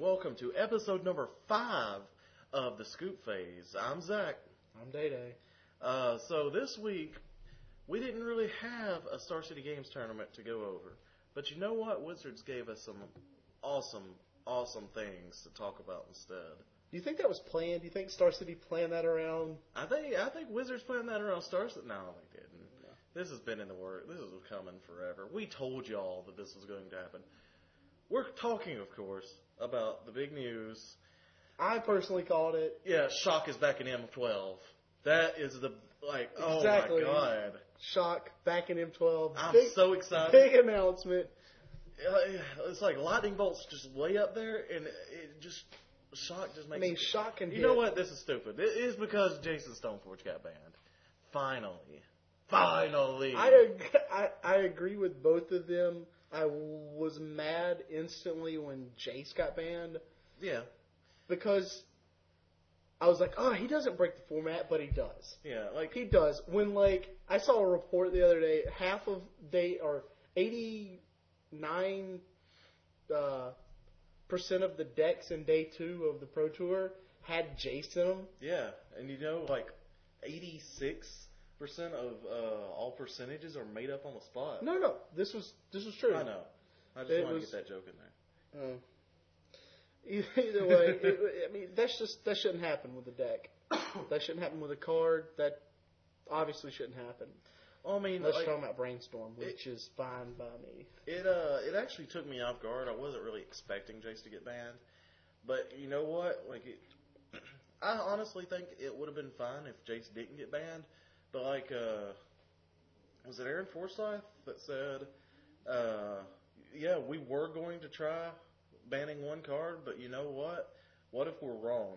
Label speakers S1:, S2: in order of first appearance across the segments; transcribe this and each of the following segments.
S1: welcome to episode number five of the Scoop Phase. I'm Zach.
S2: I'm Day Day.
S1: Uh, so this week, we didn't really have a Star City Games tournament to go over. But you know what? Wizards gave us some awesome, awesome things to talk about instead.
S2: Do you think that was planned? Do you think Star City planned that around?
S1: I think I think Wizards planned that around Star City. No, they didn't. This has been in the work. This is coming forever. We told y'all that this was going to happen. We're talking, of course, about the big news.
S2: I personally called it.
S1: Yeah, Shock is back in M12. That is the like.
S2: Exactly.
S1: Oh my god!
S2: Shock back in M12.
S1: I'm
S2: big,
S1: so excited.
S2: big announcement.
S1: Uh, It's like lightning bolts just way up there, and it just shock just
S2: I
S1: makes.
S2: mean,
S1: it-
S2: Shock can
S1: You
S2: hit.
S1: know what? This is stupid. It is because Jason Stoneforge got banned. Finally, finally.
S2: I, ag- I I agree with both of them. I was mad instantly when Jace got banned
S1: yeah,
S2: because I was like, oh, he doesn't break the format, but he does.
S1: yeah. Like
S2: He does. When like I saw a report the other day, half of they or eighty nine uh, percent of the decks in day two of the Pro Tour had Jace in 'em.
S1: yeah, and you know, like eighty six percent of uh, all percentages are made up on the spot.
S2: No, no, this was this was true.
S1: I know. I just
S2: It
S1: wanted
S2: was-
S1: to get that joke in there.
S2: Oh. E- Either way, it, I mean that's just that shouldn't happen with the deck. That shouldn't happen with a card. That obviously shouldn't happen.
S1: Well, I mean,
S2: Unless
S1: like,
S2: you're talking about brainstorm, which is fine by me.
S1: It uh, it actually took me off guard. I wasn't really expecting Jace to get banned, but you know what? Like, it, I honestly think it would have been fine if Jace didn't get banned. But like, uh, was it Aaron Forsyth that said, uh, "Yeah, we were going to try banning one card, but you know what? What if we're wrong?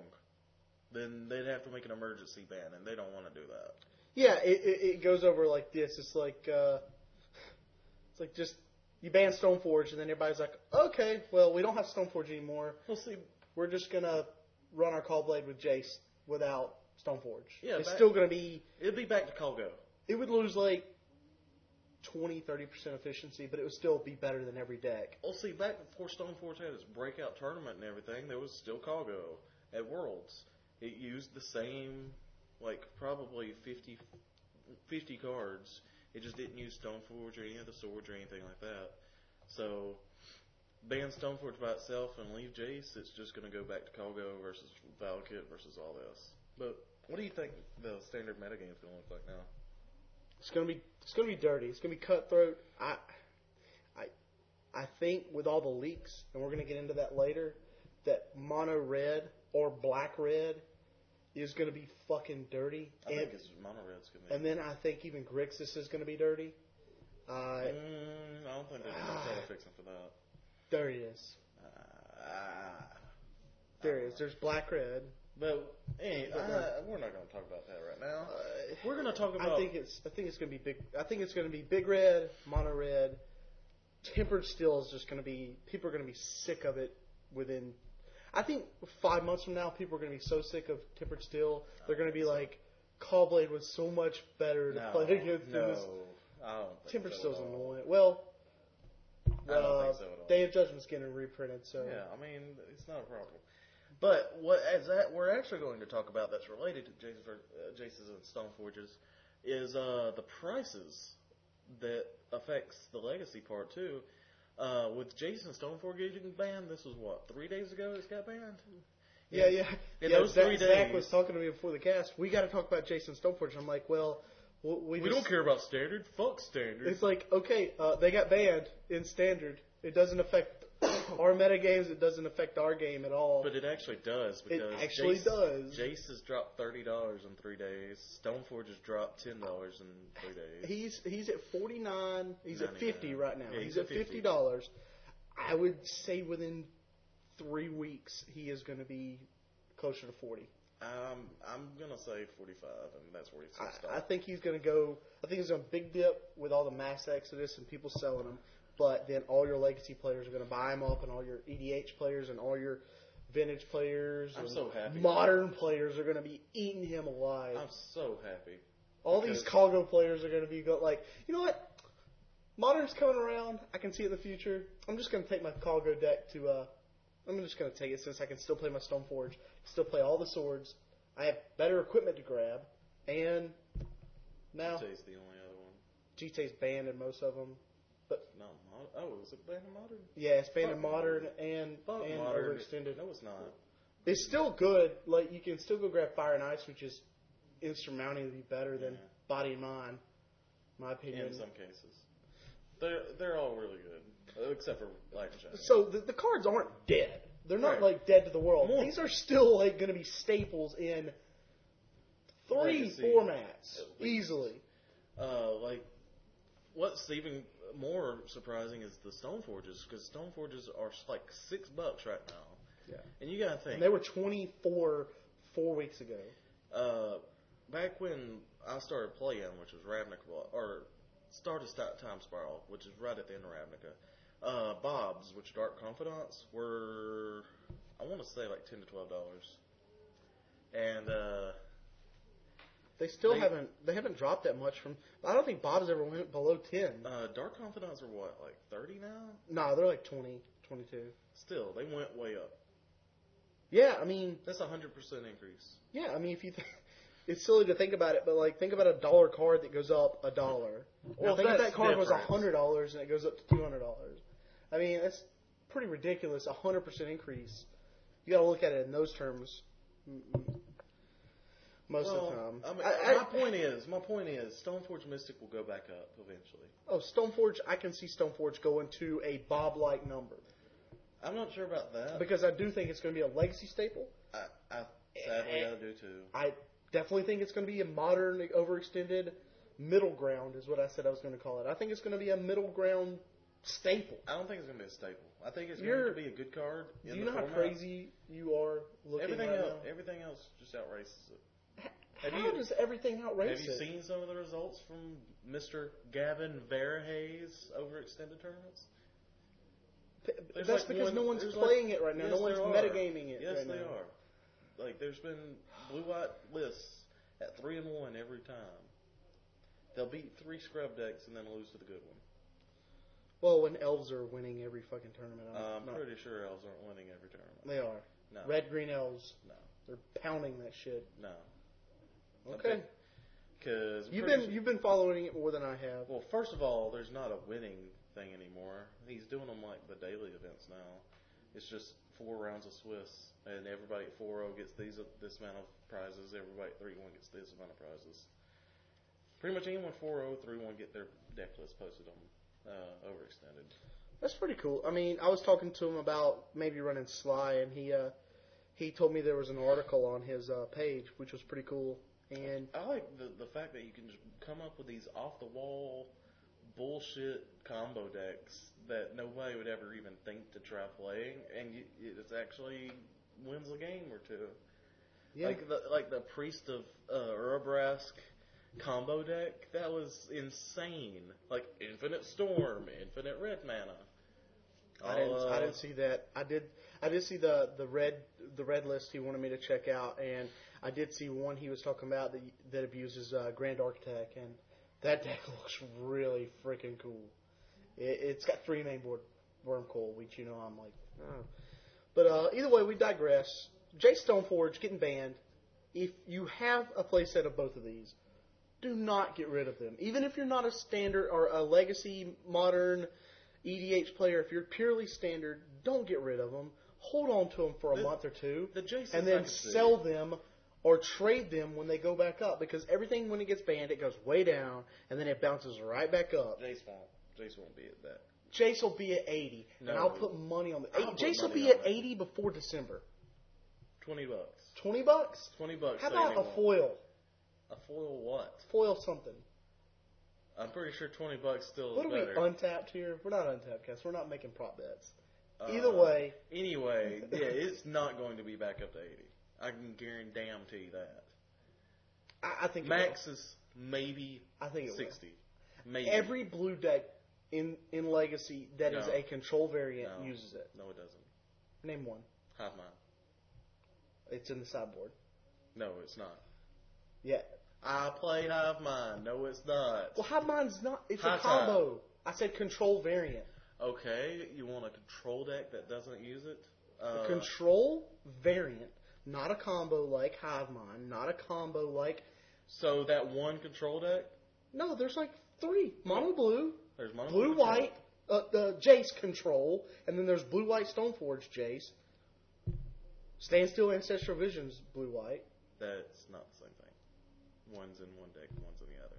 S1: Then they'd have to make an emergency ban, and they don't want to do that."
S2: Yeah, it, it, it goes over like this. It's like uh, it's like just you ban Stoneforge, and then everybody's like, okay, well we don't have Stoneforge anymore.
S1: Well, see,
S2: We're just gonna run our call blade with Jace without Stoneforge.
S1: Yeah,
S2: it's
S1: that-
S2: still gonna be.
S1: it'd be back to Colgo.
S2: It would lose like 20, 30 percent efficiency, but it would still be better than every deck.
S1: Well, Oh, see, back before Stone Forge had its breakout tournament and everything, there was still Calgo at Worlds. It used the same, like, probably 50, 50 cards. It just didn't use Stone Forge or any other swords or anything like that. So, ban Stone Forge by itself and leave Jace, it's just going to go back to Calgo versus Valakut versus all this. But what do you think the standard metagame's going to look like now?
S2: It's gonna be it's gonna be dirty. It's gonna be cutthroat. I I I think with all the leaks, and we're gonna get into that later, that mono red or black red is gonna be fucking dirty.
S1: I
S2: and
S1: think it's Mono Red's going to be.
S2: and then I think even Grixis is gonna be dirty. Uh,
S1: Mm, I don't think there's much color fixing for that.
S2: dirtiness.
S1: Uh,
S2: There is. There's black red.
S1: But hey,
S2: But, uh,
S1: uh, we're not going to talk about that right now.
S2: Uh,
S1: We're going to talk about.
S2: I think it's I think it's gonna be big. I think it's gonna be big red, mono red. Tempered steel is just gonna be people are gonna be sick of it within. I think five months from now, people are gonna be so sick of tempered steel, they're gonna be like, Callblade was so much better to
S1: no,
S2: play against than
S1: no,
S2: this.
S1: I don't think
S2: Tempered
S1: so
S2: steel's
S1: at all.
S2: annoying. Well,
S1: I don't
S2: uh,
S1: think so at all.
S2: Day of Judgment's getting reprinted, so
S1: Yeah, I mean it's not a problem. But what as that we're actually going to talk about that's related to Jason, Ver- uh, Jason's and Stoneforges is uh, the prices that affects the legacy part too. Uh, with Jason Stoneforge getting banned, this was what three days ago. It's got banned.
S2: Yeah, yeah.
S1: In
S2: yeah,
S1: those
S2: Zach,
S1: three
S2: Zach
S1: days-
S2: was talking to me before the cast. We got to talk about Jason Stoneforge. I'm like, well, w- we,
S1: We
S2: just-
S1: don't care about standard. Fuck standard.
S2: It's like, okay, uh, they got banned in standard. It doesn't affect our metagames. It doesn't affect our game at all.
S1: But it actually does
S2: it
S1: because
S2: actually
S1: Jace,
S2: does.
S1: Jace has dropped thirty dollars in three days. Stoneforge has dropped ten dollars in three days.
S2: he's he's at forty nine. He's at
S1: 99.
S2: fifty right now.
S1: Yeah,
S2: he's, at fifty dollars. I would say within three weeks he is going to be closer to forty.
S1: Um, I'm gonna say forty-five, and that's where he's gonna
S2: I, I
S1: stop.
S2: think he's going to go. I think he's going to big dip with all the mass exodus and people selling them. But then all your legacy players are going to buy them up, and all your EDH players and all your vintage players.
S1: I'm
S2: and
S1: so happy.
S2: Modern players are going to be eating him alive.
S1: I'm so happy.
S2: all these
S1: because-
S2: Congo players are going to be go, like, you know what? Modern's coming around. I can see it in the future. I'm just going to take my Congo deck to uh, I'm just gonna take it since I can still play my Stoneforge, still play all the swords. I have better equipment to grab, and now
S1: Jay's the only other one.
S2: GTA's banned in most of them.
S1: No, mod- oh, is it Band of Modern?
S2: Yeah, it's banned in
S1: Fuck
S2: modern and
S1: Fuck
S2: and
S1: Modern.
S2: overextended.
S1: No, it's not.
S2: It's still good. Like you can still go grab Fire and Ice, which is insurmountably better than
S1: Yeah.
S2: Body and Mind, my opinion.
S1: In some cases, they're they're all really good, except for Black and Shadow.
S2: So the, the cards aren't dead. They're not
S1: Right.
S2: like dead to the world.
S1: No.
S2: These are still like going to be staples in three
S1: Legacy,
S2: formats
S1: at least.
S2: easily.
S1: Uh, like, what's even more surprising is the Stoneforges, because Stoneforges are like six bucks right now,
S2: Yeah.
S1: and you gotta
S2: And
S1: think.
S2: they were 24 four weeks ago.
S1: uh, back when I started playing, which was Ravnica, Blo- or started Sti- Time Spiral, which is right at the end of Ravnica, uh, Bob's, which are Dark Confidants, were, I want to say like 10 to $12. And, uh,
S2: They still
S1: They-
S2: haven't they haven't dropped that much from. I don't think Bob's ever went below 10.
S1: uh, Dark Confidants are what, like 30 now?
S2: nah, they're like 20, 22.
S1: Still, they went way up.
S2: Yeah, I mean,
S1: That's a 100% increase.
S2: yeah, I mean if you th- it's silly to think about it, but like think about a dollar card that goes up a dollar. Or
S1: Now
S2: think if
S1: that's
S2: that card was
S1: different.
S2: a hundred dollars and it goes up to two hundred dollars. I mean, that's pretty ridiculous. A hundred percent increase. You got to look at it in those terms. m- m- Most
S1: well,
S2: of the time.
S1: I mean,
S2: I- I-
S1: my point is, my point is, Stoneforge Mystic will go back up eventually.
S2: oh, Stoneforge. I can see Stoneforge going to a Bob-like number
S1: I'm not sure about that.
S2: because I do think it's going to be a legacy staple.
S1: I, I sadly I do too.
S2: I definitely think it's going to be a modern, overextended middle ground, is what I said I was going to call it. I think it's going to be a middle ground staple.
S1: I don't think it's going to be a staple. I think it's
S2: You're-
S1: going to be a good card. In
S2: Do you
S1: the
S2: know how
S1: format.
S2: crazy you are looking
S1: everything
S2: right
S1: else?
S2: now?
S1: Everything else just outraces it.
S2: How
S1: have you-
S2: does everything outrace
S1: Have you
S2: it?
S1: seen some of the results from Mr. Gavin Verhey's over extended tournaments?
S2: P-
S1: There's
S2: That's
S1: like
S2: because
S1: one-
S2: no one's
S1: there's
S2: playing
S1: like-
S2: it right now.
S1: Yes,
S2: no one's
S1: there are.
S2: metagaming it
S1: Yes,
S2: right
S1: they
S2: now.
S1: are. Like there's been blue white lists at three and one every time. They'll beat three scrub decks and then lose to the good one.
S2: Well, when elves are winning every fucking tournament, I'm,
S1: I'm
S2: not-
S1: Um, pretty sure elves aren't winning every tournament.
S2: they are.
S1: No,
S2: Red green elves,
S1: no,
S2: they're pounding that shit.
S1: no.
S2: Okay,
S1: Because
S2: you've been you've been following it more than I have.
S1: Well, first of all, there's not a winning thing anymore. He's doing them like the daily events now. It's just four rounds of Swiss, and everybody at 4-0 gets these this amount of prizes. Everybody at 3-1 gets this amount of prizes. Pretty much anyone 4-0, 3-1 get their deck list posted on uh, overextended.
S2: That's pretty cool. I mean, I was talking to him about maybe running Sly, and he uh, he told me there was an article on his uh, page, which was pretty cool. And
S1: I like the the fact that you can just come up with these off the wall bullshit combo decks that nobody would ever even think to try playing, and you, it's actually wins a game or two.
S2: yeah,
S1: Like the like the priest of uh, Urabrask combo deck that was insane. Like infinite storm, infinite red mana.
S2: I didn't
S1: All, uh,
S2: I didn't see that. I did I did see the the red the red list he wanted me to check out, and I did see one he was talking about that that abuses uh, Grand Architect, and that deck looks really freaking cool. It, it's got three main board wormhole, which you know I'm like, oh. but uh, either way we digress. Jay Stoneforge getting banned. If you have a playset of both of these, do not get rid of them. Even if you're not a standard or a legacy modern EDH player, if you're purely standard, don't get rid of them. Hold on to them for a
S1: The-
S2: month or two,
S1: the Jasons
S2: and
S1: I
S2: then
S1: could see.
S2: sell them or trade them when they go back up. Because everything when it gets banned, it goes way down, and then it bounces right back up.
S1: Jace won't. Jace won't be at that.
S2: Jace will be at 80,
S1: No.
S2: and I'll put money on the.
S1: I'll put
S2: Jace will
S1: money
S2: be at
S1: on it.
S2: 80 before December.
S1: Twenty bucks.
S2: 20 bucks?
S1: Twenty bucks.
S2: How
S1: so
S2: about
S1: you
S2: a
S1: won't.
S2: foil?
S1: A foil what?
S2: Foil something.
S1: I'm pretty sure twenty bucks still
S2: What
S1: is
S2: are
S1: better.
S2: we untapped here? We're not untapped, guys. We're not making prop bets.
S1: Uh,
S2: Either way,
S1: Anyway, yeah, it's not going to be back up to eighty. I can guarantee that.
S2: I, I think it
S1: Max is maybe
S2: will. I think it will.
S1: sixty. Maybe
S2: Every blue deck in in Legacy that is
S1: No.
S2: a control variant
S1: No.
S2: uses it.
S1: No, it doesn't.
S2: Name one.
S1: Hive mind.
S2: It's in the sideboard.
S1: No, it's not.
S2: Yeah.
S1: I play Hive Mind. No, it's not.
S2: Well, Hive Mind's not. It's
S1: High
S2: a
S1: tide.
S2: combo. I said control variant.
S1: Okay, you want a control deck that doesn't use it? Uh,
S2: a control variant, not a combo like Hive Mind, not a combo like.
S1: so that one control deck,
S2: No, there's like three mono blue,
S1: there's mono
S2: blue
S1: control.
S2: white, uh, uh, Jace control, and then there's blue white Stoneforge Jace. Standstill Ancestral Visions blue white.
S1: That's not the same thing. One's in one deck, one's in the other.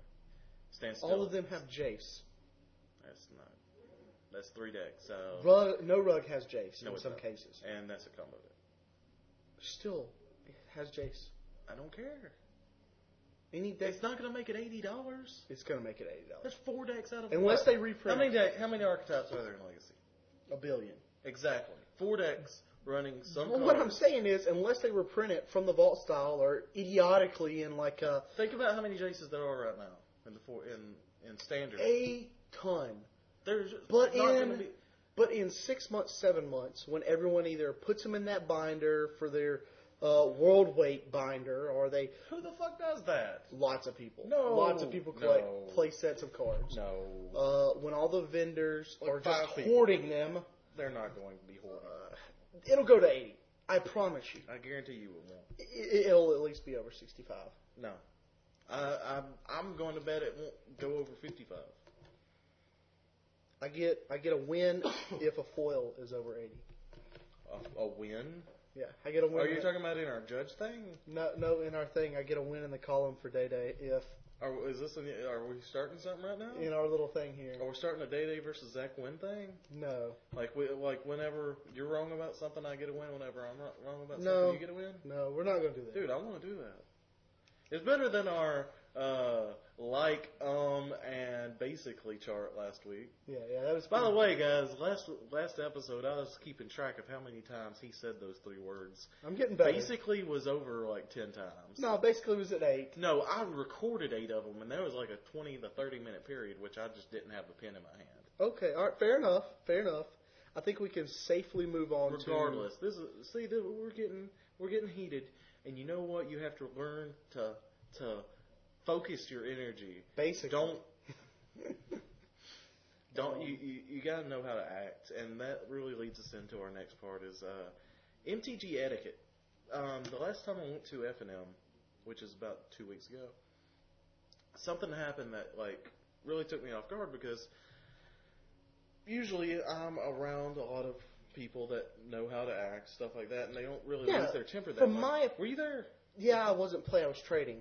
S1: Stand still.
S2: All of them have Jace.
S1: That's not. That's three decks. So
S2: Rug, no rug has Jace
S1: Oh. No,
S2: in
S1: it's
S2: some
S1: not.
S2: cases.
S1: and that's a combo deck.
S2: Still it has Jace.
S1: I don't care.
S2: Any deck,
S1: It's not gonna make it eighty dollars.
S2: it's gonna make it eighty dollars
S1: That's four decks out of
S2: unless
S1: what?
S2: they reprint
S1: How many deck? How many archetypes are there in Legacy?
S2: a billion.
S1: Exactly. Four decks running some.
S2: Well, what I'm
S1: colors.
S2: saying is, unless they reprint it from the vault style or idiotically in like a,
S1: Think about how many Jaces there are right now in the four in in standard.
S2: a ton,
S1: There's
S2: but
S1: not gonna
S2: in-
S1: be,
S2: but in six months, seven months, when everyone either puts them in that binder for their uh, world weight binder, or they
S1: who the fuck does that?
S2: lots of people,
S1: No,
S2: lots of people collect
S1: no.
S2: play sets of cards.
S1: No,
S2: Uh, when all the vendors
S1: Like
S2: are just
S1: five people.
S2: hoarding them, uh,
S1: they're not going to be hoarding.
S2: it'll go to eighty. I promise you,
S1: I guarantee you it won't.
S2: I- I- it'll at least be over sixty-five.
S1: No. I, I'm, I'm going to bet it won't go over 55.
S2: I get I get a win if a foil is over eighty.
S1: A, a win?
S2: Yeah, I get a win.
S1: Are you
S2: in-
S1: talking about in our judge thing?
S2: No, no. In our thing, I get a win in the column for Day Day if
S1: Or is this? An, are we starting something right now?
S2: in our little thing here.
S1: Are we starting a day day versus Zach win thing?
S2: No,
S1: Like we, like whenever you're wrong about something, I get a win. Whenever I'm ro- wrong about
S2: No.
S1: something, you get a win.
S2: no, we're not gonna do that.
S1: Dude, I want to do that. It's better than our uh, like, um, and basically chart last week.
S2: Yeah, yeah. That was.
S1: By the way, guys, last last episode I was keeping track of how many times he said those three words.
S2: I'm getting better.
S1: Basically, was over like ten times.
S2: No, basically it was at eight.
S1: No, I recorded eight of them, and there was like a twenty to thirty minute period which I just didn't have a pen in my hand.
S2: Okay, all right. Fair enough. Fair enough. I think we can safely move on.
S1: Regardless, this is see, th- we're getting we're getting heated, and you know what? You have to learn to to focus your energy.
S2: to basically.
S1: Don't don't you you, you got to know how to act, and that really leads us into our next part is uh, MTG etiquette. Um, the last time I went to F and M, which is about two weeks ago, something happened that like really took me off guard because usually I'm around a lot of people that know how to act, stuff like that, and they don't really
S2: Yeah,
S1: lose their temper that
S2: from
S1: much.
S2: my-
S1: Were you there?
S2: Yeah, I wasn't playing. I was trading.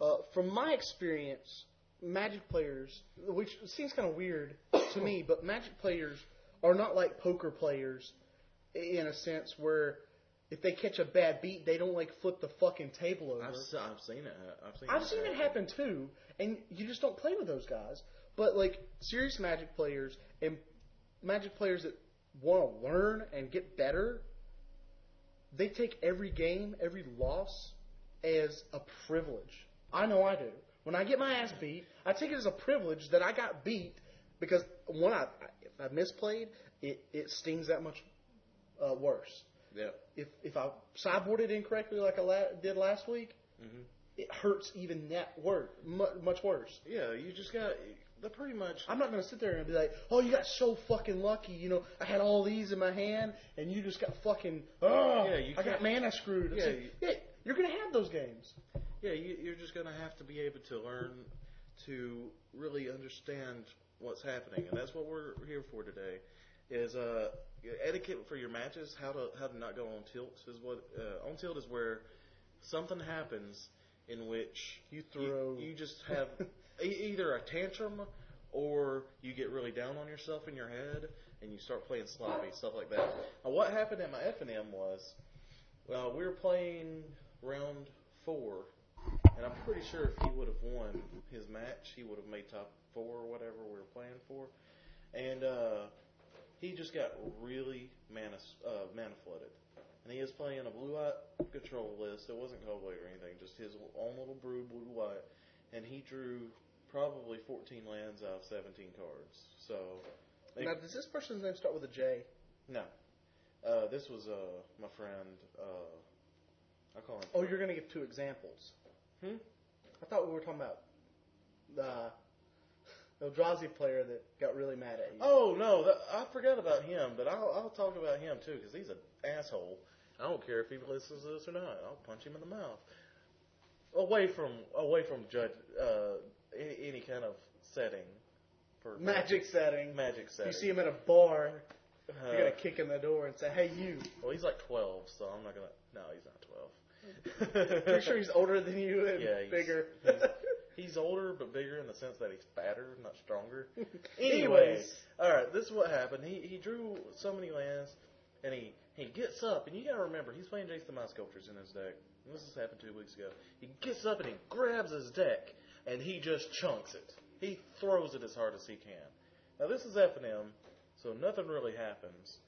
S2: Uh, from my experience, Magic players, which seems kind of weird to me, but Magic players are not like poker players i- in a sense where if they catch a bad beat, they don't like flip the fucking table over.
S1: I've, se- I've seen it. ha- I've seen.
S2: I've seen it happen too, and you just don't play with those guys. But like serious Magic players and Magic players that want to learn and get better, they take every game, every loss, as a privilege. I know I do. When I get my ass beat, I take it as a privilege that I got beat because one, I, if I misplayed, it it stings that much uh, worse.
S1: Yeah.
S2: If if I sideboarded incorrectly like I la- did last week,
S1: hmm
S2: it hurts even that word mu- much worse.
S1: Yeah. You just got. They're pretty much.
S2: I'm not gonna sit there and be like, "Oh, you got so fucking lucky," you know. I had all these in my hand, and you just got fucking. Oh,
S1: Yeah, you
S2: I got
S1: can't-
S2: mana screwed. It's
S1: Yeah,
S2: like,
S1: you-
S2: yeah, you're gonna have those games.
S1: Yeah, you, you're just going to have to be able to learn to really understand what's happening, and that's what we're here for today. Is uh, etiquette for your matches, how to how to not go on tilt is what uh, on tilt is where something happens in which
S2: You throw-
S1: you, you just have e- either a tantrum or you get really down on yourself in your head and you start playing sloppy stuff like that. Now, what happened at my F and M was well, we were playing round four, and I'm pretty sure if he would have won his match, he would have made top four or whatever we were playing for. And uh, he just got really mana, uh, mana flooded. And he was playing a blue white control list. It wasn't Cowboy or anything, just his own little brew blue white. And he drew probably 14 lands out of 17 cards. So, they-
S2: Now, does this person's name start with a J?
S1: no. Uh, this was uh, my friend. Uh, I call him.
S2: Oh, you're gonna give two examples.
S1: Hmm?
S2: I thought we were talking about. Uh, the Eldrazi player that got really mad at you.
S1: Oh no, that, I forgot about him, but I'll, I'll talk about him too because he's an asshole. I don't care if he listens to this or not. I'll punch him in the mouth. Away from away from judge uh, any, any kind of setting for
S2: Magic setting.
S1: Magic setting.
S2: You see him at a bar,
S1: Uh,
S2: you gotta kick in the door and say, "Hey, you."
S1: well, he's like twelve, so I'm not gonna. No, he's not twelve.
S2: Make sure he's older than you and
S1: Yeah, he's-
S2: bigger.
S1: He's older, but bigger in the sense that he's fatter, not stronger.
S2: Anyways.
S1: all right, this is what happened. He he drew so many lands, and he he gets up, and you gotta remember he's playing Jace the Mind Sculptors in his deck. And this has happened two weeks ago. He gets up and he grabs his deck, and he just chunks it. He throws it as hard as he can. Now this is F and M, so nothing really happens.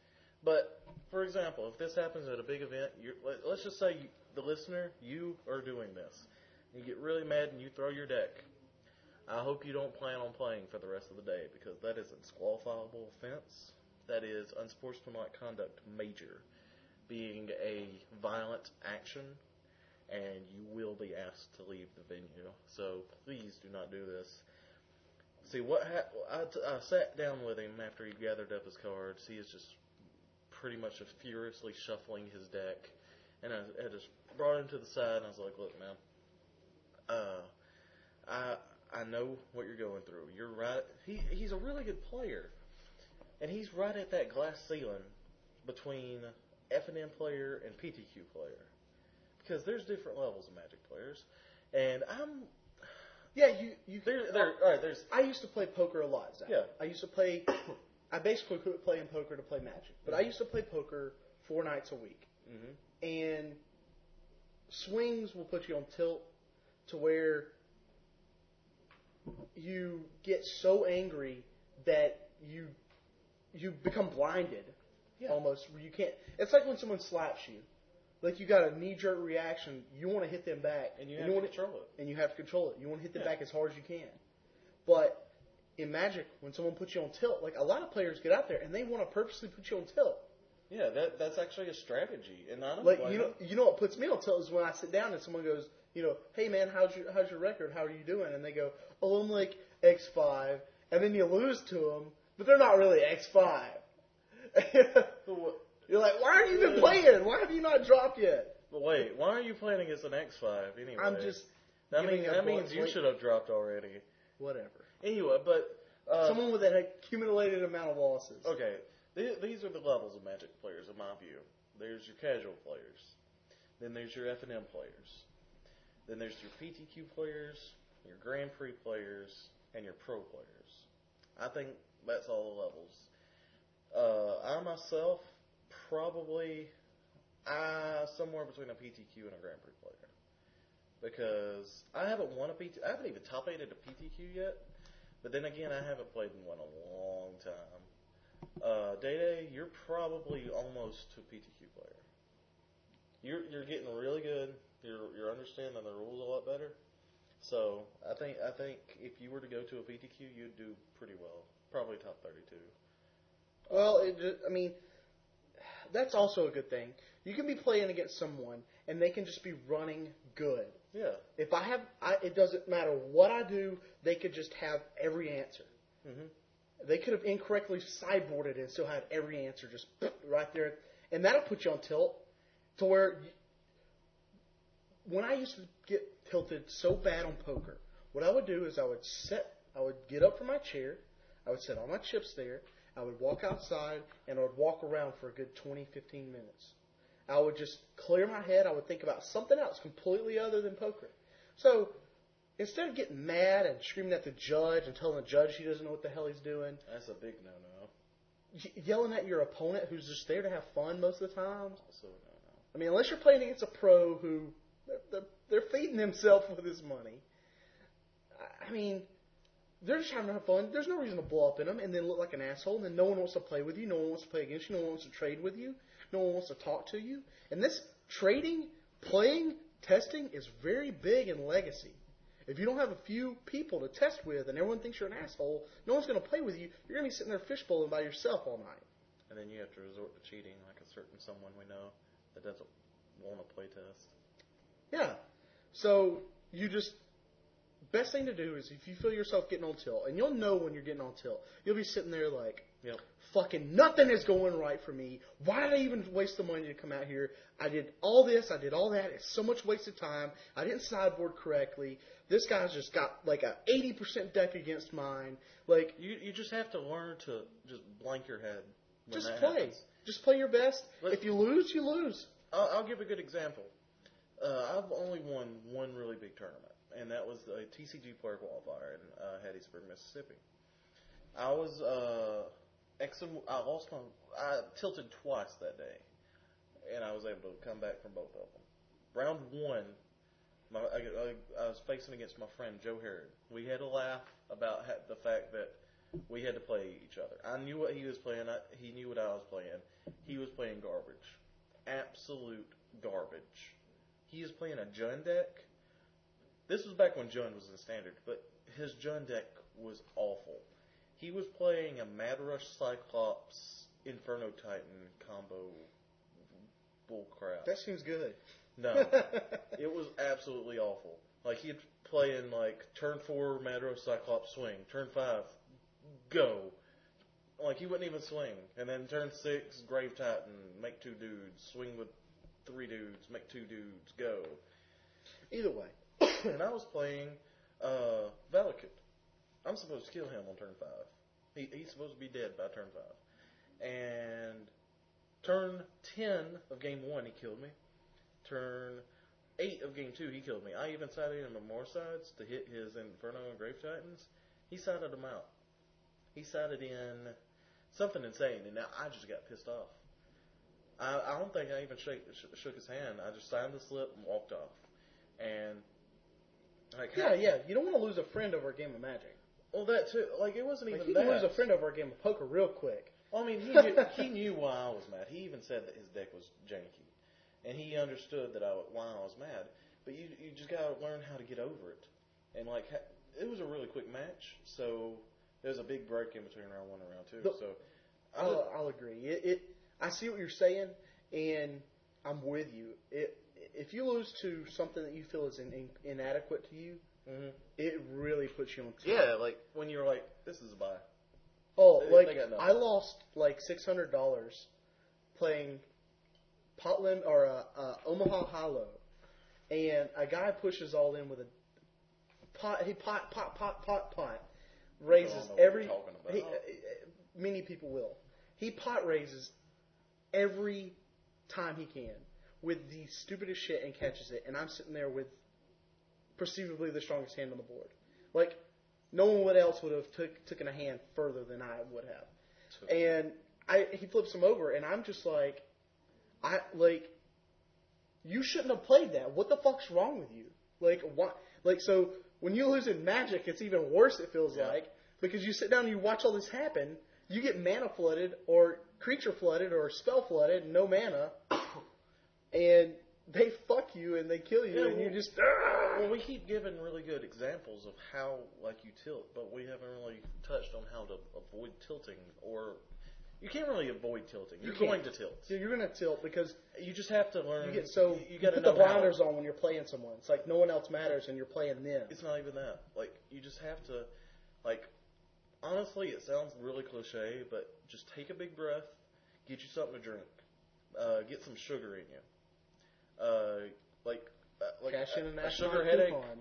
S1: But for example, if this happens at a big event, you're, let- let's just say you, the listener, you are doing this. You get really mad and you throw your deck. I hope you don't plan on playing for the rest of the day because that is a disqualifiable offense. That is unsportsmanlike conduct major, being a violent action, and you will be asked to leave the venue. So please do not do this. See what hap I, t- I sat down with him after he gathered up his cards. He is just pretty much just furiously shuffling his deck, and I, I just brought him to the side and I was like, "Look, man, uh, I I know what you're going through. You're right. He he's a really good player, and he's right at that glass ceiling between F and M player and PTQ player, because there's different levels of Magic players, and I'm
S2: yeah, you you.
S1: there there all right there's
S2: I used to play poker a lot, Zach.
S1: Yeah.
S2: I used to play. I basically quit playing poker to play Magic, but I used to play poker four nights a week.
S1: mhm.
S2: and swings will put you on tilt to where you get so angry that you you become blinded
S1: Yeah.
S2: almost where you can't it's like when someone slaps you like you got a knee jerk reaction you want to hit them back
S1: and you have to
S2: wanna-
S1: control it.
S2: and you have to control it you want to hit them
S1: Yeah.
S2: back as hard as you can but in magic when someone puts you on tilt like a lot of players get out there and they want to purposely put you on tilt
S1: Yeah, that that's actually a strategy, and I don't
S2: like
S1: blame
S2: you know,
S1: him.
S2: you know what puts me on tilt is when I sit down and someone goes, you know, hey man, how's your how's your record? How are you doing? And they go, oh, I'm like X five, and then you lose to them, but they're not really X five.
S1: But what-
S2: You're like, why aren't you even playing? Why have you not dropped yet?
S1: But wait, why are you playing against an X five anyway?
S2: I'm just
S1: that
S2: giving
S1: means
S2: a
S1: that
S2: blunt
S1: means you
S2: point.
S1: should have dropped already.
S2: whatever.
S1: Anyway, but uh,
S2: someone with an accumulated amount of losses.
S1: okay, th- these are the levels of Magic players in my view. There's your casual players, then there's your F and M players, then there's your PTQ players, your Grand Prix players, and your Pro players. I think that's all the levels. Uh, I myself probably uh, somewhere between a PTQ and a Grand Prix player because I haven't won a PT. I haven't even top eighted a PTQ yet. But then again, I haven't played in one in a long time. Uh, Day Day, you're probably almost to PTQ player. You're you're getting really good. You're you're understanding the rules a lot better. So I think I think if you were to go to a PTQ, you'd do pretty well. Probably top 32.
S2: Well, it just, I mean, that's also a good thing. You can be playing against someone, and they can just be running good.
S1: Yeah.
S2: If I have, I, it doesn't matter what I do. They could just have every answer.
S1: Mhm.
S2: They could have incorrectly sideboarded and still had every answer just right there, and that'll put you on tilt to where. You, when I used to get tilted so bad on poker, what I would do is I would set, I would get up from my chair, I would set all my chips there, I would walk outside, and I would walk around for a good 20, 15 minutes. I would just clear my head. I would think about something else completely other than poker. So instead of getting mad and screaming at the judge and telling the judge he doesn't know what the hell he's doing,
S1: That's a big no-no.
S2: y- yelling at your opponent who's just there to have fun most of the time.
S1: Also a no-no.
S2: I mean, unless you're playing against a pro who they're, they're, they're feeding himself with his money. I, I mean, they're just having fun. There's no reason to blow up in them and then look like an asshole. And then no one wants to play with you. No one wants to play against you. No one wants to trade with you. No one wants to talk to you. And this trading, playing, testing is very big in legacy. If you don't have a few people to test with and everyone thinks you're an asshole, no one's going to play with you. You're going to be sitting there fishbowling by yourself all night.
S1: And then you have to resort to cheating, like a certain someone we know that doesn't want to play test.
S2: Yeah. So you just best thing to do is if you feel yourself getting on tilt, and you'll know when you're getting on tilt, you'll be sitting there like,
S1: Yep.
S2: fucking nothing is going right for me. Why did I even waste the money to come out here? I did all this, I did all that. It's so much wasted time. I didn't sideboard correctly. This guy's just got like a 80% deck against mine. Like,
S1: You you just have to learn to just blank your head. When
S2: just
S1: that
S2: play.
S1: Happens.
S2: Just play your best.
S1: Let-
S2: if you lose, you lose.
S1: I'll, I'll give a good example. Uh, I've only won one really big tournament, and that was a TCG player qualifier in uh, Hattiesburg, Mississippi. I was uh, ex- I lost on I tilted twice that day, and I was able to come back from both of them. Round one, my, I, I, I was facing against my friend Joe Harrod. We had a laugh about ha- the fact that we had to play each other. I knew what he was playing. I, he knew what I was playing. He was playing garbage absolute garbage. He is playing a Jun deck. This was back when Jun was in standard, but his Jun deck was awful. He was playing a Mad Rush Cyclops Inferno Titan combo bullcrap.
S2: That seems good. e-,
S1: No, it was absolutely awful. Like he'd play in like turn four Mad Rush Cyclops swing, turn five go. Like he wouldn't even swing, and then turn six Grave Titan make two dudes swing with three dudes make two dudes go.
S2: Either way.
S1: and I was playing uh, Valakut. I'm supposed to kill him on turn five. He, he's supposed to be dead by turn five. And turn ten of game one, he killed me. Turn eight of game two, he killed me. I even sided him on more sides to hit his Inferno and Grave Titans. He sided him out. He sided in something insane, and now I just got pissed off. I, I don't think I even shake, sh- shook his hand. I just signed the slip and walked off. And like,
S2: Yeah, yeah. You don't want to lose a friend over a game of magic.
S1: Well, that too. Like, it wasn't
S2: Like,
S1: even
S2: you
S1: that.
S2: can lose a friend over a game of poker real quick.
S1: Well, I mean, he knew, he knew why I was mad. He even said that his deck was janky, and he understood that I why I was mad. But you you just gotta learn how to get over it, and like ha- it was a really quick match, so there was a big break in between round one and round two.
S2: The-
S1: so I
S2: I'll, I'll agree. It, it, I see what you're saying, and I'm with you. It, if you lose to something that you feel is in, in, inadequate to you,
S1: hmm
S2: it really puts you on. tilt.
S1: yeah, like when you're like this is a buy.
S2: Oh,
S1: They-
S2: like
S1: they got nothing.
S2: I lost like six hundred dollars playing Potland or uh, uh, Omaha Hollow, and a guy pushes all in with a pot. He pot pot pot pot pot
S1: I
S2: raises
S1: don't know what you're
S2: every.
S1: talking about.
S2: He, uh, many people will. He pot raises every time he can with the stupidest shit and catches it, and I'm sitting there with perceivably the strongest hand on the board. Like no one would else would have took taken a hand further than I would have. And I he flips him over, and I'm just like, I like, you shouldn't have played that. What the fuck's wrong with you? Like what? Like so when you lose in Magic, it's even worse. It feels
S1: Yeah.
S2: like because you sit down and you watch all this happen. You get mana flooded or creature flooded or spell flooded, no mana, and they fuck you and they kill you,
S1: Yeah,
S2: and you
S1: well-
S2: just. "Ah!"
S1: Well, we keep giving really good examples of how, like, you tilt, but we haven't really touched on how to avoid tilting, or you can't really avoid tilting. You're
S2: can't.
S1: going to tilt.
S2: So you're gonna tilt because
S1: You just have to learn.
S2: You get so
S1: Mm. you,
S2: you,
S1: got to
S2: put
S1: know
S2: the
S1: how.
S2: blinders on when you're playing someone. It's like no one else matters and you're playing them.
S1: It's not even that. Like, you just have to, like, honestly, it sounds really cliche, but just take a big breath, get you something to drink, uh, get some sugar in you, uh, like, uh, like
S2: Cash
S1: a,
S2: in an
S1: a sugar
S2: astronaut
S1: headache.
S2: coupon.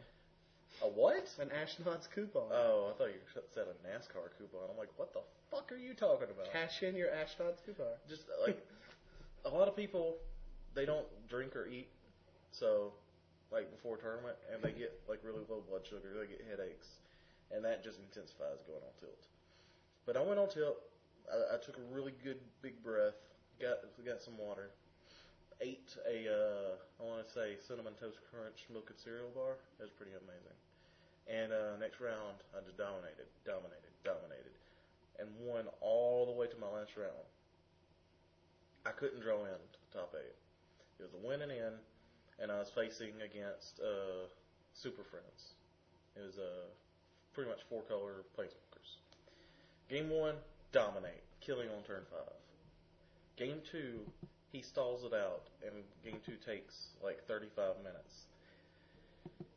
S1: A what?
S2: An astronaut's coupon.
S1: Oh, I thought you said a NASCAR coupon. I'm like, what the fuck are you talking about?
S2: Cash in your astronaut's coupon.
S1: Just like a lot of people, they don't drink or eat, so like before a tournament, and they get like really low blood sugar, they get headaches, and that just intensifies going on tilt. But I went on tilt. I, I took a really good big breath, got got some water, ate a uh, I want to say cinnamon toast crunch milk and cereal bar. That was pretty amazing. And uh, next round, I just dominated, dominated, dominated, and won all the way to my last round. I couldn't draw in to the top eight. It was a win and in, and I was facing against uh, Super Friends. It was uh, pretty much four color planeswalkers. Game one, dominate, killing on turn five. Game two, he stalls it out, and game two takes like 35 minutes.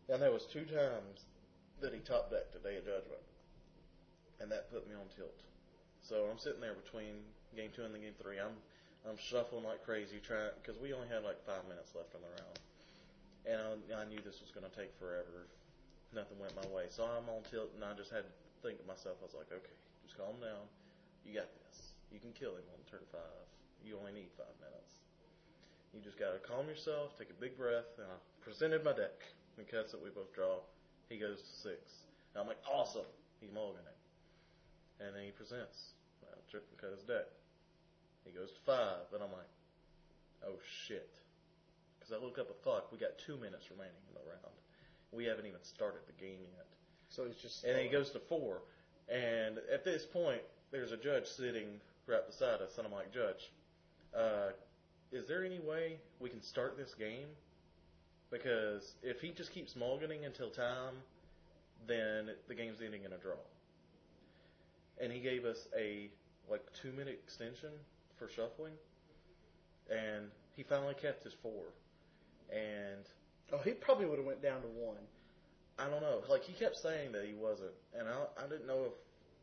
S1: And there was two times that he top decked a Day of Judgment, and that put me on tilt. So I'm sitting there between game two and the game three. I'm I'm shuffling like crazy trying because we only had like five minutes left on the round, and I, I knew this was going to take forever. if Nothing went my way, so I'm on tilt, and I just had to think to myself. I was like, okay, just calm down. You got this. You can kill him on turn five. You only need five minutes. You just gotta calm yourself, take a big breath, and I presented my deck. He cuts it, we both draw. He goes to six. And I'm like, awesome! He's mulligan it. And then he presents. I trip and cut his deck. He goes to five, and I'm like, oh shit. Because I look up at the clock, we got two minutes remaining in the round. We haven't even started the game yet.
S2: So it's just.
S1: And then he goes to four. And at this point, there's a judge sitting right beside us, and I'm like, Judge, uh, is there any way we can start this game? Because if he just keeps mulliganing until time, then the game's ending in a draw. And he gave us a like two minute extension for shuffling, and he finally kept his four. And
S2: Oh, he probably would have went down to one.
S1: I don't know. Like he kept saying that he wasn't, and I I didn't know if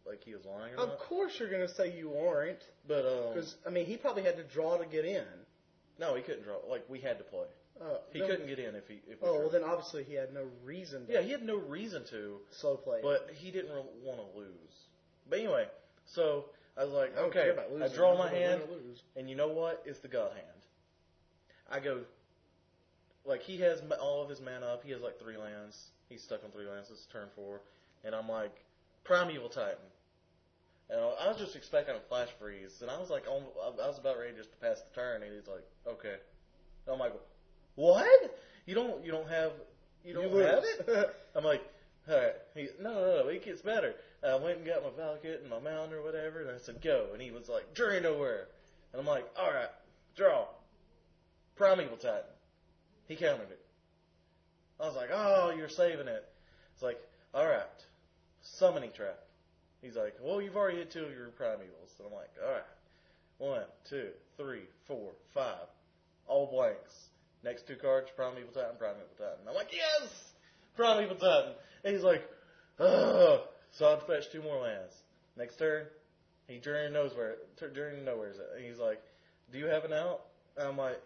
S1: like he was lying or
S2: Of
S1: not.
S2: course, you're gonna say you aren't,
S1: But um,
S2: because I mean, he probably had to draw to get in.
S1: no, he couldn't draw. Like we had to play.
S2: Uh,
S1: He
S2: then-
S1: couldn't get in if he if we
S2: Oh well,
S1: tried.
S2: then obviously he had no reason. To
S1: yeah, he had no reason to,
S2: slow play.
S1: but he didn't re- want to lose. But anyway, so I was like,
S2: I don't
S1: okay,
S2: care about
S1: I
S2: losing.
S1: draw
S2: I'm
S1: my
S2: gonna
S1: hand,
S2: win or lose.
S1: and you know what? It's the God hand. I go, like he has ma- all of his mana up. He has like three lands. He's stuck on three lands. It's turn four, and I'm like, primeval titan. And I I was just expecting a flash freeze, and I was like, on, I was about ready just to pass the turn, and he's like, okay. And I'm like, what? You don't, you don't have, you don't have
S2: lose.
S1: it? I'm like, all right. He, no, no, no, it gets better. And I went and got my Valkut and my Mound or whatever, and I said, go. And he was like, journey nowhere. And I'm like, all right, draw. Primeval Titan. He countered it. I was like, oh, you're saving it. It's like, all right, summoning trap. He's like, well, you've already hit two of your primevals. And I'm like, all right, one, two, three, four, five, all blanks. Next two cards, primeval titan, primeval titan. I'm like, yes, primeval titan. And he's like, ugh. So I'd fetch two more lands. Next turn, he journey knows where, journey nowhere's at. And he's like, do you have an out? And I'm like,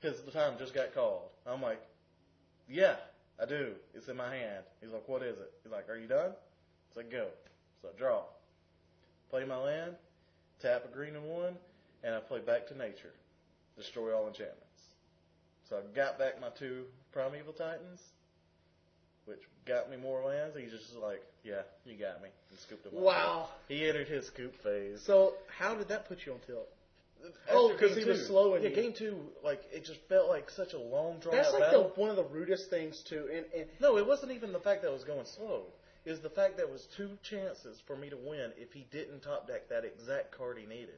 S1: because the time just got called. I'm like, yeah, I do. It's in my hand. He's like, what is it? He's like, are you done? It's like, go. So I draw. Play my land, tap a green and one, and I play back to nature. Destroy all enchantments. So I got back my two primeval titans, which got me more lands. He's just like, yeah, you got me. And scooped them up.
S2: wow.
S1: He entered his scoop phase.
S2: So how did that put you on tilt?
S1: After
S2: Oh, 'cause
S1: game
S2: he was
S1: two.
S2: slow in
S1: Yeah,
S2: you.
S1: game two, like it just felt like such a long drawn
S2: That's
S1: out
S2: like the,
S1: battle.
S2: one of the rudest things too. And, and
S1: No, it wasn't even the fact that it was going slow. It was the fact that it was two chances for me to win if he didn't top deck that exact card he needed,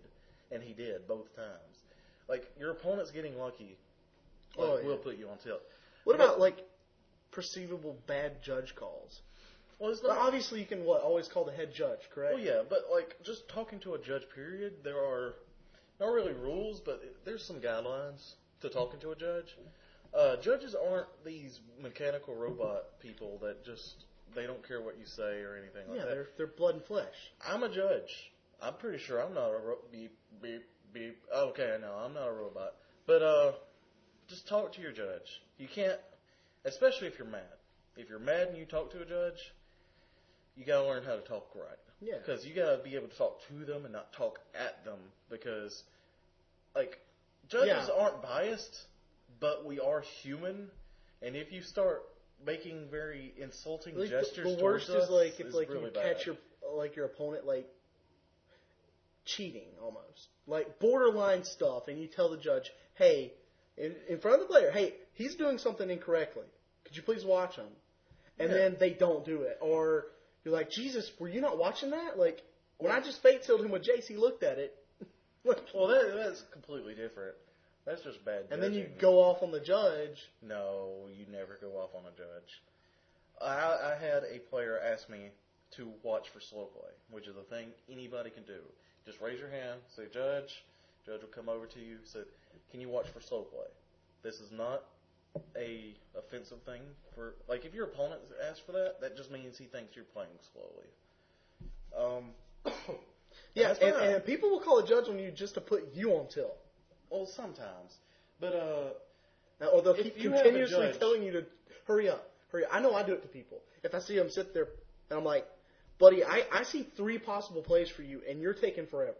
S1: and he did both times. Like your opponent's getting lucky, like,
S2: Oh, yeah.
S1: will put you on tilt.
S2: what about like perceivable bad judge calls?
S1: Well, it's
S2: But
S1: not
S2: obviously, you can what always call the head judge, correct?
S1: Well, yeah, but like just talking to a judge, period. There are not really rules, but there's some guidelines to talking to a judge. Uh, judges aren't these mechanical robot people that just they don't care what you say or anything like
S2: yeah,
S1: that.
S2: they're they're blood and flesh.
S1: I'm a judge. I'm pretty sure I'm not a ro- beep beep beep. Okay, no, I'm not a robot. But uh, just talk to your judge. You can't, especially if you're mad. If you're mad and you talk to a judge, you gotta learn how to talk right.
S2: Yeah.
S1: Because you gotta be able to talk to them and not talk at them. Because, like, judges
S2: Yeah.
S1: aren't biased, but we are human. And if you start making very insulting
S2: Like, the-
S1: gestures,
S2: the, worst
S1: towards
S2: is like
S1: us,
S2: if
S1: is
S2: like
S1: really
S2: you
S1: bad.
S2: catch your like your opponent like cheating almost, like borderline stuff, and you tell the judge, hey, in, in front of the player, hey, he's doing something incorrectly. Could you please watch him? And
S1: Yeah.
S2: then they don't do it, or you're like, Jesus, were you not watching that? Like when I just fate sealed him with Jace, he looked at it. Like,
S1: Well, that, that's completely different. That's just bad.
S2: and then you
S1: judging.
S2: go off on the judge.
S1: No, you never go off on a judge. I, I had a player ask me to watch for slow play, which is a thing anybody can do. Just raise your hand, say judge. Judge will come over to you. Say, can you watch for slow play? This is not a offensive thing for like if your opponent asks for that, that just means he thinks you're playing slowly. Um,
S2: Yeah,
S1: That's
S2: and,
S1: fine.
S2: and people will call a judge on you just to put you on tilt.
S1: well, sometimes, but uh,
S2: Now, or they'll
S1: If
S2: keep
S1: you have a
S2: continuously
S1: judge-
S2: telling you to hurry up, hurry up. I know I do it to people. If I see them sit there and I'm like, buddy, I, I see three possible plays for you and you're taking forever.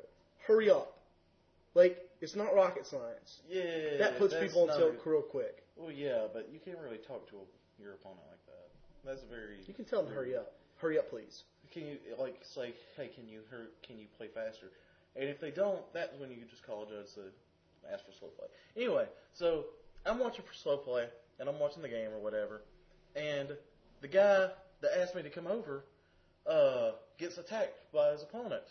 S2: Hurry up. Like, it's not rocket science.
S1: yeah,
S2: That puts
S1: that's
S2: people on
S1: not
S2: tilt
S1: a-
S2: real quick.
S1: Well, yeah, but you can't really talk to a, your opponent like that. That's very.
S2: You can tell them to hurry up. Hurry up, please.
S1: Can you like say, hey, can you hur can you play faster? And if they don't, that's when you just call a judge to ask for slow play. Anyway, so I'm watching for slow play, and I'm watching the game or whatever, and the guy that asked me to come over uh, gets attacked by his opponent,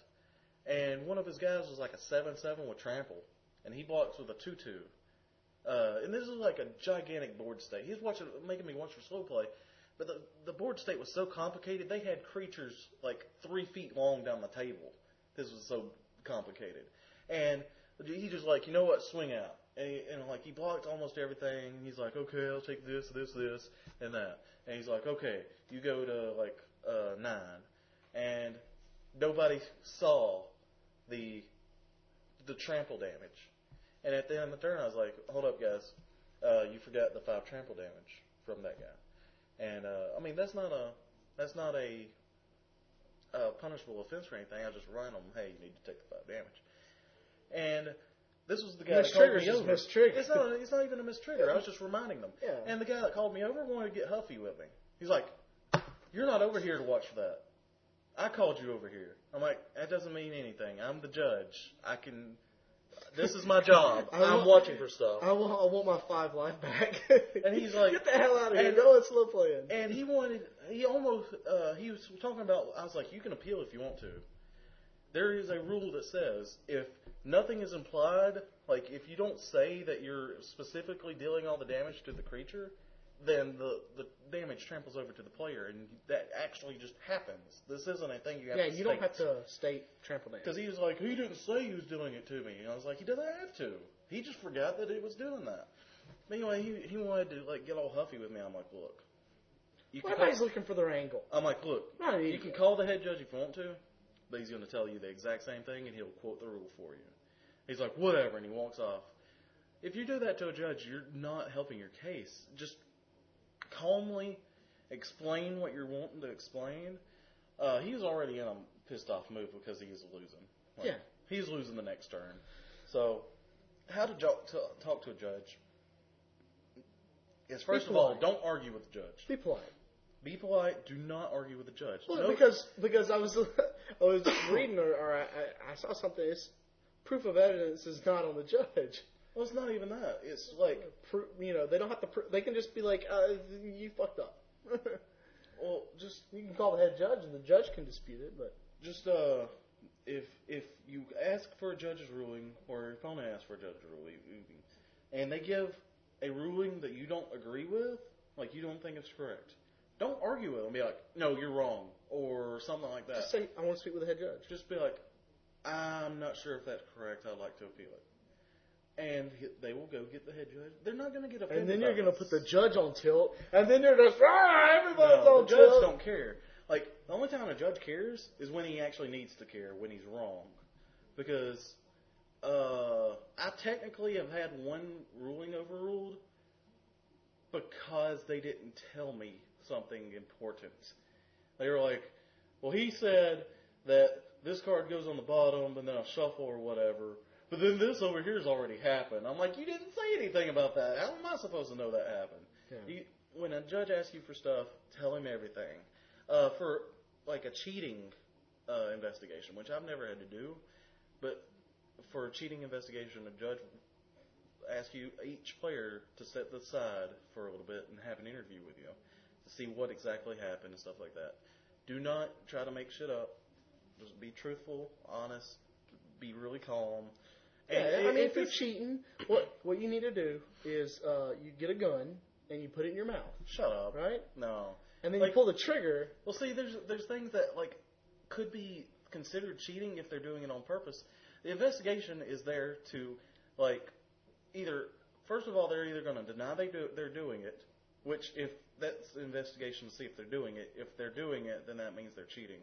S1: and one of his guys was like a seven-seven with trample, and he blocks with a two-two. Uh, and this is like a gigantic board state. He's watching, making me watch for slow play, but the, the board state was so complicated. They had creatures like three feet long down the table. This was so complicated, and he just like, you know what, swing out, and, and like he blocked almost everything. He's like, okay, I'll take this, this, this, and that, and he's like, okay, you go to like uh, nine, and nobody saw the the trample damage. And at the end of the turn, I was like, hold up, guys. Uh, you forgot the five trample damage from that guy. And, uh, I mean, that's not a, that's not a, uh punishable offense or anything. I just run them, hey, you need to take the five damage. And this was the guy that called
S2: Mistrigger's
S1: me
S2: just
S1: over.
S2: mistrigger.
S1: It's not, it's not even a mistrigger. I was just reminding them.
S2: Yeah.
S1: And the guy that called me over wanted to get huffy with me. He's like, you're not over here to watch for that. I called you over here. I'm like, that doesn't mean anything. I'm the judge. I can. This is my job.
S2: I
S1: I'm
S2: want-
S1: watching for stuff.
S2: I want, I want my five life back.
S1: And he's like-
S2: get the hell out of here.
S1: and-
S2: No, it's slow playing.
S1: And he wanted. He almost. Uh, he was talking about. I was like, you can appeal if you want to. There is a rule that says if nothing is implied, like if you don't say that you're specifically dealing all the damage to the creature, then the the damage tramples over to the player, and that actually just happens. This isn't a thing you have.
S2: yeah,
S1: to
S2: you don't
S1: state.
S2: have to state trample damage.
S1: Because he was like, he didn't say he was doing it to me. And I was like, he doesn't have to. He just forgot that it was doing that. But anyway, he, he wanted to like get all huffy with me. I'm like, look, you
S2: Well,
S1: can
S2: everybody's
S1: call,
S2: looking for their angle.
S1: I'm like, look,
S2: No, you-
S1: you can call the head judge if you want to, but he's going to tell you the exact same thing, and he'll quote the rule for you. He's like, whatever, and he walks off. If you do that to a judge, you're not helping your case. Just calmly explain what you're wanting to explain. Uh, he's already in a pissed off mood because he is losing.
S2: Yeah.
S1: He's losing the next turn. So, how to jo- to talk to a judge is first of all,
S2: polite.
S1: don't argue with the judge.
S2: Be polite.
S1: Be polite. Do not argue with the judge.
S2: Well,
S1: No-
S2: because because I was I was reading or, or I, I- I saw something. It's proof of evidence is not on the judge.
S1: well, it's not even that. It's like,
S2: Pro, you know, they don't have to. Pro, they can just be like, uh, "You fucked up."
S1: well, just
S2: you can call the head judge, and the judge can dispute it. But
S1: just uh, if if you ask for a judge's ruling or your opponent asks for a judge's ruling, and they give a ruling that you don't agree with, like you don't think it's correct, don't argue with them. Be like, no, you're wrong, or something like that.
S2: just say, "I want to speak with the head judge."
S1: Just be like, I'm not sure if that's correct. I'd like to appeal it. And he- they will go get the head judge. They're not going to get offended.
S2: And then
S1: by
S2: you're gonna
S1: this.
S2: put the judge on tilt, and then you're just ah, everybody's
S1: No,
S2: on
S1: the
S2: tilt.
S1: judge don't care. Like the only time a judge cares is when he actually needs to care when he's wrong, because uh, I technically have had one ruling overruled because they didn't tell me something important. They were like, "Well, he said that this card goes on the bottom, and then I shuffle or whatever." But then this over here's already happened. I'm like, you didn't say anything about that. How am I supposed to know that happened?
S2: Yeah.
S1: You, when a judge asks you for stuff, tell him everything. Uh, for like a cheating uh, investigation, which I've never had to do, but for a cheating investigation, a judge asks you each player to set the side for a little bit and have an interview with you to see what exactly happened and stuff like that. Do not try to make shit up. Just be truthful, honest, be really calm.
S2: Yeah, I mean, if you're
S1: it's-
S2: cheating, what what you need to do is uh, you get a gun and you put it in your mouth,
S1: shut up,
S2: right?
S1: no.
S2: And then you
S1: Like-
S2: pull the trigger,
S1: Well, see, there's there's things that like could be considered cheating if they're doing it on purpose. The investigation is there to like either First of all, they're either going to deny they do, they're doing it, which if that's the investigation to see if they're doing it. If they're doing it, then that means they're cheating.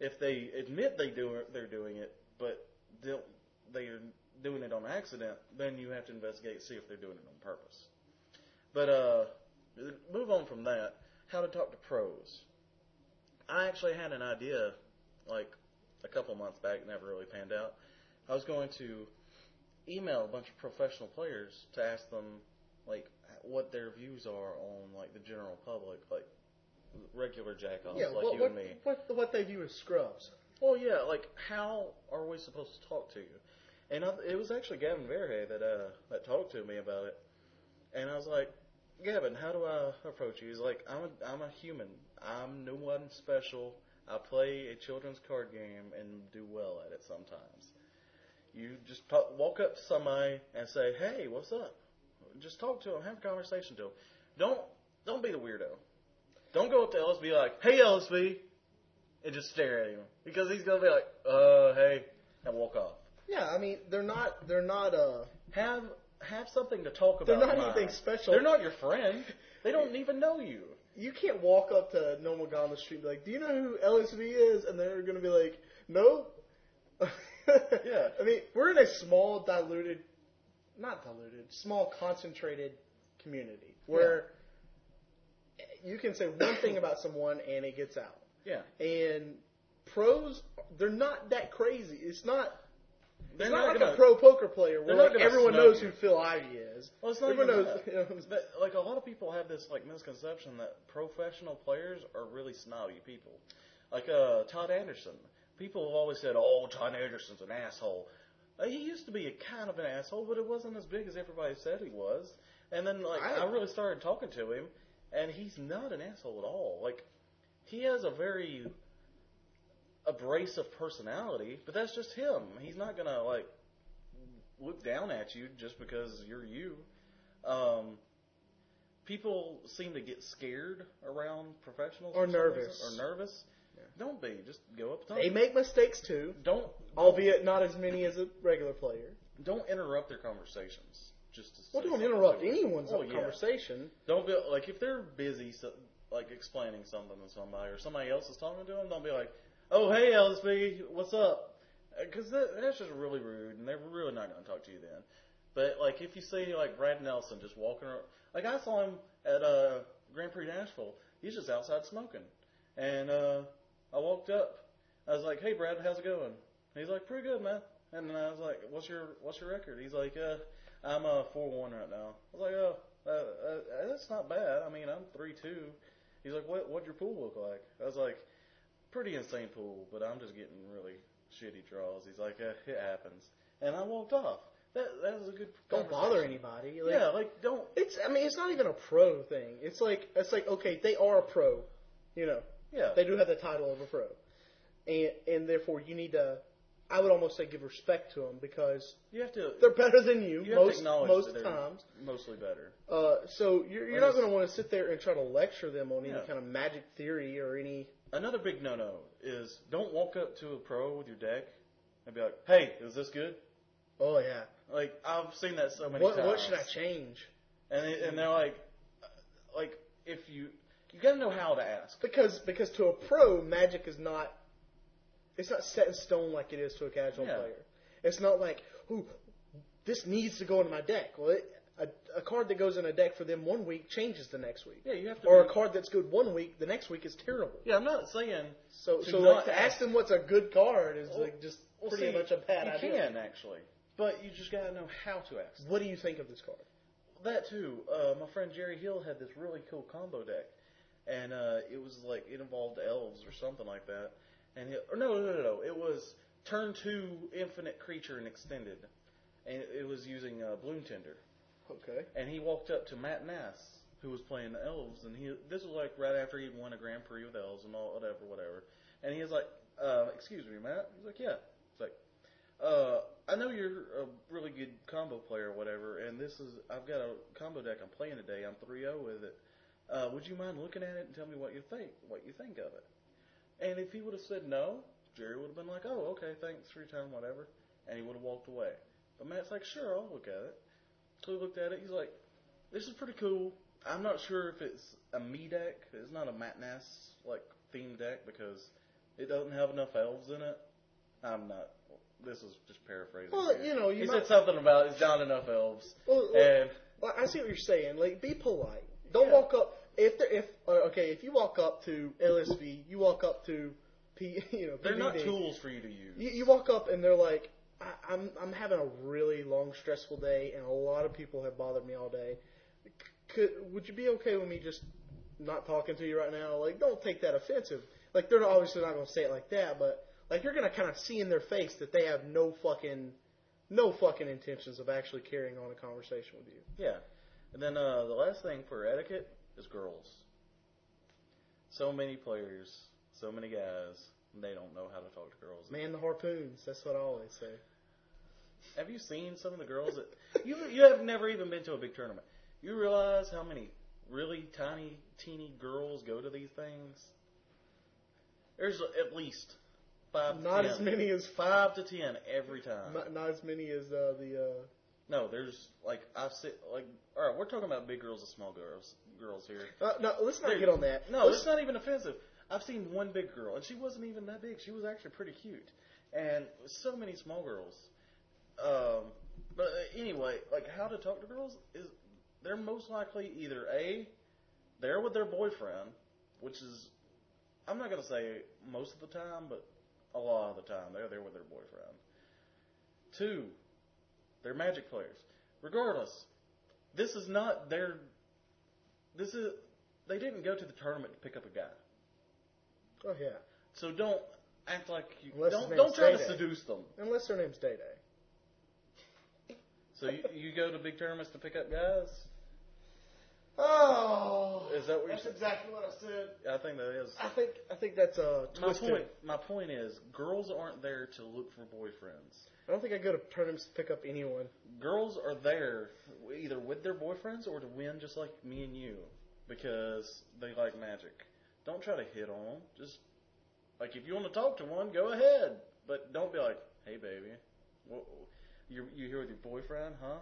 S1: If they admit they do it, they're doing it, but don't- they are doing it on accident, then you have to investigate see if they're doing it on purpose. But uh, move on from that. How to talk to pros. I actually had an idea, like a couple months back, never really panned out. I was going to email a bunch of professional players to ask them like what their views are on like the general public, like regular jackoffs like
S2: what,
S1: you
S2: what,
S1: and me.
S2: what what they view as scrubs.
S1: Well, yeah, like how are we supposed to talk to you? And I, it was actually Gavin Verhey that uh that talked to me about it, and I was like, Gavin, how do I approach you? He's like, I'm a I'm a human. I'm no one special. I play a children's card game and do well at it sometimes. You just talk, walk up to somebody and say, Hey, what's up? Just talk to them, have a conversation to them. Don't don't be the weirdo. Don't go up to LSB like, Hey LSB, and just stare at him because he's gonna be like, "Uh, hey," and walk off.
S2: Yeah, I mean they're not they're not uh
S1: Have have something to talk about.
S2: They're not
S1: in my
S2: anything
S1: eyes.
S2: special.
S1: They're not your friend. They don't even know you.
S2: you can't walk up to a normal guy on the street and be like, Do you know who LSV is? And they're gonna be like, Nope. yeah. I mean, we're in a small diluted not diluted, small concentrated community where you can say one thing about someone and it gets out.
S1: Yeah,
S2: And pros they're not that crazy. It's not
S1: they're
S2: it's not, like
S1: gonna,
S2: a pro poker player where
S1: they're not
S2: like
S1: gonna
S2: everyone
S1: snub
S2: knows
S1: you.
S2: who Phil Ivey is.
S1: Well, it's not
S2: everyone
S1: even
S2: knows.
S1: that.
S2: You know,
S1: But like a lot of people have this like misconception that professional players are really snobby people. Like uh, Todd Anderson. People have always said, "Oh, Todd Anderson's an asshole." Uh, he used to be a kind of an asshole, but it wasn't as big as everybody said he was. And then like
S2: I-
S1: I, really started talking to him, and he's not an asshole at all. Like he has a very abrasive personality, but that's just him. He's not gonna like look down at you just because you're you. Um, people seem to get scared around professionals
S2: Or
S1: for some reason,
S2: nervous.
S1: or nervous.
S2: Yeah.
S1: Don't be. Just go up to them.
S2: they make mistakes too,
S1: Don't
S2: albeit not as many as a regular player.
S1: don't interrupt their conversations. Just to
S2: Well,
S1: say
S2: don't
S1: something
S2: interrupt
S1: to them.
S2: anyone's
S1: Oh, yeah.
S2: conversation.
S1: Don't be like if they're busy, so, like explaining something to somebody or somebody else is talking to them. Don't be like, "Oh, hey, LSB, what's up?" Because that, that's just really rude, and they're really not going to talk to you then. But like if you see like Brad Nelson just walking around, like I saw him at uh, Grand Prix Nashville. He's just outside smoking, and uh, I walked up. I was like, "Hey, Brad, how's it going?" He's like, "Pretty good, man." And then I was like, "What's your what's your record?" He's like, "Uh, I'm uh four one right now." I was like, "Oh, uh, uh, that's not bad. I mean, I'm three two. He's like, "What what'd your pool look like?" I was like, "Pretty insane pool, but I'm just getting really shitty draws." He's like, uh, "It happens," and I walked off. That that was a good.
S2: Don't bother
S1: conversation.
S2: anybody. Like,
S1: yeah, like don't.
S2: It's. I mean, it's not even a pro thing. It's like it's like okay, they are a pro. You know,
S1: Yeah,
S2: they do have the title of a pro, and and therefore you need to. I would almost say give respect to them because
S1: you have to.
S2: they're better than you,
S1: you have to
S2: most
S1: acknowledge
S2: most
S1: that they're
S2: times.
S1: mostly better.
S2: Uh, so you're, you're
S1: Whereas-
S2: not going to want to sit there and try to lecture them on any
S1: Yeah.
S2: kind of magic theory or any.
S1: another big no-no is don't walk up to a pro with your deck and be like, "Hey, is this good?"
S2: Oh yeah.
S1: Like I've seen that so many
S2: What
S1: times.
S2: what should I change?
S1: And they, and they're like, uh, like if you you gotta know how to ask.
S2: Because because to a pro, magic is not. It's not set in stone like it is to a casual
S1: Yeah.
S2: player. It's not like, ooh, this needs to go into my deck. Well, it, a, a card that goes in a deck for them one week changes the next week,
S1: Yeah, you have to.
S2: or
S1: be-
S2: a card that's good one week, the next week is terrible.
S1: yeah, I'm not saying
S2: So
S1: To
S2: so
S1: not
S2: like to ask them what's a good card is like just
S1: well,
S2: pretty
S1: see,
S2: much a bad
S1: you
S2: idea.
S1: can actually, but you just gotta know how to ask.
S2: What do you think of this card?
S1: That too. Uh, my friend Jerry Hill had this really cool combo deck, and uh, it was like it involved elves or something like that. And it, or no, no, no, no, it was turn two infinite creature and extended, and it was using uh, Bloom Tinder.
S2: Okay.
S1: And he walked up to Matt Nass, who was playing the elves, and he this was like right after he'd won a Grand Prix with elves and all whatever, whatever. And he was like, uh, "Excuse me, Matt." He's like, "Yeah." He's like, uh, "I know you're a really good combo player, or whatever, and this is I've got a combo deck I'm playing today. I'm 3-0 with it. Uh, would you mind looking at it and tell me what you think? What you think of it?" And if he would have said no, Jerry would have been like, "Oh, okay, thanks for your time, whatever," and he would have walked away. But Matt's like, "Sure, I'll look at it." So he looked at it. He's like, "This is pretty cool." I'm not sure if it's a me deck. It's not a Matness like theme deck because it doesn't have enough elves in it. I'm not. This is just paraphrasing.
S2: Well,
S1: here.
S2: you know, you
S1: he
S2: might-
S1: said something about it's not enough elves,
S2: Well, well,
S1: and
S2: Well, I see what you're saying. Like, be polite. Don't
S1: Uh, Yeah.
S2: walk up if they're if uh, okay. If you walk up to LSV, you walk up to P. You know,
S1: they're not
S2: PVD.
S1: tools for you to use.
S2: You, you walk up and they're like, I, "I'm I'm having a really long, stressful day, and a lot of people have bothered me all day. C- Could would you be okay with me just not talking to you right now? Like, don't take that offensive. Like, they're obviously not going to say it like that, but like you're going to kind of see in their face that they have no fucking no fucking intentions of actually carrying on a conversation with you.
S1: Yeah. And then uh, the last thing for etiquette is girls. So many players, so many guys, they don't know how to talk to girls.
S2: Man the harpoons. That's what I always say.
S1: Have you seen some of the girls that you you have never even been to a big tournament? You realize how many really tiny, teeny girls go to these things? There's at least five.
S2: Uh, Not
S1: to
S2: as
S1: 10.
S2: many as
S1: Five to ten every time.
S2: Not, not as many as uh, the. Uh,
S1: no, there's like I've seen like all right, we're talking about big girls and small girls girls here.
S2: uh, no, let's not
S1: Dude,
S2: get on that.
S1: No,
S2: let's,
S1: it's not even offensive. I've seen one big girl, and she wasn't even that big. She was actually pretty cute, and so many small girls. Um, but uh, anyway, like how to talk to girls is they're most likely either a they're with their boyfriend, which is I'm not gonna say most of the time, but a lot of the time they're there with their boyfriend. Two, they're magic players. Regardless, this is not their. This is they didn't go to the tournament to pick up a guy.
S2: Oh yeah.
S1: So don't act like you
S2: Unless his
S1: don't
S2: name's
S1: don't try to
S2: Tay-Tay.
S1: seduce them.
S2: Unless their name's Day Day.
S1: So you, you go to big tournaments to pick up guys.
S2: Oh,
S1: Is that what you're saying?
S2: exactly what I said.
S1: I think that is.
S2: I think I think that's uh,
S1: My
S2: twisted.
S1: point, my point is, girls aren't there to look for boyfriends.
S2: I don't think I go to tournaments to pick up anyone.
S1: Girls are there either with their boyfriends or to win, just like me and you, because they like magic. Don't try to hit on them. Just like if you want to talk to one, go ahead, but don't be like, "Hey, baby, what, you you here with your boyfriend, huh?"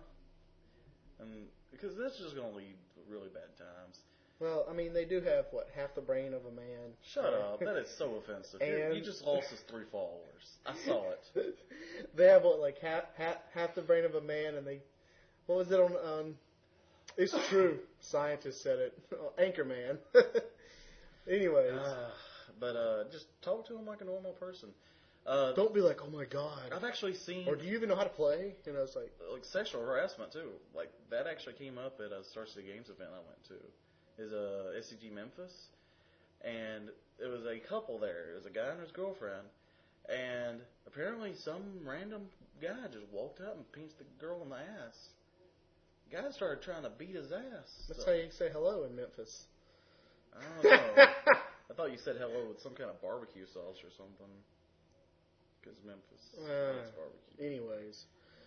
S1: And because that's just gonna lead to really bad times.
S2: Well, I mean, they do have what half the brain of a man.
S1: Shut up! That is so offensive. You- you
S2: And-
S1: just lost us three followers. I saw it.
S2: they have what like half, half half the brain of a man, and they what was it on? Um, it's true. Scientists said it. Oh, Anchorman. Anyways,
S1: Ah, but uh, just talk to them like a normal person. Uh,
S2: don't be like, oh my god,
S1: I've actually seen
S2: or do you even know how to play? You know, it's like
S1: like sexual harassment too. Like that actually came up at a Star City Games event I went to. Is a uh, SCG Memphis, and it was a couple there. It was a guy and his girlfriend, and apparently some random guy just walked up and pinched the girl in the ass. Guy started trying to beat his ass.
S2: that's
S1: So,
S2: how you say hello in Memphis.
S1: I don't know. I thought you said hello with some kind of barbecue sauce or something. Because Memphis,
S2: Uh,
S1: that's barbecue.
S2: Anyways,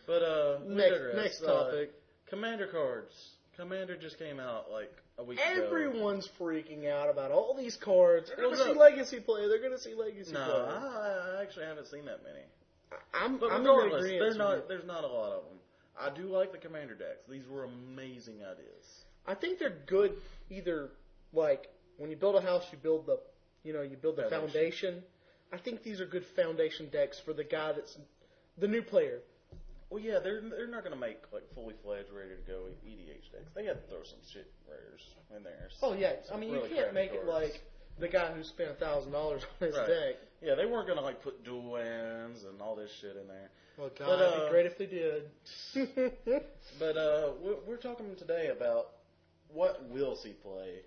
S1: But uh, we
S2: next
S1: digress.
S2: next
S1: Uh,
S2: topic.
S1: Commander cards. Commander just came out like a week ago.
S2: Everyone's freaking out about all these cards. They're
S1: Well,
S2: gonna see
S1: no.
S2: legacy play. They're gonna see legacy
S1: No,
S2: play.
S1: I, I actually haven't seen that many.
S2: I'm,
S1: But
S2: I'm in
S1: regardless,
S2: agreeance
S1: there's
S2: with you.
S1: not there's not a lot of them. I do like the commander decks. These were amazing ideas.
S2: I think they're good either like when you build a house you build the you know you build the
S1: Foundation.
S2: foundation. I think these are good foundation decks for the guy that's the new player.
S1: Well, yeah, they're they're not gonna make like fully fledged ready to go EDH decks. They had to throw some shit rares in there.
S2: Oh yeah, I
S1: Some
S2: mean
S1: really
S2: you can't
S1: crappy
S2: make it
S1: cards.
S2: like the guy who spent a thousand dollars on his
S1: Right.
S2: deck.
S1: yeah, they weren't gonna like put dual lands and all this shit in there.
S2: Well, God,
S1: But,
S2: it'd
S1: uh,
S2: be great if they did.
S1: But uh, we're, we're talking today about what will see play,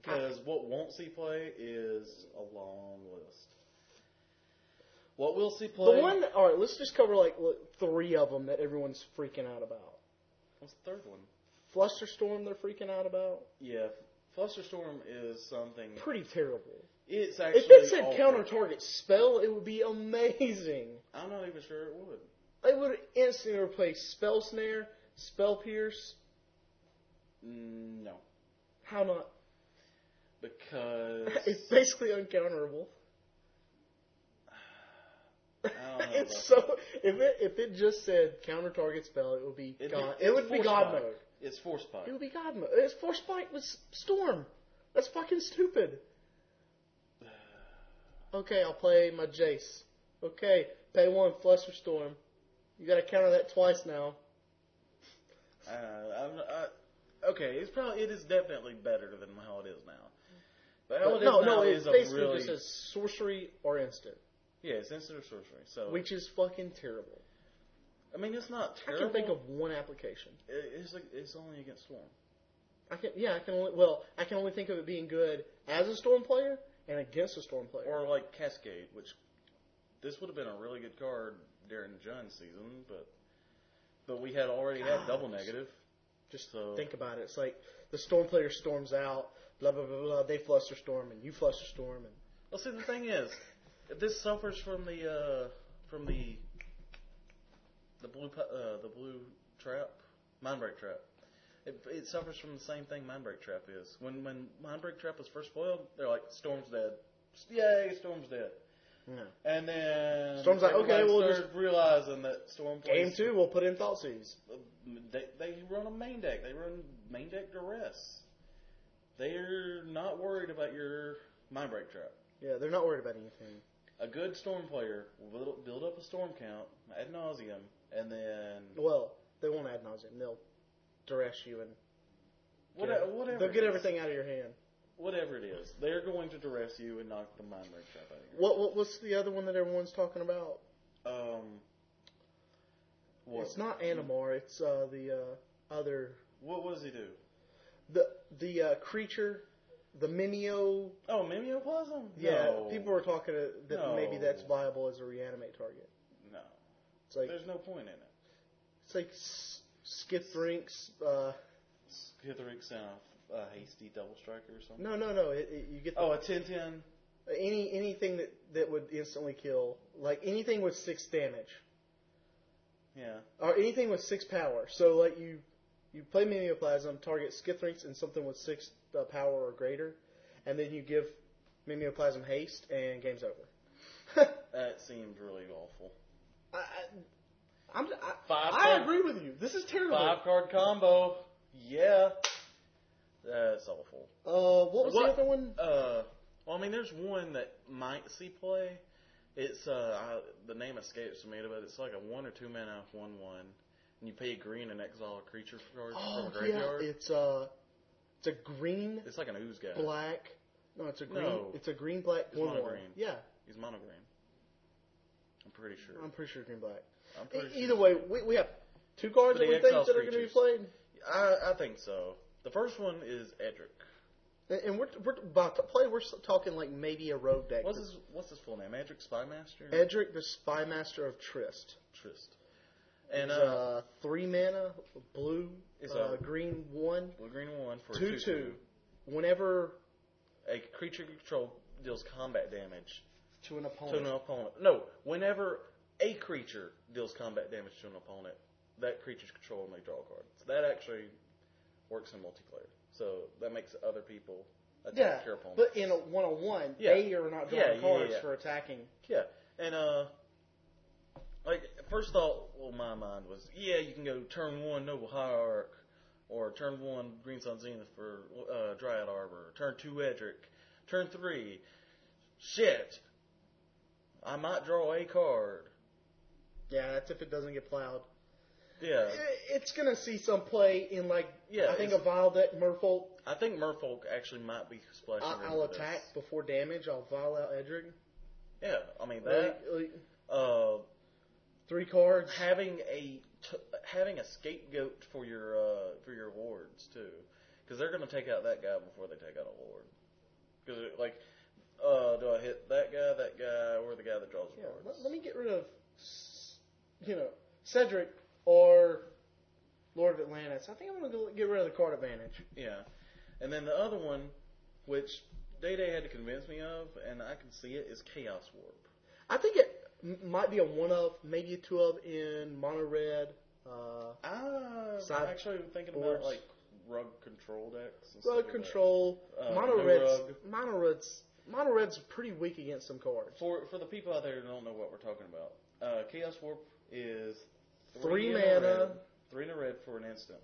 S1: because what won't see play is a long list. What will see play?
S2: the one, that, all right, let's just cover like what, three of them that everyone's freaking out about.
S1: What's the third one?
S2: Flusterstorm, they're frereaking out about.
S1: Yeah, Flusterstorm is something.
S2: Pretty terrible.
S1: It's actually.
S2: If it said
S1: awful.
S2: counter target spell, it would be amazing.
S1: I'm not even sure it would.
S2: They would instantly replace Spell Snare, Spell Pierce.
S1: Mm, No,
S2: How not?
S1: because
S2: It's basically uncounterable.
S1: I don't know
S2: and
S1: about
S2: so if it if it just said counter target spell, it would be
S1: It'd be-
S2: god.
S1: it's
S2: it would be
S1: force
S2: god
S1: fire.
S2: mode.
S1: It's force spike.
S2: It would be god mode. It's force fight with S- storm. That's fucking stupid. Okay, I'll play my Jace. Okay, pay one flush or storm. You got to counter that twice now.
S1: Uh, I'm, I, okay, it's probably it is definitely better than how it is now. But how
S2: But
S1: it is
S2: no,
S1: now
S2: no,
S1: is
S2: it's
S1: a
S2: basically
S1: really
S2: just says sorcery or instant,
S1: yeah, it's instant or sorcery. So
S2: which is fucking terrible.
S1: I mean, it's not
S2: I
S1: terrible.
S2: can think of one application.
S1: It- it's like, it's only against storm.
S2: I can yeah, I can only well, I can only think of it being good as a storm player and against a storm player.
S1: Or like Cascade, which this would have been a really good card during Jun's season, but but we had already had
S2: God.
S1: double negative.
S2: Just
S1: So-
S2: think about it. It's like the storm player storms out, blah blah blah blah. They fluster storm and you fluster storm and
S1: Well, see, the thing is, this suffers from the uh, from the the blue pu- uh, the blue trap, mind break trap. It, it suffers from the same thing mind break trap is. When when mind break trap was first foiled, they're like storm's dead, yay, storm's dead.
S2: yeah.
S1: And then
S2: Storm's like,
S1: everybody
S2: okay, we'll
S1: started realizing that storm plays- Uh,
S2: game two. We'll put in thought seize.
S1: They they run a main deck. They run main deck duress. They're not worried about your mind break trap.
S2: Yeah, they're not worried about anything.
S1: A good storm player will build- build up a storm count ad nauseum, and then
S2: Well, they won't ad nauseum. They'll duress you and
S1: what,
S2: get-
S1: whatever
S2: They'll get
S1: it is-
S2: everything out of your hand.
S1: Whatever it is, they're going to duress you and knock the mind break trap out of you.
S2: What, what what's the other one that everyone's talking about?
S1: Um, what?
S2: It's not Animar. It's uh, the uh, other
S1: What does he do?
S2: the the uh, creature, the Minio.
S1: Oh, mimeoplasm.
S2: Yeah,
S1: no.
S2: people were talking uh, that
S1: No.
S2: maybe that's viable as a reanimate target.
S1: No,
S2: It's like
S1: there's no point in it.
S2: it's like S- Skip Drinks. Uh,
S1: Skitherick sent a, a hasty double striker or something.
S2: no, no, no. It, it, you get the,
S1: Oh, a ten ten.
S2: any anything that that would instantly kill, like anything with six damage
S1: Yeah.
S2: or anything with six power. So like you you play Mimeoplasm, target Skithrinks and something with six uh, power or greater, and then you give Mimeoplasm haste and game's over.
S1: That seems really awful.
S2: I, I, I'm, I,
S1: Five
S2: I
S1: card-
S2: agree with you. This is terrible.
S1: Five card combo. Yeah. That's awful.
S2: Uh, what was
S1: What?
S2: the other one?
S1: Uh, well, I mean, there's one that might see play. It's uh, I, the name escapes me, but it's like a one or two mana one one, and you pay a green and exile a creature card
S2: Oh
S1: from a
S2: yeah,
S1: graveyard.
S2: it's uh, it's a green
S1: it's like an ooze guy.
S2: black. No, it's a green.
S1: No.
S2: It's a green black
S1: It's
S2: one one.
S1: monogreen.
S2: Yeah,
S1: He's mono green. I'm pretty sure.
S2: I'm pretty sure green black.
S1: I'm
S2: Um, E-
S1: pretty sure.
S2: either way, we, we have two cards
S1: But
S2: that
S1: they
S2: we think
S1: exiles
S2: that are going to be
S1: creatures.
S2: played,
S1: I, I think so. The first one is Edric.
S2: and, and we're we're by t- play. We're s- talking like maybe a rogue deck.
S1: What's his What's his full name? Edric Spymaster.
S2: Edric, the spy master of Trist.
S1: Trist. And
S2: It's,
S1: uh,
S2: uh, three mana, blue,
S1: It's
S2: uh,
S1: a-
S2: green one,
S1: blue green one for
S2: two
S1: a
S2: two. Whenever
S1: A creature you control deals combat damage
S2: to an
S1: to an
S2: opponent.
S1: opponent. No, whenever a creature deals combat damage to an opponent, that creature's controller may draw a card. So that actually works in multiplayer. So that makes other people attack
S2: Yeah,
S1: your opponent.
S2: but in a one on one,
S1: Yeah.
S2: they are not
S1: Yeah,
S2: drawing
S1: yeah,
S2: cards
S1: yeah.
S2: for attacking.
S1: yeah, and uh, like first thought, well, my mind was, yeah, you can go turn one Noble Hierarch, or turn one Green Sun Zenith for uh, Dryad Arbor, turn two Edric, turn three, shit, I might draw a card.
S2: Yeah, that's if it doesn't get plowed.
S1: Yeah,
S2: I- It's gonna see some play in like
S1: Yeah,
S2: I think a
S1: it's-
S2: vile deck Merfolk.
S1: I think Merfolk actually might be splashing.
S2: I,
S1: into
S2: I'll
S1: this.
S2: attack before damage. I'll vile out Edric.
S1: Yeah, I mean that.
S2: Like- like,
S1: Uh,
S2: three cards.
S1: having a t- having a scapegoat for your uh, for your wards too, because they're going to take out that guy before they take out a ward. Because like, uh, do I hit that guy, that guy, or the guy that draws the
S2: Yeah,
S1: cards?
S2: let, let me get rid of S- you know Cedric or Lord of Atlantis. I think I'm gonna go get rid of the card advantage.
S1: Yeah, and then the other one, which Day Day had to convince me of, and I can see it is Chaos Warp.
S2: I think it m- might be a one of, maybe a two of in mono red. Uh,
S1: Ah, I'm
S2: Side
S1: actually thinking
S2: boards.
S1: about like rug control decks. and stuff
S2: Rug
S1: like that.
S2: control,
S1: Uh,
S2: mono
S1: no
S2: reds,
S1: rug.
S2: mono reds Mono Red's pretty weak against some cards.
S1: For for the people out there who don't know what we're talking about, uh, Chaos Warp is
S2: Three
S1: in a
S2: mana.
S1: red- three in a red for an instant.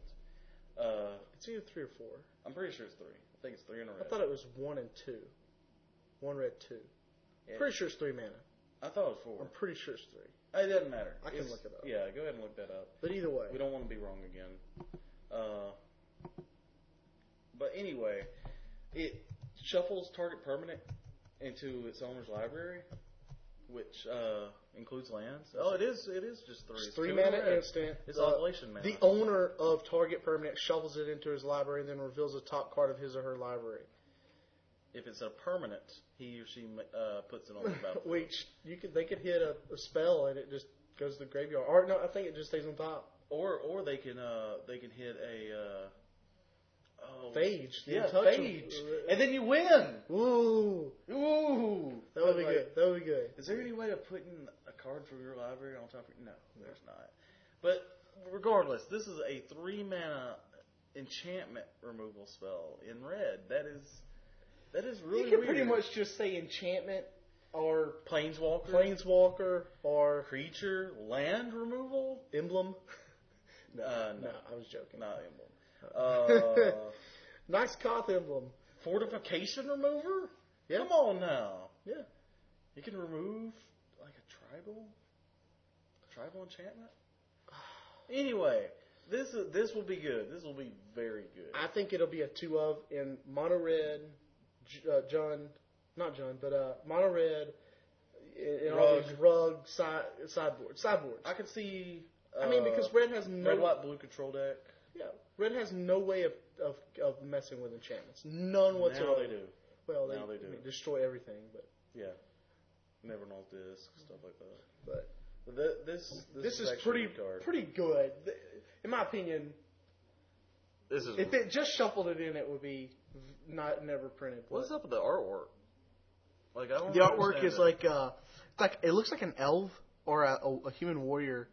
S1: Uh,
S2: It's either three or four.
S1: I'm pretty sure it's three. I think it's three in a red.
S2: I thought it was one and two. One red, two.
S1: Yeah.
S2: Pretty sure it's three mana.
S1: I thought it was four.
S2: I'm pretty sure it's three.
S1: It doesn't matter.
S2: I can
S1: It's-
S2: look it up.
S1: Yeah, go ahead and look that up.
S2: But either way,
S1: We don't want to be wrong again. Uh, but anyway, it shuffles target permanent into its owner's library, which uh, includes lands. Oh, it is. It is just three.
S2: it's three
S1: two in a
S2: mana
S1: red.
S2: instant.
S1: It's
S2: The-
S1: Oblation mana.
S2: The owner of target permanent shovels it into his library and then reveals the top card of his or her library,
S1: if it's a permanent, he or she uh, puts it on the battlefield.
S2: which you could they could hit a, a spell and it just goes to the graveyard. Or no, I think it just stays on top.
S1: Or or they can uh, they can hit a uh, oh,
S2: Phage. the
S1: Yeah,
S2: untouchable.
S1: phage, and then you win.
S2: Ooh,
S1: Ooh,
S2: that would
S1: But,
S2: be
S1: like,
S2: good. That would be good.
S1: Is there any way of putting a card from your library on top of your... No, there's not. But regardless, this is a three mana enchantment removal spell in red. That is that is really
S2: you can
S1: weird.
S2: pretty much just say enchantment or
S1: planeswalker,
S2: planeswalker or
S1: creature, land removal.
S2: emblem. no,
S1: Uh,
S2: no,
S1: no.
S2: I was joking.
S1: Not emblem. Uh,
S2: Nice Koth emblem.
S1: fortification remover.
S2: Yeah.
S1: Come on now.
S2: Yeah.
S1: You can remove like a tribal, tribal enchantment. Anyway, this is, this will be good. This will be very good.
S2: I think it'll be a two of in mono red, J- uh, John, not John, but uh, mono red, in, in all
S1: Rug.
S2: these rug side sideboards. Sideboards.
S1: I, could see. uh,
S2: I mean, because red has
S1: red,
S2: no
S1: white, blue control deck.
S2: yeah, red has no way of, of, of messing with enchantments. None whatsoever.
S1: Now they do.
S2: Well, they,
S1: Now they do.
S2: I mean, destroy everything, but
S1: Yeah. Never know disc stuff like that.
S2: but
S1: But th- this, this
S2: this, is,
S1: actually
S2: pretty
S1: a good card.
S2: pretty good. Th- In my opinion,
S1: This is.
S2: if it just shuffled it in, it would be v- not never printed. but-
S1: what's up with the artwork? Like I don't.
S2: The artwork
S1: understand
S2: is
S1: it.
S2: like uh, it's like it looks like an elf or a, a, a human warrior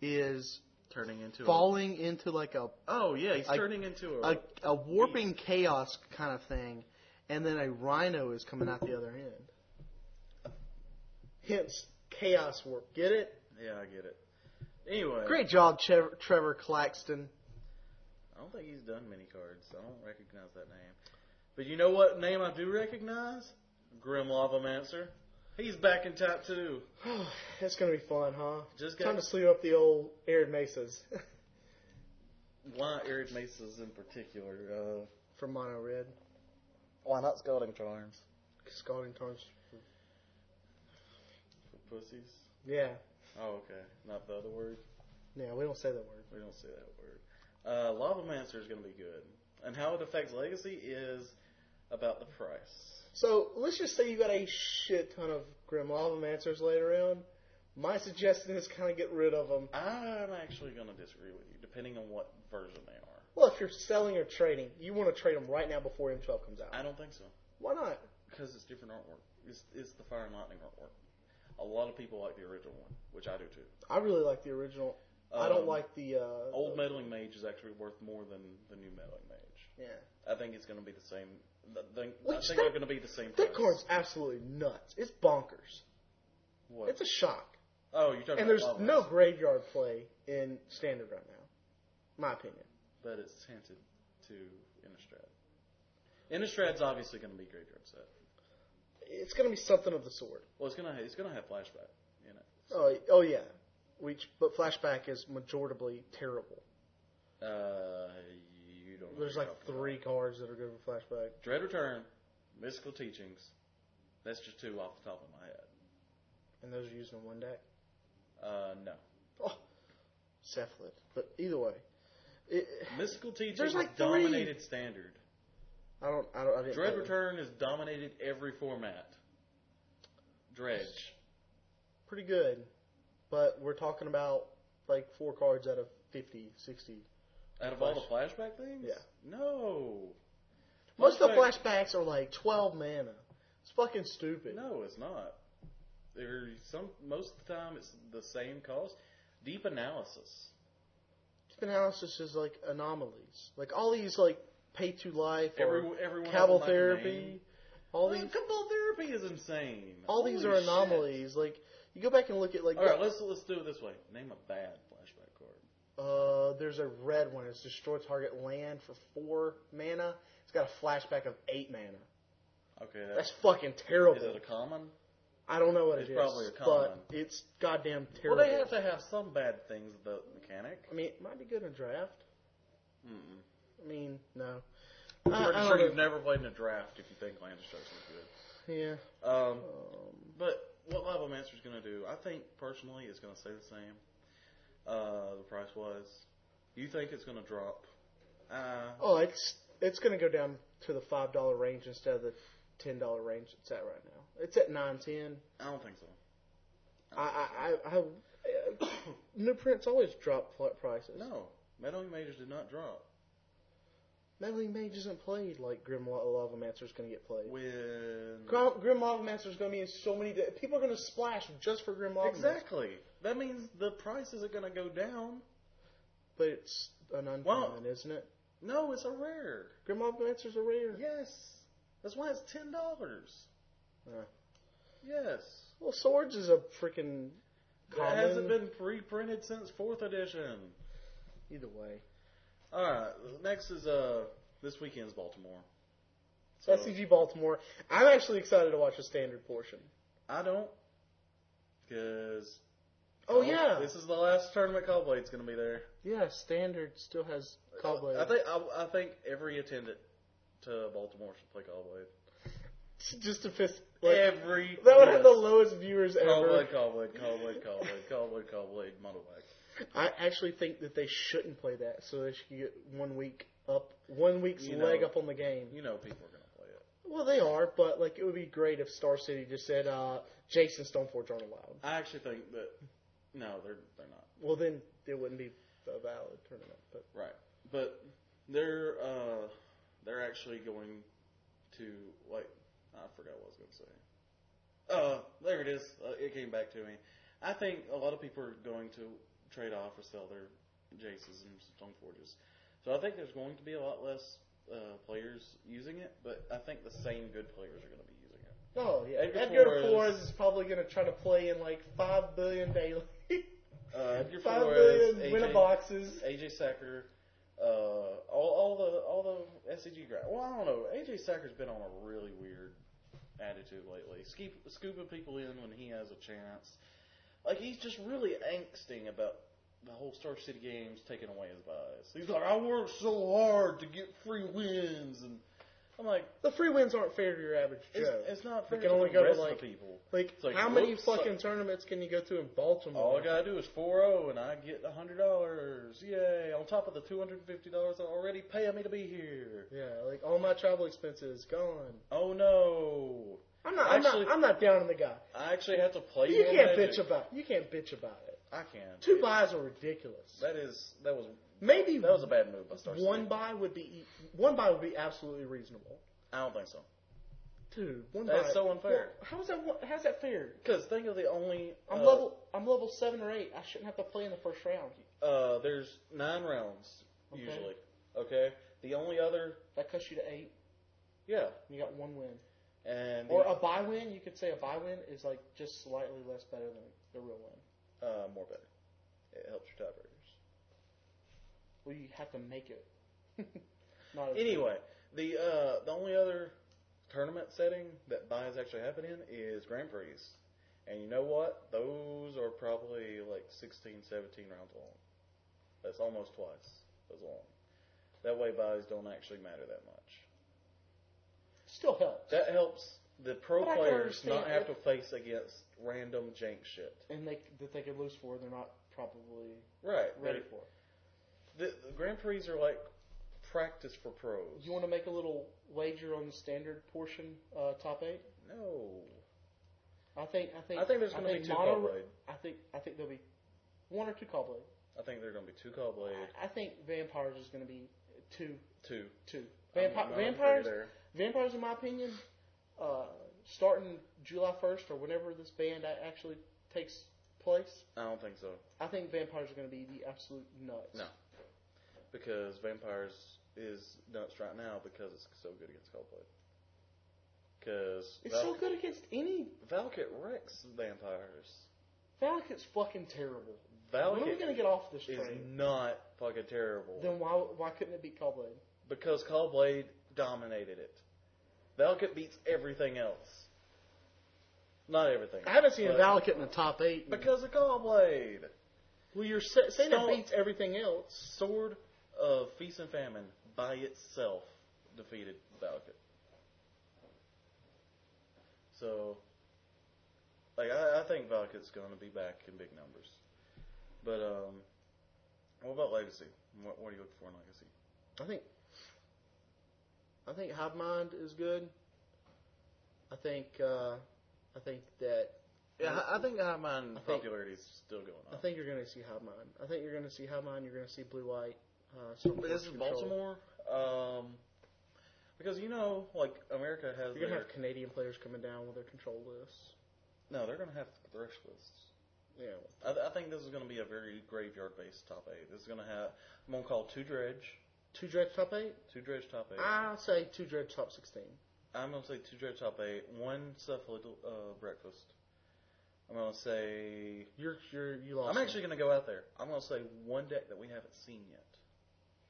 S2: is
S1: turning into. a-
S2: falling into like a
S1: oh yeah, he's
S2: I-
S1: turning into a.
S2: a, a warping chaos kind of thing, and then a rhino is coming out the other end. Hence chaos warp. Get it?
S1: yeah, I get it. Anyway,
S2: Great job, Chev- Trevor Claxton.
S1: I don't think he's done many cards. I don't recognize that name. But you know what name I do recognize? Grim Lavamancer. He's back in top two.
S2: That's gonna be fun, huh?
S1: Just
S2: Time
S1: got
S2: to sleep up the old arid mesas
S1: why Eric Mesa's in particular. Uh,
S2: from Mono Red.
S1: why not Scalding Charms?
S2: Scalding Tarns.
S1: For pussies.
S2: Yeah,
S1: Oh, okay. Not the other word.
S2: yeah. We don't say that word.
S1: We don't say that word. Uh, Lavamancer is going to be good. And how it affects Legacy is about the price.
S2: So let's just say you got a shit ton of Grim Lavancers laid around. My suggestion is kind of get rid of them.
S1: I'm actually going to disagree with you, depending on what version they are.
S2: Well, if you're selling or trading, you want to trade them right now before M12 comes out.
S1: I don't think so.
S2: Why not?
S1: Because it's different artwork. It's, it's the Fire and Lightning artwork. A lot of people like the original one, which I do too.
S2: I really like the original. I
S1: Um,
S2: don't like the uh,
S1: Old
S2: the,
S1: Meddling Mage is actually worth more than the new Meddling Mage.
S2: Yeah,
S1: I think it's going to be the same. th- think- I
S2: Which
S1: think
S2: that-
S1: they're going to be the same.
S2: that
S1: price.
S2: card's absolutely nuts. It's bonkers.
S1: What?
S2: It's a shock.
S1: oh, you're talking
S2: And
S1: about
S2: there's
S1: Lava
S2: no
S1: Mancer.
S2: graveyard play in standard right now. My opinion.
S1: But it's hinted to Innistrad. Innistrad's obviously going to be graveyard set.
S2: It's going to be something of the sort.
S1: Well, it's going to it's going to have flashback in it.
S2: Oh, oh yeah. Which, but flashback is majoritably terrible.
S1: Uh, you don't. know what
S2: There's
S1: you're
S2: like
S1: talking
S2: three
S1: about.
S2: cards that are good for flashback.
S1: Dread Return, Mystical Teachings. That's just two off the top of my head.
S2: and those are used in one deck.
S1: Uh, no.
S2: Oh, Cephalid. But either way, it,
S1: Mystical Teachings
S2: There's like three.
S1: dominated standard.
S2: I don't. I don't. I didn't
S1: Dread
S2: play-
S1: Return has dominated every format. Dredge.
S2: Pretty good, but we're talking about like four cards out of 50, 60.
S1: Out of all the flashback things?
S2: Yeah.
S1: No.
S2: Most of the flashbacks are like twelve mana. It's fucking stupid.
S1: No, it's not. There some most of the time it's the same cost. Deep analysis.
S2: Deep analysis is like anomalies. Like all these like pay to life or
S1: Every, everyone has a
S2: Cabal
S1: like
S2: therapy.
S1: name.
S2: All
S1: Well,
S2: these
S1: Cabal therapy is insane.
S2: all these
S1: Holy
S2: are
S1: shit.
S2: anomalies. Like you go back and look at like
S1: All right, let's let's do it this way. Name a bad flashback card.
S2: uh, there's a red one. It's destroy target land for four mana. It's got a flashback of eight mana.
S1: Okay, that's,
S2: That's fucking terrible.
S1: is it a common?
S2: I don't know what
S1: It's
S2: it is,
S1: probably a common.
S2: but it's goddamn terrible.
S1: Well, they have to have some bad things about the mechanic.
S2: I mean, it might be good in a draft.
S1: Mm-mm.
S2: I mean, no.
S1: I'm
S2: I-
S1: pretty
S2: I
S1: sure
S2: don't
S1: you've
S2: know.
S1: never played in a draft if you think land destruction is good.
S2: Yeah.
S1: Um,
S2: Um,
S1: but what Lava Master's going to do, I think personally, it's going to stay the same. Uh, the price was. You think it's going to drop? Uh,
S2: oh, it's it's gonna go down to the five dollar range instead of the ten dollar range it's at right now. It's at nine ten.
S1: I don't think so.
S2: I I I, I uh, new prints always drop pl- prices.
S1: No, Metal Majors did not drop.
S2: Meddling Mage isn't played like Grim Lo- Lava Mancer's gonna get played.
S1: When
S2: Grim, Grim Lava Mancer's gonna be in so many. Di- People are gonna splash just for Grim Lava Mancer.
S1: exactly, that means the price isn't going to go down.
S2: But it's an uncommon,
S1: Well-
S2: isn't it?
S1: No, it's a rare.
S2: Grim Lava Mancer's a rare.
S1: Yes, that's why it's ten dollars.
S2: Uh.
S1: Yes,
S2: Well, Swords is a freaking
S1: it
S2: common.
S1: hasn't been pre-printed since fourth edition.
S2: Either way.
S1: All right, next is uh this weekend's Baltimore. So,
S2: SCG Baltimore. I'm actually excited to watch the standard portion.
S1: I don't, because
S2: Oh, yeah.
S1: this is the last tournament. Callblade's going to be there.
S2: Yeah, standard still has Cobblade.
S1: I think I, I think every attendant to Baltimore should play Callblade.
S2: Just a fist. Like,
S1: every
S2: that would
S1: yes. Oh,
S2: have the lowest viewers ever.
S1: Callblade, Callblade, Callblade, Callblade, Callblade, Callblade, Muddleback.
S2: I actually think that they shouldn't play that, so they should get one week up, one week's
S1: You know-
S2: leg up on the game.
S1: You know people are going to play it.
S2: Well, they are, but like it would be great if Star City just said, uh, "Jason Stoneforge aren't allowed."
S1: I actually think that no, they're they're not
S2: Well, then it wouldn't be a valid tournament. But
S1: right, but they're uh they're actually going to like I forgot what I was going to say. Uh, there it is. Uh, it came back to me. I think a lot of people are going to trade off or sell their Jaces and Stoneforges, so I think there's going to be a lot less uh, players using it, but I think the same good players are going to be using it.
S2: Oh yeah,
S1: Edgar
S2: Edgar,
S1: Flores-
S2: Flores is probably going to try to play in like five billion daily,
S1: Uh, Edgar
S2: five
S1: Flores,
S2: billion
S1: AJ
S2: winner boxes.
S1: AJ Sacker, uh, all, all the all the SCG guys. Well, I don't know. AJ Sacker's been on a really weird attitude lately. Scoop, scooping people in when he has a chance. Like he's just really angsting about the whole Star City games taking away his buys. He's like, I worked so hard to get free wins, and I'm like,
S2: The free wins aren't fair to your average Joe.
S1: it's, it's not fair
S2: can
S1: to
S2: only
S1: the
S2: go to,
S1: rest of
S2: like,
S1: the people.
S2: like,
S1: it's like,
S2: how many
S1: whoops,
S2: fucking
S1: like-
S2: tournaments can you go to in
S1: All
S2: Baltimore?
S1: I gotta do is four zero, and I get a hundred dollars. Yay! On top of the two hundred and fifty dollars already paying me to be here.
S2: yeah, like all my travel expenses gone.
S1: Oh no!
S2: I'm not. I'm
S1: Actually-
S2: not. I'm not down on the guy.
S1: I actually have to play.
S2: You
S1: more
S2: can't
S1: Magic.
S2: bitch about. You can't bitch about it.
S1: I can.
S2: Two buys are ridiculous.
S1: That is that was
S2: Maybe
S1: that was a bad move by Star
S2: one
S1: City.
S2: buy would be e, one buy would be absolutely reasonable.
S1: I don't think so.
S2: Dude, one
S1: That's
S2: buy.
S1: so unfair.
S2: Well, How's that? one- How's that fair?
S1: Because think of the only
S2: I'm
S1: uh,
S2: level. I'm level seven or eight. I shouldn't have to play in the first round.
S1: Uh, there's nine rounds
S2: Okay.
S1: usually. Okay. The only other
S2: That cuts you to eight.
S1: yeah,
S2: And you got one win,
S1: and
S2: or a buy win. You could say a buy win is like just slightly less better than the real win.
S1: uh, more better. It helps your tiebreakers.
S2: Well, you have to make it. Not as-
S1: Anyway, the uh, the only other tournament setting that buys actually happen in is Grand Prix. And you know what? Those are probably like 16, 17 rounds long. That's almost twice as long. That way buys don't actually matter that much.
S2: still helps,
S1: That helps the pro
S2: But I can
S1: players not
S2: understand
S1: have
S2: it.
S1: to face against random jank shit.
S2: and they that they could lose for. They're not probably
S1: Right.
S2: ready for.
S1: The, the Grand Prix are like practice for pros.
S2: You want to make a little wager on the standard portion, uh, top eight?
S1: No.
S2: I think. I think.
S1: I think there's going to be
S2: think
S1: two
S2: mono-
S1: Callblade.
S2: I think. I think there'll be one or two Callblade.
S1: I think there's going to be two Callblade.
S2: I, I think Vampires is going to be two,
S1: Two.
S2: two.
S1: I'm-
S2: Vampi-
S1: I'm not
S2: vampires,
S1: there.
S2: vampires, in my opinion, uh, starting July first or whenever this ban a- actually takes place,
S1: I don't think so.
S2: I think vampires are going to be the absolute nuts.
S1: No. Because vampires is nuts right now because it's so good against Coldplay. because
S2: It's so good against any
S1: Valkit wrecks vampires.
S2: Valakut's fucking terrible. when are we
S1: Valkit
S2: gonna get off this
S1: is
S2: train?
S1: not fucking terrible
S2: Then why why couldn't it be Cobblade?
S1: because Callblade dominated it. Valkit beats everything else. Not everything.
S2: I haven't seen a
S1: but-
S2: Valakut in the top eight.
S1: because of Callblade.
S2: well, you're sa- saying
S1: Stone-
S2: it beats everything else.
S1: Sword of Feast and Famine by itself defeated Valakut. So, like, I, I think Valakut's going to be back in big numbers. But, um, what about Legacy? What, what are you looking for in Legacy?
S2: I think. I think Hive Mind is good. I think. Uh, I think that.
S1: Yeah, I, I think High Mind
S2: I think-
S1: popularity is still going
S2: I
S1: up.
S2: think you're gonna see Hive Mind. I think you're gonna see Hive Mind. You're gonna see Blue White. Uh, Storm
S1: But this is
S2: Force Control.
S1: Baltimore. Um, because, you know, like, America has
S2: You're gonna
S1: their.
S2: have Canadian players coming down with their control lists.
S1: No, they're going to have thresh lists.
S2: Yeah.
S1: I, I think this is going to be a very graveyard-based top eight. This is going to have. I'm going to call two dredge,
S2: Two Dredge top eight.
S1: two dredge top 8
S2: I'll say two Dredge top sixteen.
S1: I'm going to say two dredge top eight, one cephalid uh, breakfast. I'm going to say.
S2: You're you're you lost.
S1: I'm
S2: me.
S1: actually going to go out there. I'm going to say one deck that we haven't seen yet.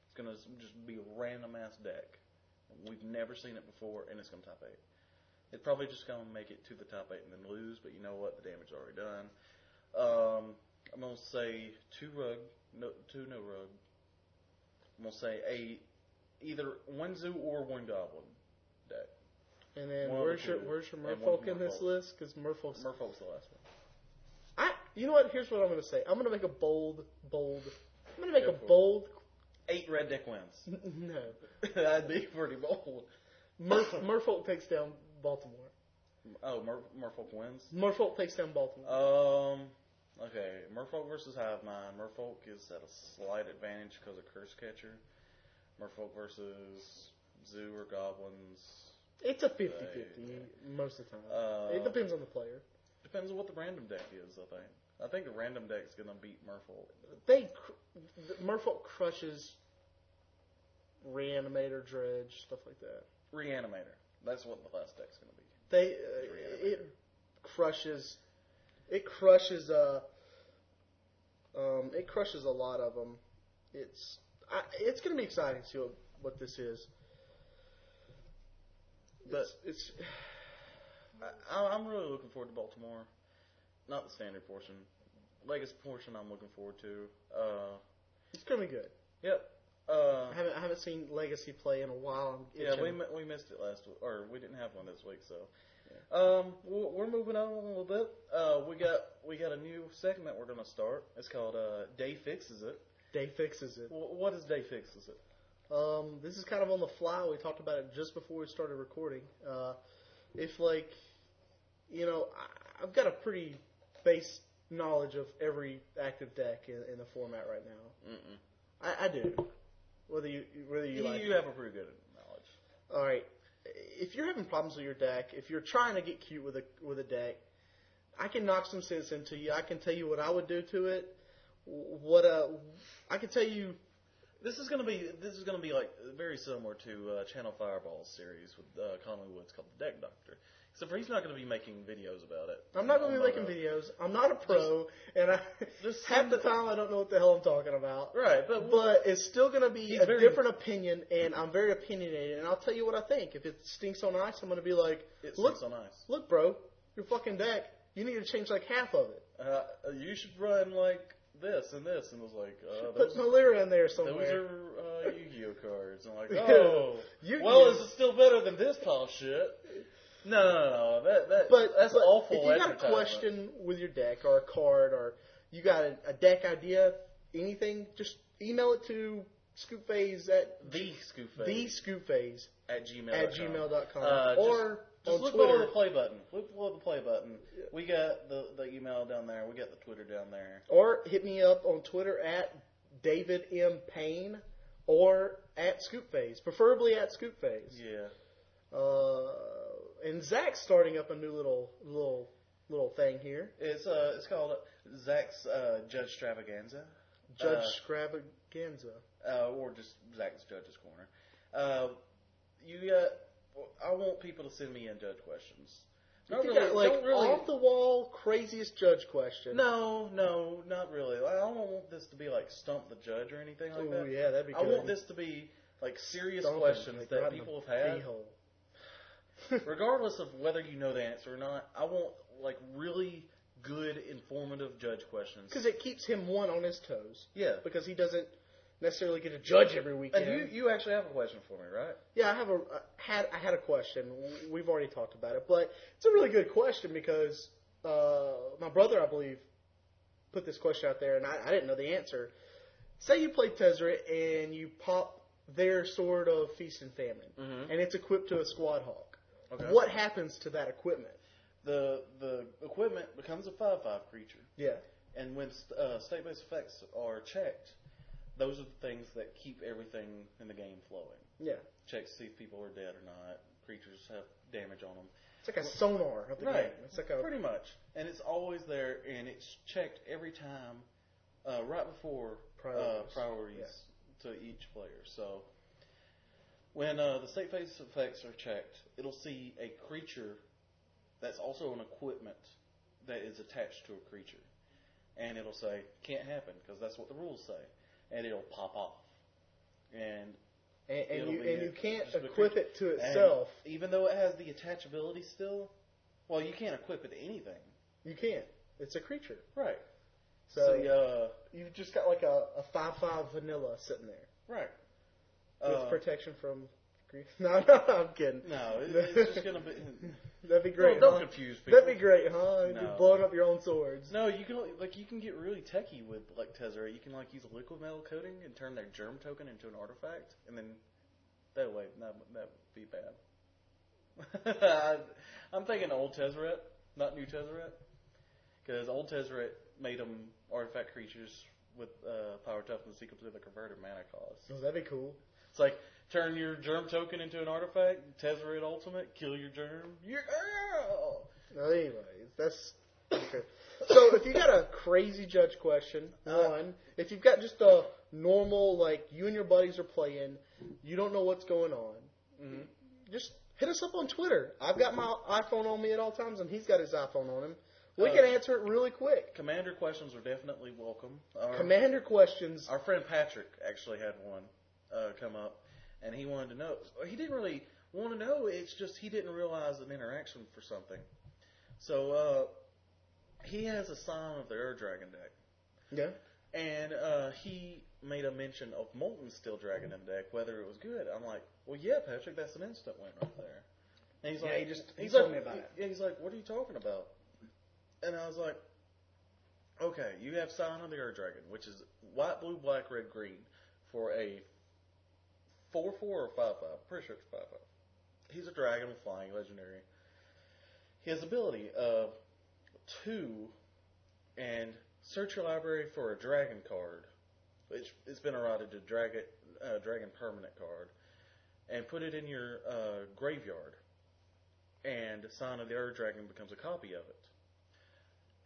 S1: It's going to just be a random ass deck. We've never seen it before, and it's going to top eight. It's probably just going to make it to the top eight and then lose, but you know what? The damage is already done. Um, I'm going to say two rug, no, two no rug. I'm going to say a either one zoo or one goblin deck.
S2: And then
S1: One
S2: where's
S1: of
S2: your
S1: the two.
S2: where's your
S1: And one's
S2: Merfolk in this
S1: Merfolk.
S2: list? Because Merfolk's
S1: Merfolk's the last one.
S2: I, you know what? Here's what I'm gonna say. I'm gonna make a bold, bold. I'm gonna make
S1: Go
S2: a
S1: for it.
S2: bold.
S1: Eight red deck wins.
S2: n- No,
S1: That'd be pretty bold.
S2: Murf, Merfolk takes down Baltimore.
S1: Oh, Mer- Merfolk wins.
S2: Merfolk takes down Baltimore.
S1: Um. Okay, Merfolk versus Hive Mind. Merfolk is at a slight advantage because of Curse Catcher. Merfolk versus Zoo or Goblins.
S2: It's a 50-50 most of the time.
S1: Uh,
S2: it depends on the player.
S1: Depends on what the random deck is, I think. I think the random deck's gonna beat Merfolk.
S2: They cr- the- Merfolk crushes reanimator, dredge, stuff like that.
S1: Reanimator. That's what the last deck's gonna be.
S2: They uh, it crushes it crushes uh um it crushes a lot of them. It's I, it's gonna be exciting to see what, what this is. But it's,
S1: I, I- I'm really looking forward to Baltimore. Not the standard portion. Legacy portion I'm looking forward to. Uh,
S2: it's gonna be good.
S1: yep. Uh,
S2: I haven't I haven't seen Legacy play in a while. I'm
S1: Yeah,
S2: itching.
S1: we, mi- we missed it last week, or we didn't have one this week, so. Um, we're, we're moving on a little bit. Uh, we got we got a new segment we're gonna start. It's called uh, Day Fixes It.
S2: Day fixes it.
S1: W- what is Day Fixes It?
S2: Um, this is kind of on the fly. We talked about it just before we started recording. Uh, if like, you know, I, I've got a pretty base knowledge of every active deck in, in the format right now.
S1: Mm-mm.
S2: I, I do. Whether you whether
S1: You,
S2: you, like,
S1: you have a pretty good knowledge.
S2: all right. If you're having problems with your deck, if you're trying to get cute with a with a deck, I can knock some sense into you. I can tell you what I would do to it. What uh, I can tell you
S1: This is gonna be this is gonna be like very similar to uh, Channel Fireball's series with uh, Conley Woods called The Deck Doctor, except for he's not gonna be making videos about it.
S2: I'm not going to
S1: On
S2: be
S1: my
S2: making
S1: own.
S2: videos. I'm not a pro, and I
S1: just
S2: half the
S1: send-
S2: time I don't know what the hell I'm talking about.
S1: uh, Right, but,
S2: But it's still going to be
S1: He's
S2: a
S1: very-
S2: different opinion, and I'm very opinionated, and I'll tell you what I think. If it stinks on ice, I'm going to be like,
S1: it's
S2: look,
S1: on ice.
S2: look, bro, your fucking deck, you need to change like half of it.
S1: Uh, you should run like this and this, and it was like uh,
S2: Put
S1: those
S2: Malira in there
S1: Those
S2: somewhere.
S1: are uh, Yu-Gi-Oh cards. I'm like,
S2: Yeah.
S1: oh,
S2: Yu-Gi-Oh.
S1: well, this is still better than this pile shit. No, no, no, that, that
S2: But
S1: that's
S2: but
S1: awful.
S2: If you got a
S1: advertisement.
S2: question with your deck or a card or you got a, a deck idea, anything, just email it to scoopphase at
S1: the scoop
S2: the scoopphase
S1: at gmail
S2: at gmail.com
S1: Uh, just-
S2: or
S1: Just
S2: on
S1: look below
S2: Twitter.
S1: the play button. Look below the play button. We got the the email down there. We got the Twitter down there.
S2: Or hit me up on Twitter at David M. Payne or at ScoopFaze, preferably at ScoopFaze.
S1: Yeah,
S2: Uh, and Zach's starting up a new little little little thing here.
S1: it's uh, it's called Zach's uh, Judge Travaganza.
S2: Judge
S1: Uh,
S2: Scravaganza.
S1: uh, or just Zach's Judge's Corner. Uh, you got I want people to send me in judge questions.
S2: You think I, like off the wall, craziest judge question.
S1: No, no, not really. I don't want this to be like stump the judge or anything like
S2: Ooh,
S1: that.
S2: Oh, yeah, that'd be
S1: I
S2: good.
S1: want this to be like serious
S2: Something,
S1: questions
S2: like,
S1: that
S2: right in
S1: people
S2: the
S1: have had,
S2: keyhole.
S1: regardless of whether you know the answer or not. I want like really good, informative judge questions.
S2: Because it keeps him one on his toes.
S1: Yeah,
S2: Because he doesn't necessarily get a judge every weekend.
S1: and you you actually have a question for me, right?
S2: yeah, I have a I had I had a question. W- We've already talked about it, but it's a really good question because uh, my brother, I believe, put this question out there, and I, I didn't know the answer. Say you play Tezzeret and you pop their sword of feast and famine,
S1: Mhm.
S2: and it's equipped to a squad hawk.
S1: Okay.
S2: What happens to that equipment?
S1: The the equipment becomes a five five creature.
S2: Yeah.
S1: And when st- uh, state based effects are checked, those are the things that keep everything in the game flowing.
S2: Yeah.
S1: Checks to see if people are dead or not. Creatures have damage on them.
S2: It's like a sonar of the
S1: Right.
S2: game. It's like a
S1: Pretty much. And it's always there, and it's checked every time uh, right before uh,
S2: Priorities.
S1: priorities to each player. So when uh, the state based effects are checked, it'll see a creature that's also an equipment that is attached to a creature. And it'll say, can't happen, because that's what the rules say. And it'll pop off. And
S2: and, and
S1: It'll
S2: you
S1: be
S2: and
S1: a-
S2: you can't
S1: just a
S2: equip
S1: creature.
S2: it to
S1: And
S2: itself.
S1: even though it has the attachability still, well, you can't equip it to anything.
S2: You can't. It's a creature.
S1: Right. So,
S2: So
S1: uh,
S2: you've just got like a, a five five vanilla sitting there
S1: right.
S2: with
S1: Uh,
S2: protection from grief. No, no, I'm kidding.
S1: no, it, it's just gonna be.
S2: That'd be great.
S1: Don't,
S2: huh?
S1: don't confuse people.
S2: That'd be great, huh?
S1: No.
S2: You're blowing up your own swords.
S1: No, you can like you can get really techie with like Tezzeret. You can like use a liquid metal coating and turn their germ token into an artifact, and then that way that that would be bad. I, I'm thinking old Tezzeret, not new Tezzeret, because old Tezzeret made them artifact creatures with uh, power toughness equal to the converted mana cost.
S2: Oh, that'd be cool.
S1: It's like turn your germ token into an artifact, Tezzeret ultimate, kill your germ. Your girl.
S2: Anyways, that's okay. So if you got a crazy judge question,
S1: Uh,
S2: one. If you've got just a normal like you and your buddies are playing, you don't know what's going on.
S1: Mhm.
S2: Just hit us up on Twitter. I've got my iPhone on me at all times, and he's got his iPhone on him. We
S1: Uh,
S2: can answer it really quick.
S1: Commander questions are definitely welcome. Our-
S2: Commander questions.
S1: Our friend Patrick actually had one uh, come up, and he wanted to know. He didn't really want to know. It's just he didn't realize an interaction for something. So uh, he has a sign of the Ur Dragon deck,
S2: Yeah.
S1: and uh, he made a mention of Molten Steel Dragon in the deck, whether it was good. I'm like, well, yeah, Patrick, that's an instant win right there. And he's
S2: Yeah,
S1: like,
S2: he just- he
S1: he's
S2: told
S1: like,
S2: me about it.
S1: he- He's like, what are you talking about? And I was like, okay, you have Sign of the Ur Dragon, which is white, blue, black, red, green, for a four, four or five, five. Pretty sure it's five, five. He's a dragon with flying, legendary. His ability, uh, two, and search your library for a dragon card, which it's been eroded to dragon, uh, dragon permanent card, and put it in your uh, graveyard. And Sign of the Earth Dragon becomes a copy of it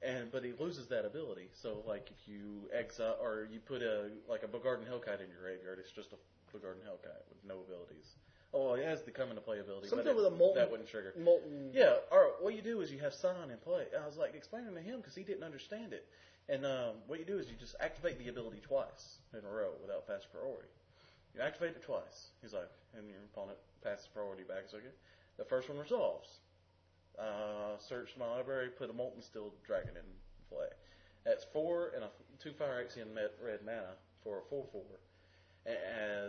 S1: and but he loses that ability. So like if you exile or you put a like a Bogarden Hellkite in your graveyard, it's just a Bogarden Hellkite with no abilities. Oh, it has the come into play ability. but
S2: Something
S1: it-
S2: with a molten-
S1: that wouldn't trigger.
S2: Molten.
S1: Yeah, or what you do is you have sign in play. I was like explaining to him because he didn't understand it. And um, what you do is you just activate the ability twice in a row without fast priority. You activate it twice. He's like, and your opponent passes priority back. So okay. the first one resolves. Uh, search my library, put a molten steel dragon in play. That's four and a two fire axion met red mana for a four four. And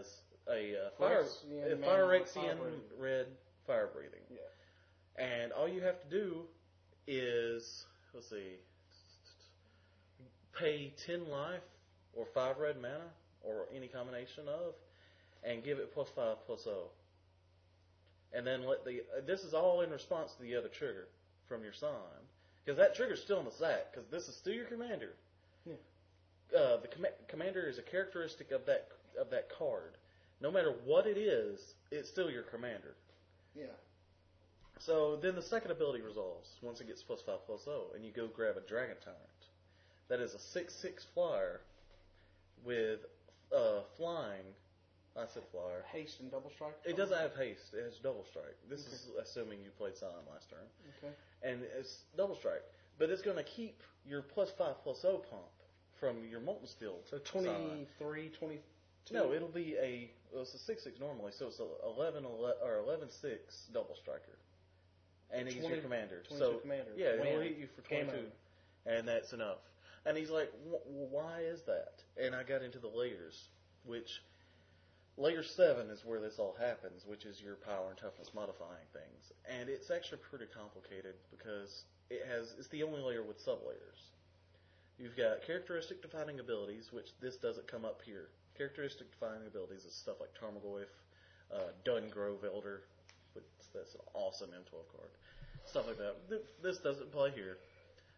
S1: as a uh, fire
S2: Phyrexian
S1: a
S2: mana
S1: fire
S2: with
S1: axion
S2: fire breathing.
S1: red fire breathing.
S2: Yeah.
S1: And all you have to do is, let's see, pay 10 life or 5 red mana or any combination of, and give it plus 5 plus 0. And then let the, uh, this is all in response to the other trigger from your sign. Because that trigger's still in the sack, because this is still your commander.
S2: Yeah.
S1: Uh, the com- commander is a characteristic of that of that card. No matter what it is, it's still your commander.
S2: Yeah.
S1: So then the second ability resolves once it gets plus five plus zero, and you go grab a dragon tyrant. That is a six six flyer with uh, flying I said flyer.
S2: Haste and double strike.
S1: It doesn't have haste. It has double strike. This is assuming you played silent last turn,
S2: Okay.
S1: and it's double strike. But it's going to keep your plus five plus O pump from your molten steel.
S2: So
S1: sign.
S2: 23, 22.
S1: No, it'll be a well, it's a six six normally, so it's a 11, ele or eleven six double striker, and he's
S2: 20
S1: your commander.
S2: 22
S1: So
S2: commander.
S1: yeah, it'll
S2: Win.
S1: hit you for
S2: Game
S1: twenty two,
S2: over.
S1: and that's enough. And he's like, "Wh- well, why is that? And I got into the layers, which layer seven is where this all happens, which is your power and toughness modifying things, and it's actually pretty complicated because it has it's the only layer with sublayers. You've got characteristic defining abilities, which this doesn't come up here. Characteristic defining abilities is stuff like Tarmogoyf, uh, Dungrove Elder, which that's an awesome M12 card. Stuff like that. Th- This doesn't play here.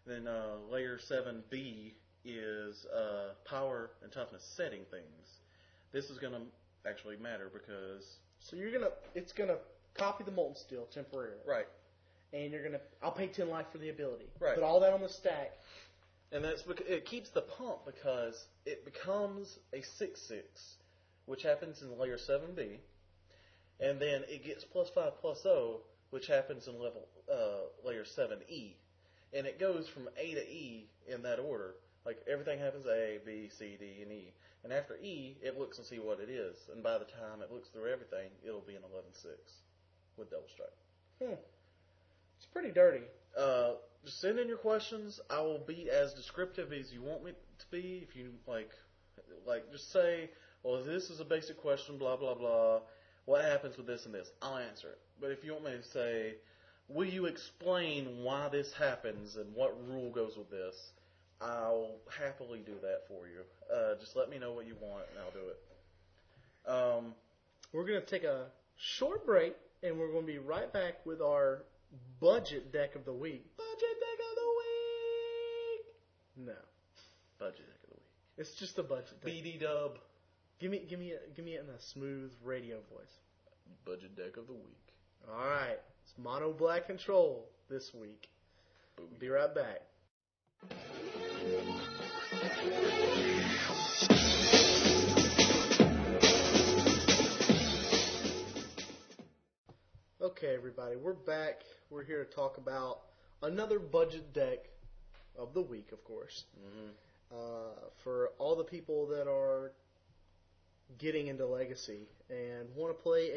S1: Then uh, layer 7B is uh, power and toughness setting things. This is going to actually matter because.
S2: So you're gonna, it's gonna copy the molten steel temporarily,
S1: Right.
S2: and you're gonna, I'll pay ten life for the ability.
S1: Right.
S2: Put all that on the stack.
S1: And that's because it keeps the pump because it becomes a six six, which happens in layer seven B, and then it gets plus five plus O, which happens in level uh, layer seven E, and it goes from A to E in that order. Like everything happens A, B, C, D, and E, and after E, it looks and see what it is, and by the time it looks through everything, it'll be an eleven six with double strike.
S2: Hmm. It's pretty dirty.
S1: Uh, send in your questions. I will be as descriptive as you want me to be. If you like, like just say, "Well, this is a basic question." Blah blah blah. What happens with this and this? I'll answer it. But if you want me to say, "Will you explain why this happens and what rule goes with this?" I'll happily do that for you. Uh, just let me know what you want, and I'll do it. Um,
S2: We're gonna take a short break, and we're gonna be right back with our budget deck of the week.
S1: budget deck of the week.
S2: No,
S1: Budget deck of the week.
S2: it's just a budget deck.
S1: BD Dub.
S2: Give me, give me, a, give me it in a smooth radio voice.
S1: Budget deck of the week.
S2: All right, it's mono black control this week. Be right back. Okay, everybody, we're back. We're here to talk about another budget deck of the week, of course. Uh, for all the people that are getting into Legacy and want to play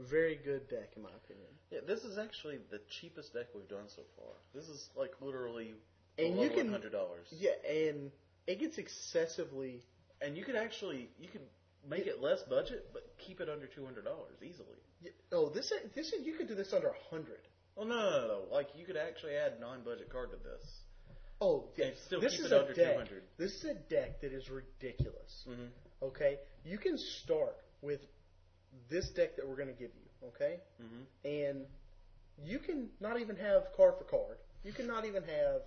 S2: a very good deck, in my opinion.
S1: Yeah, this is actually the cheapest deck we've done so far. This is like literally
S2: And
S1: below
S2: you can-
S1: hundred dollars.
S2: Yeah, and it gets excessively
S1: and you could actually you could make it less budget, but keep it under two hundred dollars easily.
S2: Y- Oh, this this you could do this under a hundred.
S1: Well, no, no, no, no. Like you could actually add a non-budget card to this.
S2: Oh,
S1: Yeah,
S2: yes.
S1: still
S2: this
S1: keep
S2: is
S1: it
S2: a
S1: under
S2: deck.
S1: 200.
S2: This is a deck that is ridiculous.
S1: Mm-hmm.
S2: Okay, you can start with this deck that we're going to give you. Okay,
S1: Mhm.
S2: and you can not even have card for card. You can not even have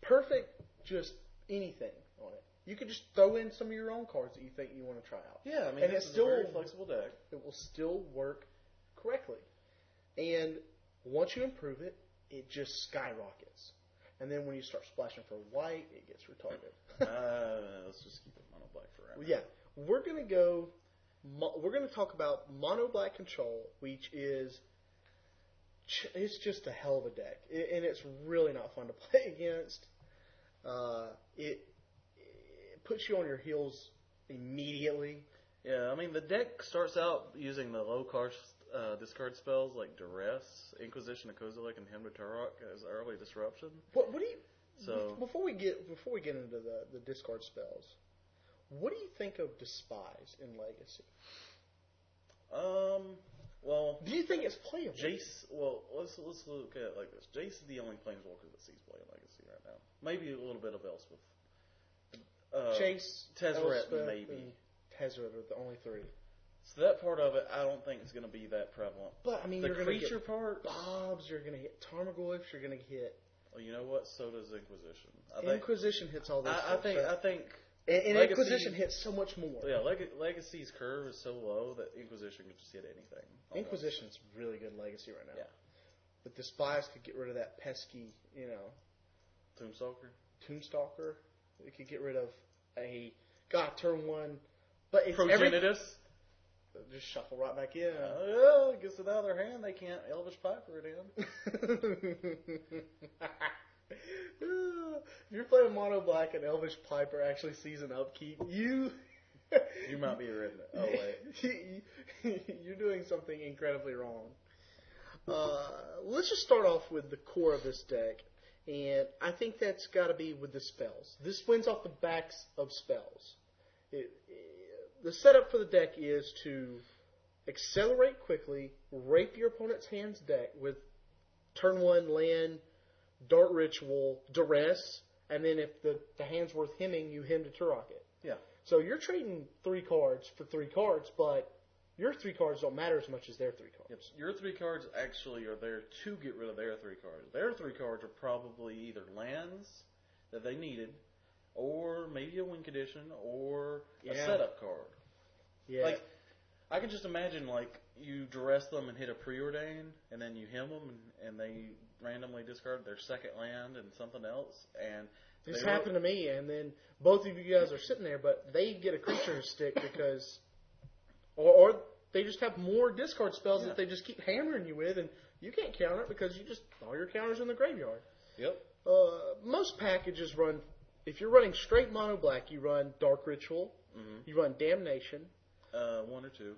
S2: perfect, just anything on it. You could just throw in some of your own cards that you think you want to try out.
S1: Yeah, I mean,
S2: And
S1: this
S2: it's
S1: is a very
S2: still-
S1: flexible deck.
S2: it will still work correctly. And once you improve it, it just skyrockets. And then when you start splashing for white, it gets retarded.
S1: uh, let's just keep it mono black forever.
S2: yeah, we're gonna go. Mo- we're gonna talk about mono black control, which is ch- it's just a hell of a deck, I and it's really not fun to play against. Uh, it, it puts you on your heels immediately.
S1: Yeah, I mean the deck starts out using the low cost uh, discard spells like Duress, Inquisition of Kozilek, and Hymn to Turok as early disruption.
S2: What, what do you?
S1: So-
S2: before we get before we get into the the discard spells, what do you think of despise in Legacy?
S1: Um, well,
S2: Do you think it's playable?
S1: Jace. Well, let's let's look at it like this. Jace is the only planeswalker that sees play in Legacy right now. Maybe a little bit of Elspeth. Uh,
S2: Chase,
S1: Tezzeret,
S2: Elspeth,
S1: maybe.
S2: and Tezzeret are the only three.
S1: So that part of it, I don't think is going to be that prevalent.
S2: But I mean,
S1: The
S2: you're
S1: creature
S2: gonna
S1: part,
S2: get Bobs, you're gonna hit Tarmogoyfs, you're gonna hit
S1: well, you know what? So does Inquisition. I think.
S2: Inquisition hits all those.
S1: I, I
S2: folks,
S1: think. I
S2: right?
S1: think.
S2: and, and
S1: Legacy-
S2: Inquisition hits so much more.
S1: Yeah, Leg- Legacy's curve is so low that Inquisition can just hit anything. almost.
S2: Inquisition's really good Legacy right now.
S1: Yeah.
S2: But despise could get rid of that pesky, you know,
S1: Tombstalker.
S2: Tombstalker. It could get rid of a God turn one But it's every,
S1: Progenitus.
S2: just shuffle right back in.
S1: Oh, yeah, I guess on the other hand, they can't Elvis Piper it in.
S2: if you're playing Mono Black and Elvis Piper actually sees an upkeep, you
S1: You might be written. Oh wait.
S2: you're doing something incredibly wrong. Uh, let's just start off with the core of this deck, and I think that's got to be with the spells. This wins off the backs of spells. It, it- the setup for the deck is to accelerate quickly, rape your opponent's hand's deck with turn one land, dart ritual, duress, and then if the, the hand's worth hemming, you hem to Turok it.
S1: Yeah.
S2: So you're trading three cards for three cards, but your three cards don't matter as much as their three cards.
S1: Yep. Your three cards actually are there to get rid of their three cards. Their three cards are probably either lands that they needed, or maybe a win condition, or a
S2: Yeah.
S1: setup card.
S2: Yeah.
S1: Like, I can just imagine like you duress them and hit a preordain, and then you hem them, and, and they randomly discard their second land and something else, and
S2: this
S1: they were-
S2: happened to me, and then both of you guys are sitting there, but they get a creature to stick because, or, or they just have more discard spells
S1: Yeah.
S2: that they just keep hammering you with, and you can't counter it because you just all your counters in the graveyard.
S1: Yep.
S2: Uh, most packages run. If you're running straight mono black, you run Dark Ritual,
S1: Mhm.
S2: you run Damnation,
S1: Uh, one or two.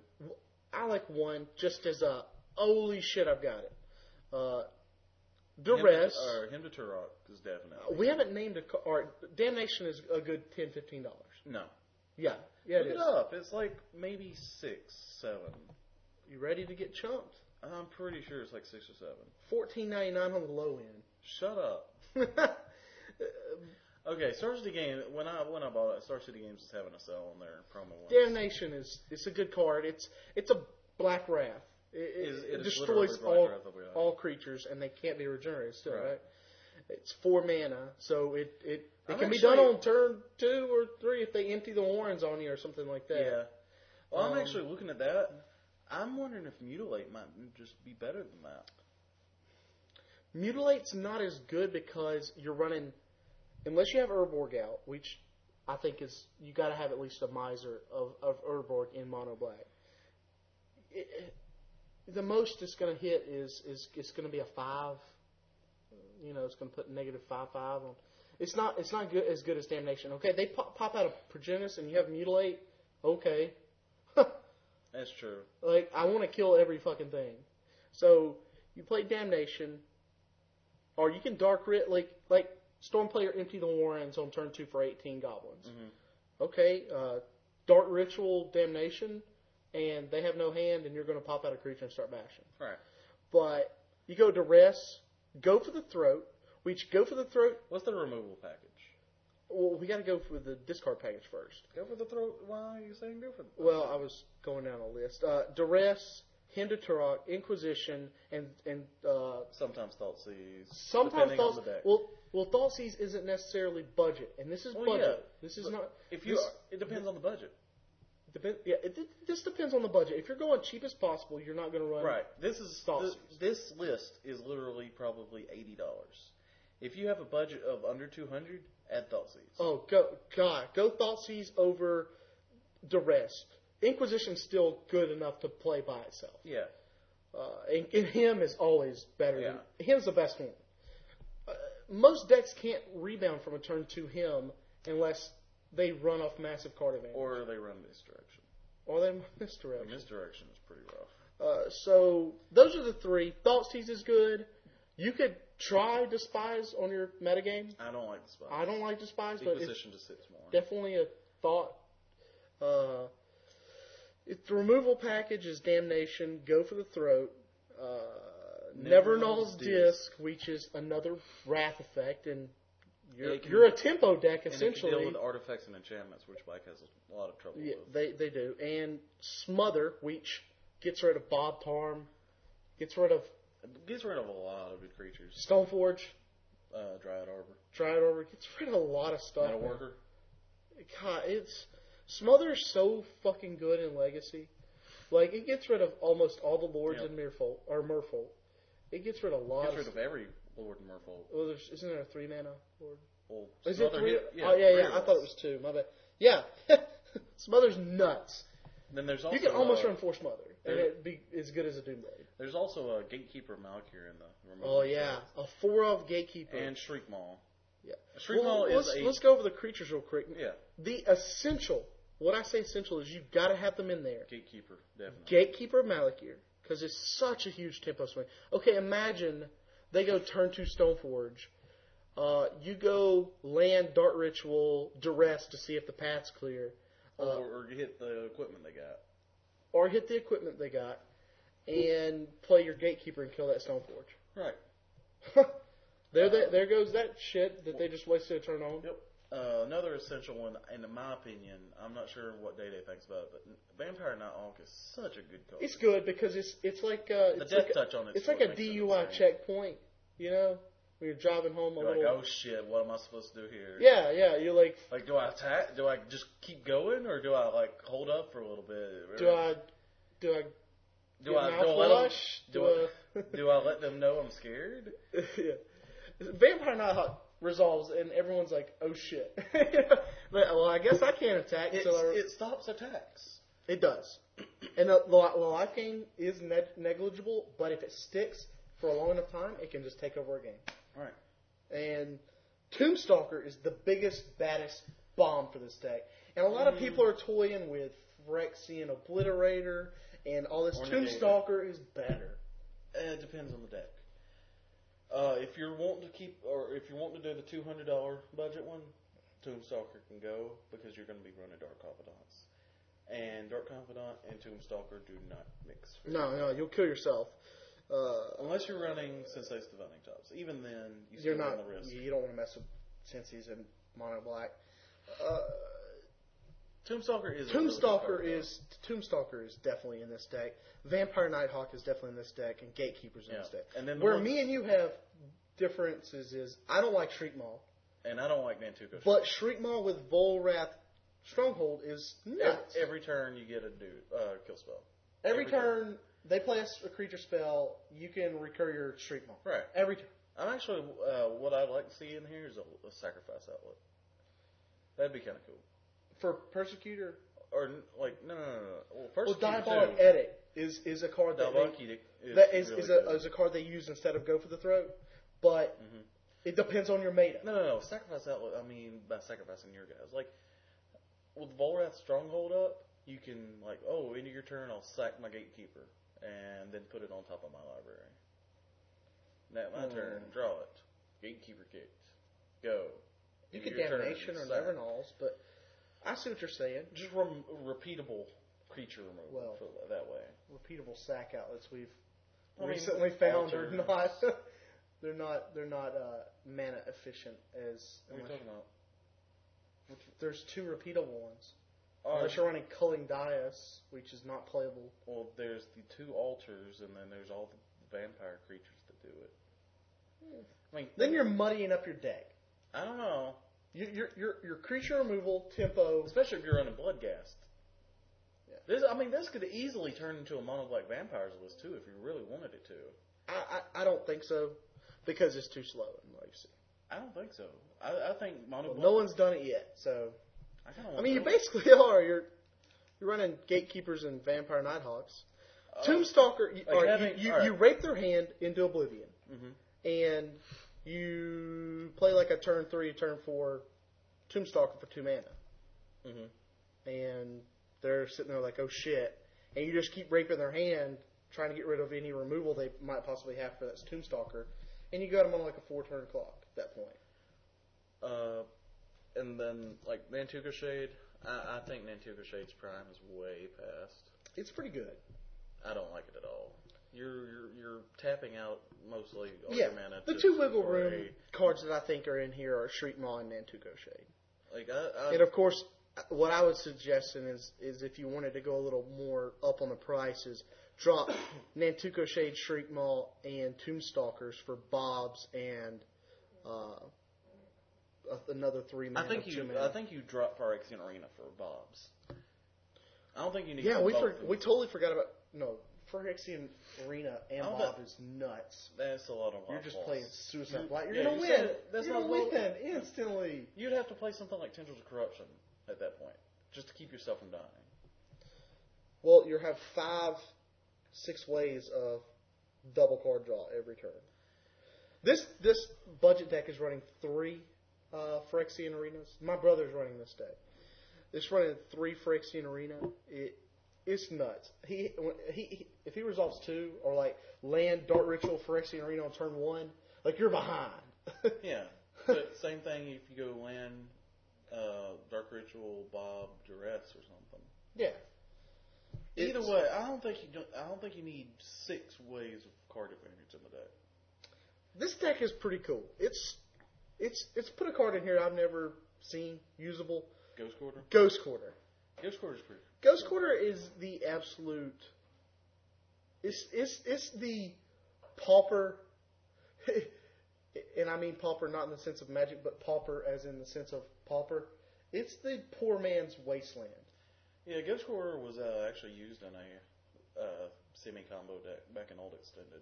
S2: I like one just as a holy shit, I've got it. Uh,
S1: Him to-
S2: duress.
S1: or him to Turok is definitely.
S2: uh, we haven't named a car. Or, damnation is a good ten, fifteen dollars.
S1: No.
S2: Yeah, yeah.
S1: Look
S2: it
S1: it
S2: is.
S1: up. It's like maybe six, seven.
S2: You ready to get chumped?
S1: I'm pretty sure it's like six or seven.
S2: Fourteen ninety nine on the low end.
S1: Shut up. Okay, Star City Games. When I when I bought it, Star City Games was having a sale on their promo one.
S2: damnation is it's a good card. It's it's a black wrath. It, it,
S1: Is- it
S2: it
S1: is
S2: destroys
S1: literally Black
S2: all
S1: Wrath of Wrath.
S2: all creatures and they can't be regenerated. Still,
S1: Right.
S2: right? It's four mana, so it it, it
S1: I'm
S2: can be
S1: actually-
S2: done on turn two or three if they empty the horns on you or something like that.
S1: Yeah. Well, I'm
S2: Um,
S1: actually looking at that. I'm wondering if Mutilate might just be better than that.
S2: Mutilate's not as good because you're running, unless you have Urborg out, which I think is you got to have at least a miser of of Urborg in mono black. It, it- the most it's going to hit is is it's going to be a five. You know, it's going to put negative five five on. It's not it's not good as good as Damnation. Okay, they pop, pop out a Progenitus and you have Mutilate. Okay,
S1: That's true.
S2: Like I want to kill every fucking thing. So you play Damnation, or you can Dark Writ. Like like Storm Player empty the Warrens on turn two for eighteen goblins.
S1: Mhm.
S2: Okay, uh, Dark Ritual Damnation, and they have no hand, and you're going to pop out a creature and start bashing.
S1: Right.
S2: But you go to rest, go for the throat. Which go for the throat.
S1: What's the removal package?
S2: Well, we got to go for the discard package first.
S1: Go for the throat. Why are you saying go for the
S2: Well, I was going down a list. Uh, duress, Hindaturok, Inquisition, and and uh,
S1: Sometimes thought sees.
S2: sometimes
S1: depending
S2: thoughts.
S1: on the deck.
S2: Well, well, Thoughtseize isn't necessarily budget, and this is
S1: Well,
S2: budget.
S1: yeah.
S2: This is
S1: But
S2: not.
S1: if you,
S2: this,
S1: it depends on the budget.
S2: depend, yeah, it, it- this depends on the budget. If you're going cheap as possible, you're not going to run.
S1: Right. This is
S2: Thought
S1: this,
S2: seized.
S1: this list is literally probably eighty dollars. If you have a budget of under two hundred, add thought seeds.
S2: Oh go God, go Thoughtseize over Duress. Inquisition's still good enough to play by itself.
S1: Yeah.
S2: Uh, and, and him is always better.
S1: Yeah.
S2: Than, him's the best one. Uh, most decks can't rebound from a turn to him unless they run off massive card advantage or,
S1: Or they run misdirection.
S2: they
S1: The
S2: misdirect.
S1: misdirection is pretty rough.
S2: Uh, so those are the three. Thought Seize is good. You could try Despise on your metagame.
S1: I don't like the spot.
S2: I don't like Despise, but it's
S1: Inquisition just hits more.
S2: definitely a thought. Uh, if the removal package is damnation, go for the throat. Uh,
S1: Never
S2: Never Null's
S1: Null's
S2: disc, which is another wrath effect, and you're,
S1: Yeah, it can-
S2: you're a tempo deck
S1: And it can deal
S2: essentially.
S1: with artifacts and enchantments, which Black has a lot of trouble
S2: Yeah,
S1: with.
S2: they they do, and smother, which gets rid of Bob Tarm, gets rid of
S1: It gets rid of a lot of good creatures.
S2: Stoneforge,
S1: Uh, Dryad Arbor,
S2: Dryad Arbor, gets rid of a lot of stuff.
S1: Metal
S2: man.
S1: Worker.
S2: God, it's Smother is so fucking good in Legacy. Like it gets rid of almost all the lords
S1: Yeah.
S2: in Mirfold or Merfold. It gets rid of a lot
S1: Gets
S2: of.
S1: rid of
S2: stuff.
S1: every Lord and Merfolk.
S2: Well, there's, isn't there a three mana lord?
S1: Well,
S2: Is it
S1: Smother
S2: three?
S1: hit-
S2: oh yeah,
S1: three
S2: yeah.
S1: of
S2: I thought it
S1: us.
S2: was two. My bad. Yeah, Smother's nuts.
S1: Then there's also
S2: you can almost
S1: uh,
S2: run four Smother, and
S1: there-
S2: it'd be as good as a Doom Blade.
S1: There's also a Gatekeeper Malkier in the remote.
S2: Oh yeah, a four of Gatekeeper.
S1: and Shriek Maul.
S2: yeah,
S1: Shriek
S2: Well,
S1: Maul
S2: let's,
S1: is a
S2: let's go over the creatures real quick.
S1: yeah
S2: The essential, what I say essential is you've got to have them in there.
S1: Gatekeeper definitely.
S2: Gatekeeper of Malakir, because it's such a huge tempo swing. Okay, imagine they go turn two Stoneforge. Uh, you go land Dart Ritual Duress to see if the path's clear, uh,
S1: or, or hit the equipment they got.
S2: or hit the equipment they got, and play your Gatekeeper and kill that Stoneforge.
S1: Right.
S2: there, that, there goes that shit that they just wasted a turn on.
S1: Yep. Uh, another essential one, and in my opinion, I'm not sure what Day Day thinks about it, but Vampire Night Hawk is such a good card.
S2: It's good because it's it's like uh,
S1: the
S2: it's
S1: death
S2: like a,
S1: touch on it.
S2: it's like a DUI checkpoint. You know, when you're driving home a
S1: You're like,
S2: little.
S1: oh shit, what am I supposed to do here?
S2: Yeah, yeah. You're like,
S1: Like, do I attack? Do I just keep going, or do I like hold up for a little bit?
S2: do I do I
S1: do I
S2: get
S1: do I let them,
S2: mouthwash?
S1: do I- do I let them know I'm scared?
S2: do I? yeah. Vampire Nighthawk resolves, and everyone's like, oh shit. but, well, I guess I can't attack.
S1: It's,
S2: so I,
S1: it stops attacks.
S2: It does. And the, the, the life gain is neg- negligible, but if it sticks for a long enough time, it can just take over a game.
S1: Right.
S2: And Tombstalker is the biggest, baddest bomb for this deck. And a lot of people are toying with Phyrexian Obliterator and all this.
S1: Ornithine.
S2: Tombstalker is better.
S1: Uh, it depends on the deck. Uh, if you're wanting to keep, or if you want to do the two hundred dollar budget one, Tombstalker can go because you're going to be running Dark Confidants, and Dark Confidant and Tombstalker do not mix. very
S2: No, no, you'll kill yourself. Uh,
S1: Unless you're running Sensei's Divining Tops. Even then, you still
S2: you're
S1: run
S2: not.
S1: the risk.
S2: You don't want to mess with Cincy's and Mono Black. Uh,
S1: Tombstalker is. a really good
S2: Tombstalker
S1: card, though.
S2: is Tombstalker is definitely in this deck. Vampire Nighthawk is definitely in this deck, and Gatekeeper's in
S1: Yeah.
S2: this deck.
S1: And then the
S2: Where
S1: one-
S2: me and you have differences is I don't like Shriek Maul.
S1: And I don't like Nantuko.
S2: But Shriek Maul with Volrath Stronghold is
S1: every,
S2: nuts. Every,
S1: every turn you get a do uh, kill spell. every
S2: turn, they play a s- a creature spell, you can recur your Shriek Maul.
S1: Right.
S2: Every turn.
S1: I'm actually uh, what I'd like to see in here is a, a sacrifice outlet. That'd be kind of cool.
S2: For Persecutor,
S1: Or n- like no no no. no. Well,
S2: well,
S1: first
S2: Diabolic Edict is, is a card that,
S1: Diabolic
S2: they,
S1: Edict
S2: that is,
S1: really
S2: is,
S1: good.
S2: a, is a card they use instead of Go for the Throat, but
S1: Mm-hmm.
S2: it depends on your meta.
S1: No, no, no. Sacrifice outlet. I mean, by sacrificing your guys. Like, with Volrath Stronghold up, you can, like, oh, end of your turn, I'll sack my gatekeeper. And then put it on top of my library. And at my
S2: Hmm.
S1: turn, draw it. Gatekeeper kicked. Go.
S2: you
S1: End of
S2: could
S1: your turn,
S2: Damnation or
S1: sack.
S2: Nevernalls, but I see what you're saying.
S1: Just rem- repeatable creature removal
S2: Well,
S1: for that way.
S2: Repeatable sack outlets we've
S1: I mean,
S2: recently found are
S1: alternatives.
S2: not. They're not. They're not uh, mana efficient as.
S1: What are you talking about?
S2: There's two repeatable ones.
S1: Oh,
S2: Unless you're running Culling Dias, which is not playable.
S1: well, there's the two altars, and then there's all the vampire creatures that do it. I mean,
S2: Then you're muddying up your deck.
S1: I don't know.
S2: Your your your, your creature removal tempo.
S1: Especially if you're running Bloodgast.
S2: Yeah.
S1: This, I mean, this could easily turn into a mono black vampires list too, if you really wanted it to.
S2: I, I I don't think so, because it's too slow in legacy.
S1: I don't think so. I, I think mono
S2: Well,
S1: black.
S2: no one's done it yet, so
S1: I, kinda
S2: I
S1: want
S2: mean you
S1: to-
S2: basically are. You're you're running Gatekeepers and Vampire Nighthawks.
S1: uh,
S2: Tombstalker. You,
S1: like
S2: alright,
S1: having-
S2: you, you,
S1: alright.
S2: you rape their hand into oblivion,
S1: mhm.
S2: and you play like a turn three, turn four, Tombstalker for two mana.
S1: Mhm.
S2: and they're sitting there like, oh shit. And you just keep raping their hand, trying to get rid of any removal they might possibly have for that Tombstalker. And you got them on like a four turn clock at that point.
S1: Uh, and then like Nantuka Shade. I, I think Nantuka Shade's prime is way past.
S2: It's pretty good.
S1: I don't like it at all. You're you're, you're tapping out mostly all
S2: Oh, yeah.
S1: your mana.
S2: The
S1: to-
S2: two wiggle
S1: for
S2: room
S1: a-
S2: cards that I think are in here are Shriek Maw and Nantuko Shade.
S1: like I, I,
S2: And of course, what I was suggesting is, is if you wanted to go a little more up on the prices, drop Nantuko Shade, Shriek Maw, and Tombstalkers for Bob's and uh, a- another three
S1: I
S2: mana.
S1: think
S2: two
S1: you
S2: mana.
S1: I think you drop Phyrexian Arena for Bob's. I don't think you need.
S2: yeah, we
S1: both
S2: for,
S1: of them.
S2: we totally forgot about no Phyrexian Arena and
S1: I'll
S2: Bob
S1: bet-
S2: is nuts.
S1: That's a lot of
S2: You're
S1: wild
S2: just
S1: balls.
S2: playing Suicide
S1: You-
S2: Black. You're
S1: yeah,
S2: gonna
S1: you
S2: win.
S1: said it. That's
S2: You're
S1: not
S2: gonna win
S1: wild-
S2: instantly.
S1: You'd have to play something like Tendrils of Corruption at that point. just to keep yourself from dying.
S2: Well, you have five, six ways of double card draw every turn. This this budget deck is running three uh, Phyrexian arenas. My brother's running this deck. It's running three Phyrexian arena. It it's nuts. He, when- he he if he resolves two or like land dark ritual Phyrexian arena on turn one, like you're behind.
S1: Yeah. But same thing if you go land uh, Dark Ritual, Bob, Duress, or something.
S2: yeah.
S1: Either
S2: It's-
S1: way, I don't think you don't, I don't think you need six ways of card advantage in the deck.
S2: this deck is pretty cool. It's it's it's put a card in here I've never seen usable.
S1: Ghost Quarter.
S2: Ghost Quarter.
S1: Ghost Quarter's pretty.
S2: Ghost Quarter is the absolute. It's it's it's the pauper, and I mean pauper not in the sense of magic, but pauper as in the sense of pauper. It's the poor man's wasteland.
S1: Yeah, Ghost Quarter was uh, actually used in a uh, semi combo deck back in old extended,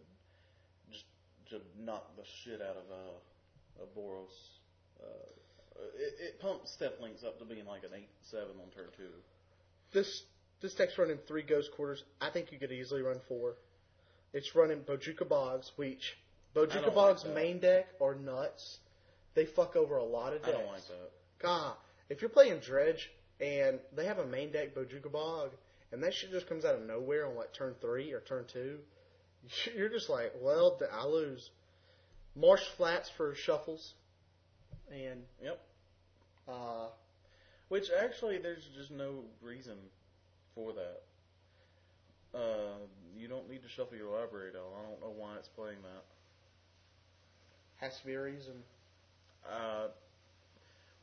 S1: just to knock the shit out of uh, a Boros. Uh, it, it pumped step links up to being like an eight seven on turn two.
S2: This this deck's running three Ghost Quarters. I think you could easily run four. It's running Bojuka Bogs, which
S1: I don't
S2: Bojuka
S1: like
S2: Bogs
S1: that.
S2: main deck are nuts. They fuck over a lot of
S1: I
S2: decks.
S1: don't like that.
S2: God, if you're playing dredge and they have a main deck Bojuka Bog, and that shit just comes out of nowhere on like turn three or turn two, you're just like, well, th- I lose. Marsh flats for shuffles, and
S1: Yep.
S2: uh,
S1: Which actually, there's just no reason for that. Uh, you don't need to shuffle your library though. I don't know why it's playing that.
S2: has to be a reason.
S1: Uh,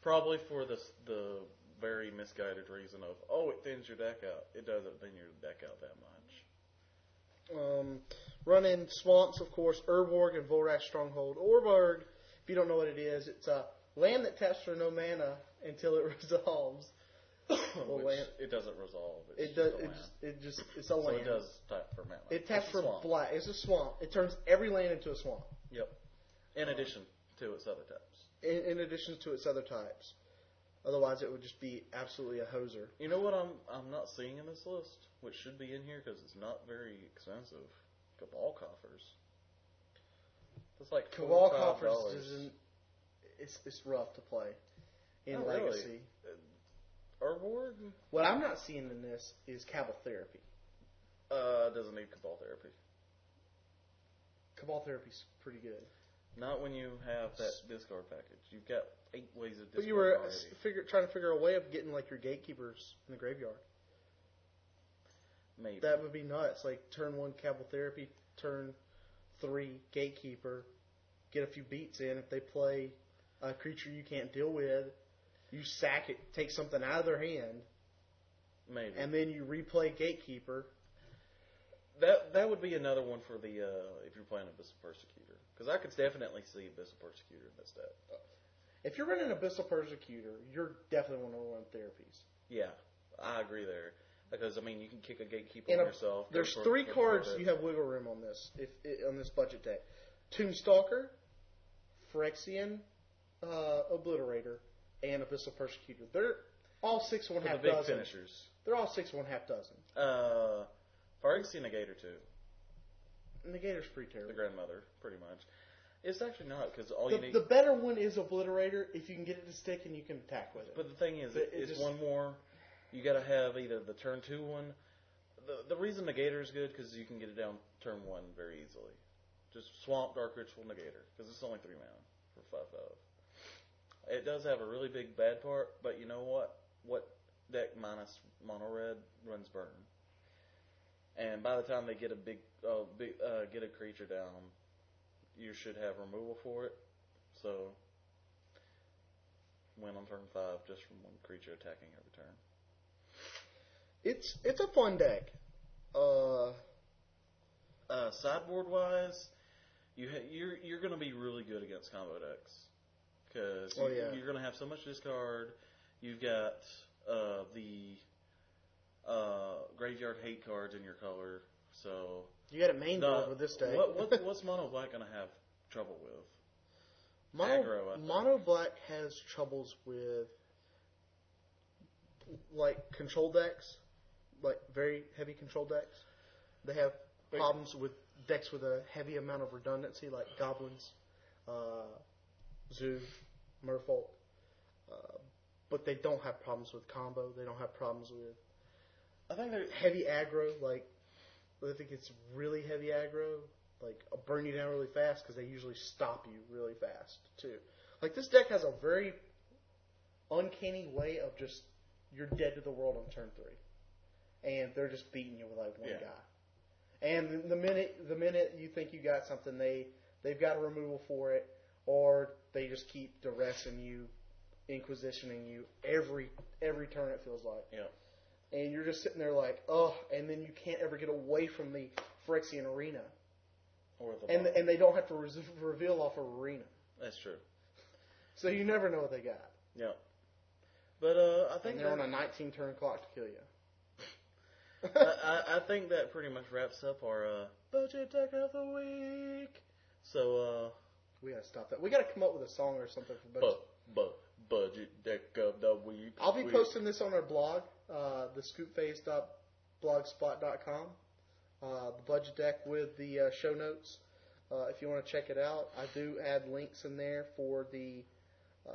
S1: probably for the the very misguided reason of oh it thins your deck out. It doesn't thin your deck out that much.
S2: Um, running swamps, of course, Urborg and Vorax Stronghold. Urborg, if you don't know what it is, it's a land that taps for no mana until it resolves. Well,
S1: Which
S2: land-
S1: it doesn't resolve. It's
S2: It does.
S1: just a
S2: It
S1: land.
S2: just, it just. It's a
S1: so
S2: land.
S1: it does type for mana.
S2: It taps
S1: It's a
S2: for
S1: swamp.
S2: black. It's a swamp. It turns every land into a swamp,
S1: Yep. In addition to its other types.
S2: in, in addition to its other types. Otherwise, it would just be absolutely a hoser.
S1: You know what I'm I'm not seeing in this list, which should be in here because it's not very expensive. Cabal coffers. That's like
S2: Cabal
S1: $45.
S2: Coffers isn't. It's it's rough to play in
S1: Oh, really?
S2: Legacy.
S1: Urborg
S2: What I'm not seeing in this is Cabal Therapy.
S1: uh, doesn't need cabal therapy.
S2: Cabal Therapy's pretty good.
S1: Not when you have that discard package. You've got eight ways of discard.
S2: but you were
S1: already.
S2: s- figure, trying to figure a way of getting like your gatekeepers in the graveyard.
S1: maybe
S2: That would be nuts. Like turn one Cabal Therapy, turn three Gatekeeper, get a few beats in. If they play a creature you can't deal with, you sack it, take something out of their hand,
S1: maybe
S2: and then you replay Gatekeeper.
S1: that that would be another one for the uh, if you're playing Abyssal Persecutor because I could definitely see Abyssal Persecutor in this deck.
S2: If you're running Abyssal Persecutor, you're definitely going to run therapies.
S1: Yeah, I agree there because I mean you can kick a gatekeeper
S2: And
S1: on
S2: a-
S1: yourself. go
S2: There's
S1: for-
S2: three
S1: go for
S2: cards
S1: the-
S2: you have wiggle room on this if i- on this budget deck: Tombstalker, Phyrexian uh, Obliterator, and Abyssal Persecutor. They're all six and one
S1: for the
S2: half
S1: big
S2: dozen.
S1: finishers.
S2: They're all six and one half dozen.
S1: Uh, Phyrexian Negator too.
S2: And the Gator's pretty
S1: The
S2: terrible.
S1: grandmother, pretty much. It's actually not because all
S2: The,
S1: you need.
S2: the better one is Obliterator if you can get it to stick and you can attack with it.
S1: But the thing is,
S2: But
S1: it,
S2: it
S1: it's
S2: just-
S1: one more. You got to have either the turn two one. The the reason negator is good because you can get it down turn one very easily. Just swamp dark ritual negator because it's only three mana for five five. It does have a really big bad part, but you know what? What deck minus mono red runs burn, and by the time they get a big, uh, big uh, get a creature down, you should have removal for it. So win on turn five just from one creature attacking every turn.
S2: it's it's a fun deck. Uh,
S1: Uh, sideboard wise, you ha- you're you're going to be really good against combo decks because
S2: Oh,
S1: you,
S2: yeah.
S1: you're going to have so much discard. You've got uh, the uh, graveyard hate cards in your color. So
S2: you got a main
S1: the-
S2: board with this deck.
S1: what, what what's mono black going to have trouble with?
S2: mono,
S1: aggro, I think.
S2: mono black has troubles with like control decks, like very heavy control decks, they have
S1: Wait.
S2: problems with decks with a heavy amount of redundancy, like goblins, uh, zoo, merfolk. Uh, but they don't have problems with combo. They don't have problems with
S1: I think there.
S2: heavy aggro, like if it gets really heavy aggro, like I'll burn you down really fast because they usually stop you really fast too. Like this deck has a very uncanny way of just you're dead to the world on turn three, and they're just beating you with like one
S1: Yeah.
S2: guy. And the- the minute the minute you think you got something, they they've got a removal for it, or they just keep duressing you, inquisitioning you every every turn. It feels like
S1: Yeah.
S2: and you're just sitting there like, oh, and then you can't ever get away from the Phyrexian arena,
S1: Or the.
S2: and and they don't have to res- reveal off of arena,
S1: That's true.
S2: so you never know what they got.
S1: Yeah. But uh, I think
S2: And they're on
S1: that-
S2: a 19 turn clock to kill you.
S1: I, I- I think that pretty much wraps up our uh, budget tech of the week. So,
S2: we gotta stop that. We gotta come up with a song or something for
S1: uh,
S2: budget.
S1: bu- budget deck of the week.
S2: I'll be
S1: We-
S2: posting this on our blog, uh, thescoopphase.blogspot.com. Uh, the budget deck with the uh, show notes. Uh, if you want to check it out, I do add links in there for the uh,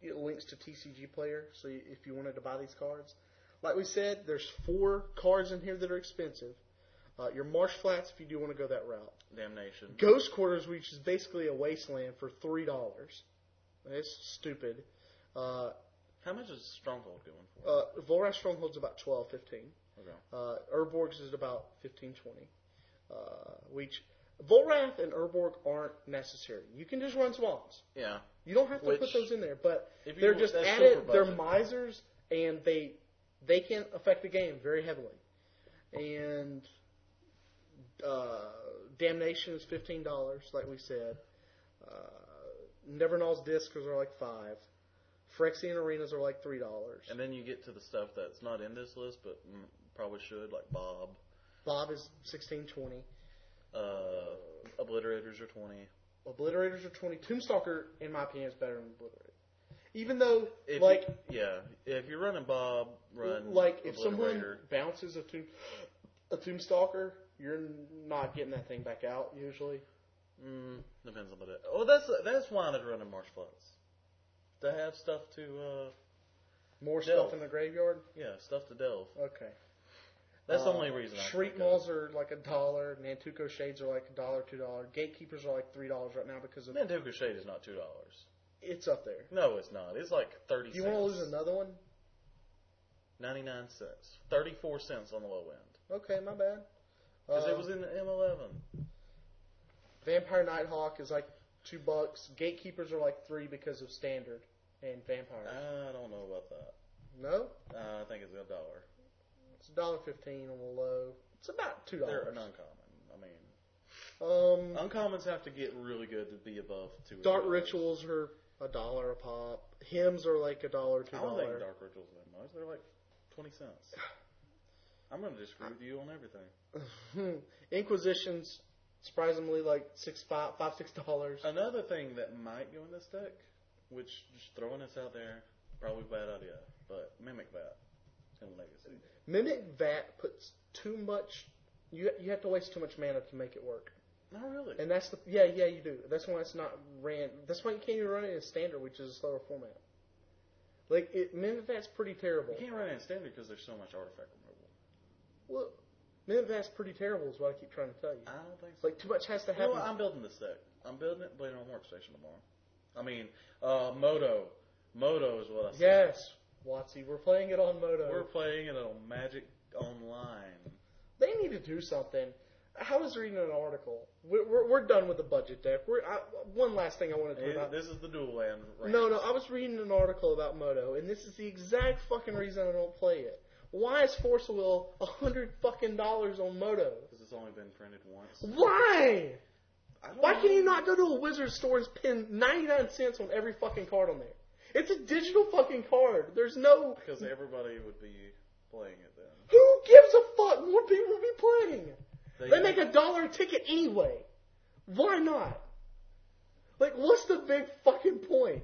S2: you know, links to TCG Player. So you, if you wanted to buy these cards, like we said, there's four cards in here that are expensive. Uh, your Marsh Flats, if you do want to go that route.
S1: Damnation.
S2: Ghost Quarters, which is basically a wasteland, for three dollars. It's stupid. Uh,
S1: How much is Stronghold going for?
S2: uh, Volrath Stronghold's about 12, 15.
S1: okay.
S2: Uh, Urborg's is about 15, 20. Uh, which, Volrath and Urborg aren't necessary. You can just run swamps.
S1: Yeah.
S2: You don't have to
S1: Which-
S2: put those in there, but
S1: If you-
S2: they're just
S1: that's
S2: added.
S1: super
S2: They're
S1: budget.
S2: misers, and they they can affect the game very heavily. And uh, damnation is fifteen dollars, like we said. Uh, Nevernull's discs are like five. Phyrexian arenas are like three dollars.
S1: And then you get to the stuff that's not in this list, but mm, probably should, like Bob.
S2: Bob is sixteen twenty.
S1: Uh, Obliterators are 20.
S2: Obliterators are twenty. Tombstalker, in my opinion, is better than Obliterator. Even though,
S1: If
S2: like,
S1: you, yeah, if you're running Bob, run
S2: like if someone
S1: Obliterator.
S2: bounces a tomb a tomb stalker, you're not getting that thing back out usually.
S1: Mm, depends on the day. Oh, that's that's why I'd run in marsh flats. To have stuff to, uh,
S2: More
S1: No.
S2: stuff in the graveyard.
S1: yeah, stuff to delve.
S2: Okay,
S1: That's the
S2: Uh,
S1: only reason. I
S2: Shriek
S1: think of.
S2: malls are like a dollar. Nantuko shades are like a dollar, two dollar. Gatekeepers are like three dollars right now because of
S1: Manduka Shade is not two dollars.
S2: it's up there.
S1: No, it's not. It's like thirty.
S2: You
S1: cents.
S2: want to lose another one?
S1: Ninety-nine cents, thirty-four cents on the low end
S2: Okay, my bad.
S1: because
S2: Uh,
S1: it was in the M11.
S2: Vampire Nighthawk is like two bucks. Gatekeepers are like three because of standard and vampires.
S1: I don't know about that.
S2: no,
S1: Uh, I think it's a dollar.
S2: it's a dollar fifteen on the low. It's about two
S1: They're
S2: dollars.
S1: uncommon. I mean,
S2: Um,
S1: uncommons have to get really good to be above two. or
S2: Dark
S1: three dollars.
S2: rituals are a dollar a pop. Hymns are like a dollar, two
S1: I don't think
S2: dollar.
S1: dark rituals are that much. They're like twenty cents. I'm gonna disagree with you on everything.
S2: Inquisitions, surprisingly, like six, five, five, six dollars.
S1: Another thing that might go in this deck, which just throwing this out there, probably a bad idea, but mimic that in Legacy.
S2: Mimic Vat puts too much. You you have to waste too much mana to make it work,
S1: Not really.
S2: and that's the yeah yeah you do. That's why it's not ran. That's why you can't even run it in standard, which is a slower format. Like it, Mimic Vat's pretty terrible.
S1: you can't run it in standard because there's so much artifact removal.
S2: Well, Mimic Vat's pretty terrible is what I keep trying to tell you.
S1: I don't think so.
S2: Like too much has to
S1: you know
S2: happen.
S1: what? Uh, I'm building this deck. I'm building it. Playing on Workstation tomorrow. I mean, uh, Moto. Moto is what I said.
S2: yes, Watsy, we're playing it on Moto.
S1: We're playing it on Magic Online.
S2: They need to do something. I was reading an article. We're, we're, we're done with the budget deck. We're I, one last thing I want to talk
S1: It-
S2: about.
S1: this is the dual land. rant.
S2: No, no, I was reading an article about Moto, and this is the exact fucking reason I don't play it. Why is Force Will a hundred fucking dollars on Moto?
S1: 'Cause it's only been printed once.
S2: Why?
S1: I don't
S2: Why
S1: know.
S2: can you not go to a wizard store and spend ninety nine cents on every fucking card on there? It's a digital fucking card. There's no.
S1: Because everybody would be playing it then.
S2: Who gives a fuck? More people will be playing. They make a dollar a ticket anyway. Why not? Like, what's the big fucking point?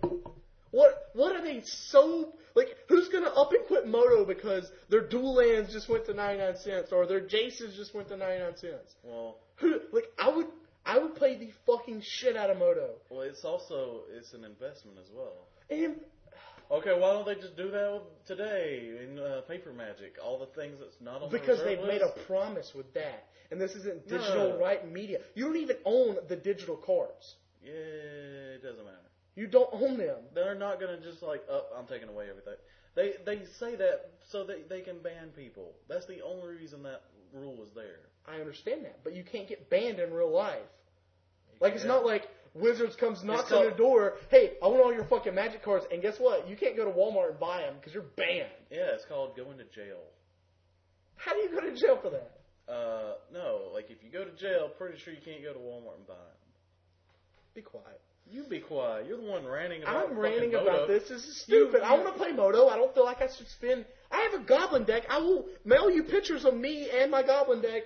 S2: What what are they so like? Who's gonna up and quit Moto because their dual lands just went to ninety nine cents or their Jaces just went to ninety nine cents?
S1: Well,
S2: Who like I would I would play the fucking shit out of Moto
S1: well, it's also it's an investment as well.
S2: and
S1: Okay, why don't they just do that with today in uh, paper magic? All the things that's not on
S2: because
S1: the
S2: they've
S1: reserve
S2: made a
S1: list?
S2: promise with that. And this isn't
S1: No.
S2: digital right media. You don't even own the digital cards.
S1: Yeah, it doesn't matter.
S2: You don't own them.
S1: They're not gonna just like, oh, I'm taking away everything. They they say that so that they can ban people. That's the only reason that rule is there.
S2: I understand that, but you can't get banned in real life. Like it's not like Wizards comes knocks on
S1: called-
S2: your door. Hey, I want all your fucking Magic cards, and guess what? You can't go to Walmart and buy them because you're banned.
S1: Yeah, it's called going to jail.
S2: How do you go to jail for that?
S1: Uh, no, like if you go to jail, pretty sure you can't go to Walmart and buy them.
S2: Be quiet.
S1: You be quiet. You're the one ranting about.
S2: I'm
S1: fucking
S2: ranting
S1: Moto.
S2: about this. This is stupid. I
S1: you-
S2: want to play Moto. I don't feel like I should spend. I have a Goblin deck. I will mail you pictures of me and my Goblin deck.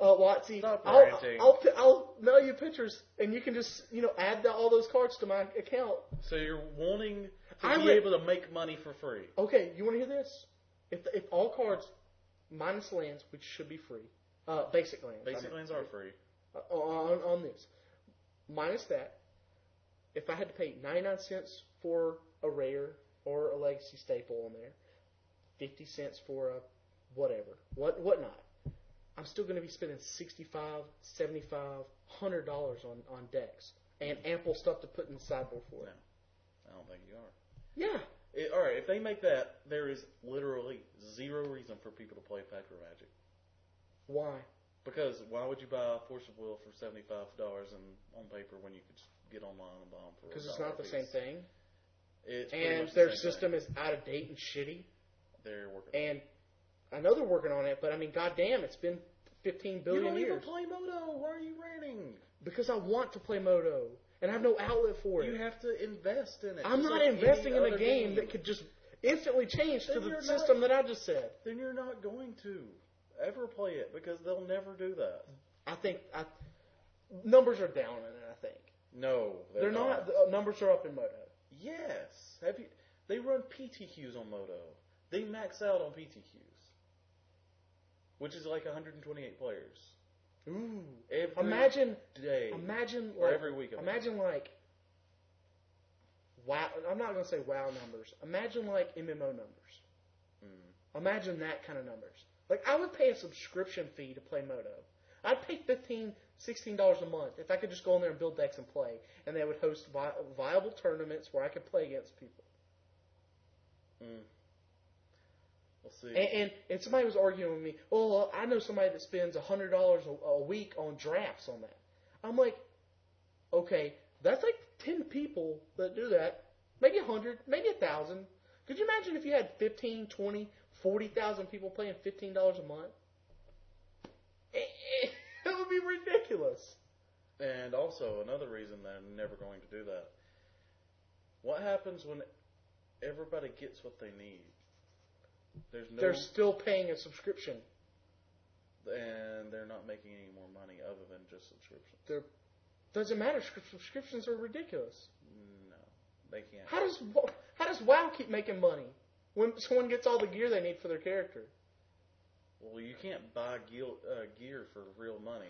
S2: Uh, Watsy,
S1: Stop
S2: I'll,
S1: ranting.
S2: I'll, I'll mail you pictures, and you can just you know add the, all those cards to my account.
S1: So you're wanting to
S2: I
S1: be
S2: would-
S1: able to make money for free.
S2: Okay, you want to hear this? If if all cards minus lands, which should be free, uh, basic lands. I
S1: Basic
S2: mean,
S1: lands are free.
S2: uh, on, on this minus that, if I had to pay ninety nine cents for a rare or a legacy staple on there, fifty cents for a whatever, what whatnot, I'm still going to be spending sixty five, seventy five, hundred dollars on on decks and ample stuff to put in the sideboard for it.
S1: I don't think you are.
S2: Yeah,
S1: It, all right, if they make that, there is literally zero reason for people to play Paper Magic.
S2: why?
S1: Because why would you buy Force of Will for seventy five dollars and on paper when you could just get online and buy them for?
S2: Because
S1: a
S2: it's
S1: dollar
S2: not the
S1: a
S2: same
S1: piece?
S2: thing.
S1: It's pretty
S2: and
S1: much the
S2: their
S1: same
S2: system
S1: Thing.
S2: is out of date and shitty.
S1: They're working.
S2: And I know they're working on it, but I mean, goddamn, it's been 15
S1: you
S2: billion
S1: don't even
S2: years.
S1: play Moto. Why are you ranting?
S2: because I want to play Moto, and I have no outlet for it.
S1: You have to invest in it.
S2: I'm
S1: just
S2: not
S1: like any
S2: investing in a
S1: other
S2: game, that could just instantly change to
S1: Then
S2: the
S1: you're
S2: system that I just said.
S1: Then you're not going to ever play it because they'll never do that.
S2: I think I, numbers are down in it. I think
S1: No,
S2: they're, not. The, uh, numbers are up in Moto.
S1: Yes. Have you? They run PTQs on Moto. They max out on PTQs, which is like 128 players
S2: Ooh.
S1: every
S2: Imagine,
S1: day.
S2: imagine,
S1: or
S2: like,
S1: every week. I mean.
S2: Imagine like. Wow, I'm not gonna say wow numbers. Imagine like MMO numbers.
S1: Mm.
S2: Imagine that kind of numbers. Like I would pay a subscription fee to play Moto. I'd pay fifteen, sixteen dollars a month if I could just go in there and build decks and play, and they would host vi- viable tournaments where I could play against people.
S1: Mm. We'll see.
S2: And, and and somebody was arguing with me. Oh, I know somebody that spends a hundred dollars a a week on drafts on that. I'm like, okay, that's like ten people that do that. Maybe a hundred, maybe a thousand. Could you imagine if you had fifteen, twenty, forty thousand people playing fifteen dollars a month? It, it, it would be ridiculous.
S1: And also another reason that I'm never going to do that. What happens when everybody gets what they need? There's no,
S2: They're still paying a subscription.
S1: and they're not making any more money other than just subscription.
S2: They're doesn't matter. subscri- Subscriptions are ridiculous.
S1: No, they can't.
S2: How does Wo- how does WoW keep making money when someone gets all the gear they need for their character?
S1: Well, you can't buy gear, uh, gear for real money.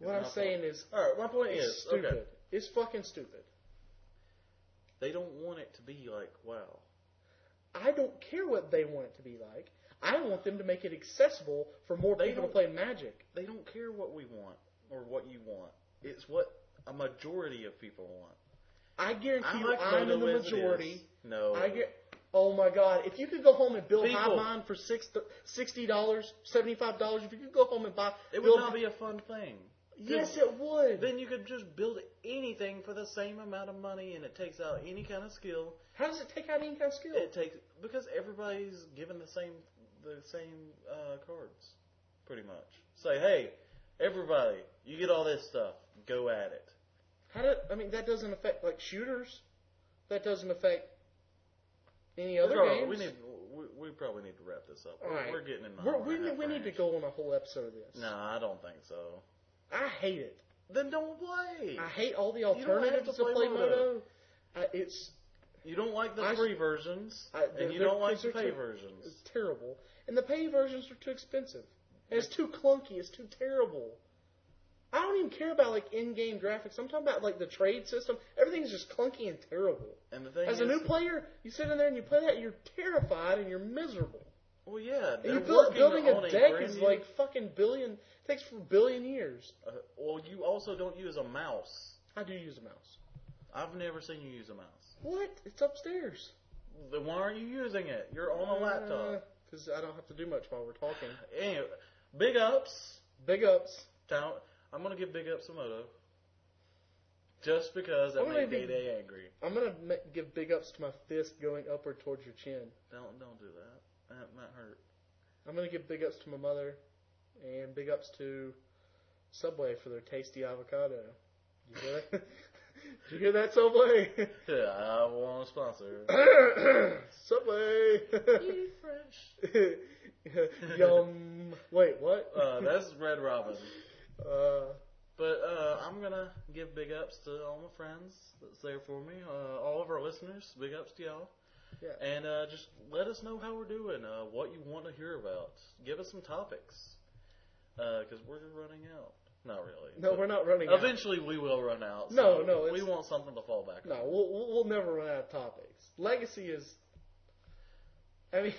S2: What
S1: It's
S2: I'm
S1: not
S2: saying is,
S1: All right, my point
S2: it's
S1: is,
S2: stupid.
S1: okay,
S2: It's fucking stupid.
S1: they don't want it to be like wow.
S2: I don't care what they want it to be like. I want them to make it accessible for more
S1: They
S2: people
S1: don't-
S2: to play Magic.
S1: They don't care what we want or what you want. It's what a majority of people want.
S2: I guarantee
S1: I
S2: you,
S1: like
S2: I'm in
S1: Moto
S2: the
S1: as it is.
S2: majority.
S1: No,
S2: I get. Oh my god! If you could go home and build
S1: People.
S2: High Mind for six, sixty dollars, seventy five dollars, if you could go home and buy,
S1: It would
S2: build-
S1: not be a fun thing.
S2: Yes, it would.
S1: Then you could just build anything for the same amount of money, and it takes out any kind of skill.
S2: How does it take out any kind of skill?
S1: It takes because everybody's given the same the same uh, cards, pretty much. Say, hey, everybody, you get all this stuff. Go at it.
S2: How do I mean that doesn't affect like shooters? That doesn't affect any other
S1: Regardless,
S2: games.
S1: we need we, we probably need to wrap this up.
S2: All right.
S1: We're getting in my
S2: We're-
S1: hour
S2: we
S1: and a
S2: need,
S1: half
S2: we need to
S1: range.
S2: go on a whole episode of this.
S1: No, I don't think so.
S2: I hate it.
S1: Then don't play.
S2: I hate all the
S1: don't have
S2: alternatives
S1: to
S2: to
S1: play
S2: play
S1: Moto.
S2: Moto. I, it's
S1: You don't like the
S2: I-
S1: free versions,
S2: I- they're-
S1: and you
S2: they're-
S1: don't like the
S2: they're
S1: pay
S2: too-
S1: versions.
S2: It's terrible. And the pay versions are too expensive. And it's too clunky. It's too terrible. I don't even care about like in-game graphics. I'm talking about like the trade system. Everything's just clunky and terrible.
S1: And the thing
S2: As
S1: is,
S2: a new player, you sit in there and you play that, and you're terrified and you're miserable.
S1: well, yeah,
S2: And
S1: they're
S2: you build,
S1: working
S2: building
S1: on
S2: a deck
S1: brand
S2: is
S1: new-
S2: like fucking billion. Takes for a billion years.
S1: Uh, well, you also don't use a mouse.
S2: I do use a mouse.
S1: I've never seen you use a mouse.
S2: What? It's upstairs.
S1: Then why aren't you using it? You're on
S2: Uh,
S1: a laptop.
S2: Because I don't have to do much while we're talking.
S1: Anyway, big ups.
S2: Big ups.
S1: Town. I'm gonna give big ups to Moto. Just because I
S2: I'm gonna
S1: made
S2: be-
S1: Day Day angry.
S2: I'm gonna ma- give big ups to my fist going upward towards your chin.
S1: Don't don't do that. That might hurt.
S2: I'm gonna give big ups to my mother, and big ups to Subway for their tasty avocado. You hear that? Did you hear that, Subway?
S1: Yeah, I want a sponsor.
S2: Subway.
S1: You fresh.
S2: Yum. Wait, what?
S1: Uh, that's Red Robin.
S2: Uh,
S1: But uh, I'm gonna give big ups to all my friends that's there for me, uh, all of our listeners. Big ups to y'all.
S2: Yeah.
S1: And uh, just let us know how we're doing, uh, what you want to hear about. Give us some topics, because we're running out. Not really.
S2: no,
S1: but
S2: we're not running. out.
S1: Eventually, we will run out.
S2: No,
S1: so
S2: no,
S1: We
S2: it's-
S1: want something to fall back
S2: No,
S1: on.
S2: we'll, we'll we'll never run out of topics. Legacy is. I mean,
S1: we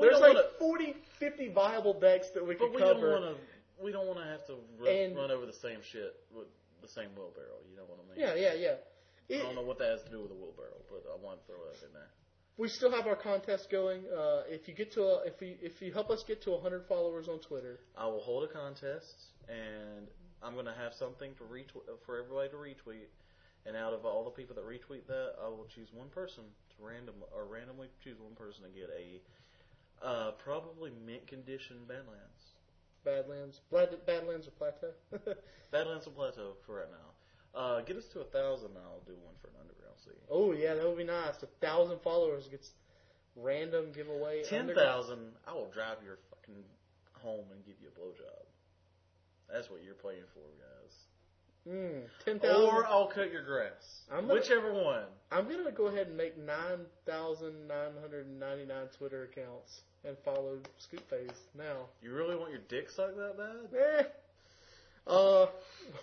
S2: there's
S1: don't
S2: like
S1: wanna-
S2: forty, fifty 40, 50 viable decks that we
S1: But
S2: could
S1: we don't
S2: cover.
S1: want to. We don't want to have to run,
S2: And-
S1: run over the same shit with the same wheelbarrow. You know what I mean?
S2: Yeah, yeah, yeah.
S1: I don't
S2: It,
S1: know what that has to do with the wheelbarrow, but I want to throw that in there.
S2: we still have our contest going. Uh, if you get to, a, if you if you help us get to 100 followers on Twitter,
S1: I will hold a contest, and I'm gonna have something to retweet for everybody to retweet. And out of all the people that retweet that, I will choose one person to random or randomly choose one person to get a uh, probably mint condition Badlands,
S2: Badlands, Blad- Badlands or Plateau.
S1: Badlands and Plateau for right now. Uh, get us to a thousand, and I'll do one for an underground scene.
S2: oh yeah, that would be nice. A thousand followers gets random giveaway.
S1: Ten
S2: underground-
S1: thousand, I will drive your fucking home and give you a blowjob. That's what you're playing for, guys.
S2: Mm, ten
S1: Or
S2: thousand.
S1: I'll cut your grass.
S2: I'm gonna-
S1: Whichever one.
S2: I'm gonna go ahead and make nine thousand nine hundred ninety nine Twitter accounts and follow Scoop Phase now.
S1: You really want your dick sucked that bad?
S2: Eh. Uh,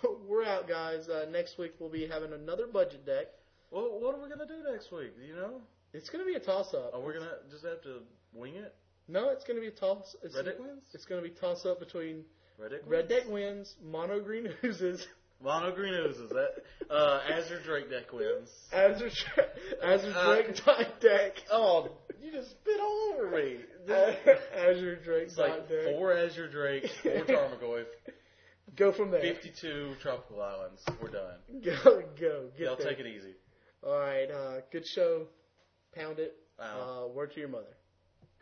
S2: we're out, guys. Uh, next week we'll be having another budget deck.
S1: Well, what are we gonna do next week? You know,
S2: It's gonna be a toss up.
S1: are we gonna just have to wing it?
S2: No, it's gonna be a toss. It's,
S1: Red Deck wins.
S2: it's gonna be toss up between
S1: Red Deck.
S2: Red
S1: wins?
S2: Deck wins, Mono Green oozes,
S1: Mono Green Oozes. That uh, Azure Drake Deck wins.
S2: Azure Tra- Azure Drake type deck.
S1: Oh, you just spit all over me.
S2: Azure Drake
S1: It's like
S2: type deck.
S1: four Azure Drakes, four Tarmogoyf,
S2: Go from there.
S1: fifty-two Tropical Islands. We're done.
S2: Go go get
S1: Y'all
S2: there.
S1: take it easy.
S2: All right, uh, good show. Pound it.
S1: Wow.
S2: Uh, word to your mother.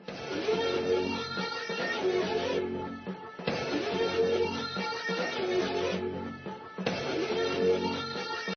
S3: Thank you.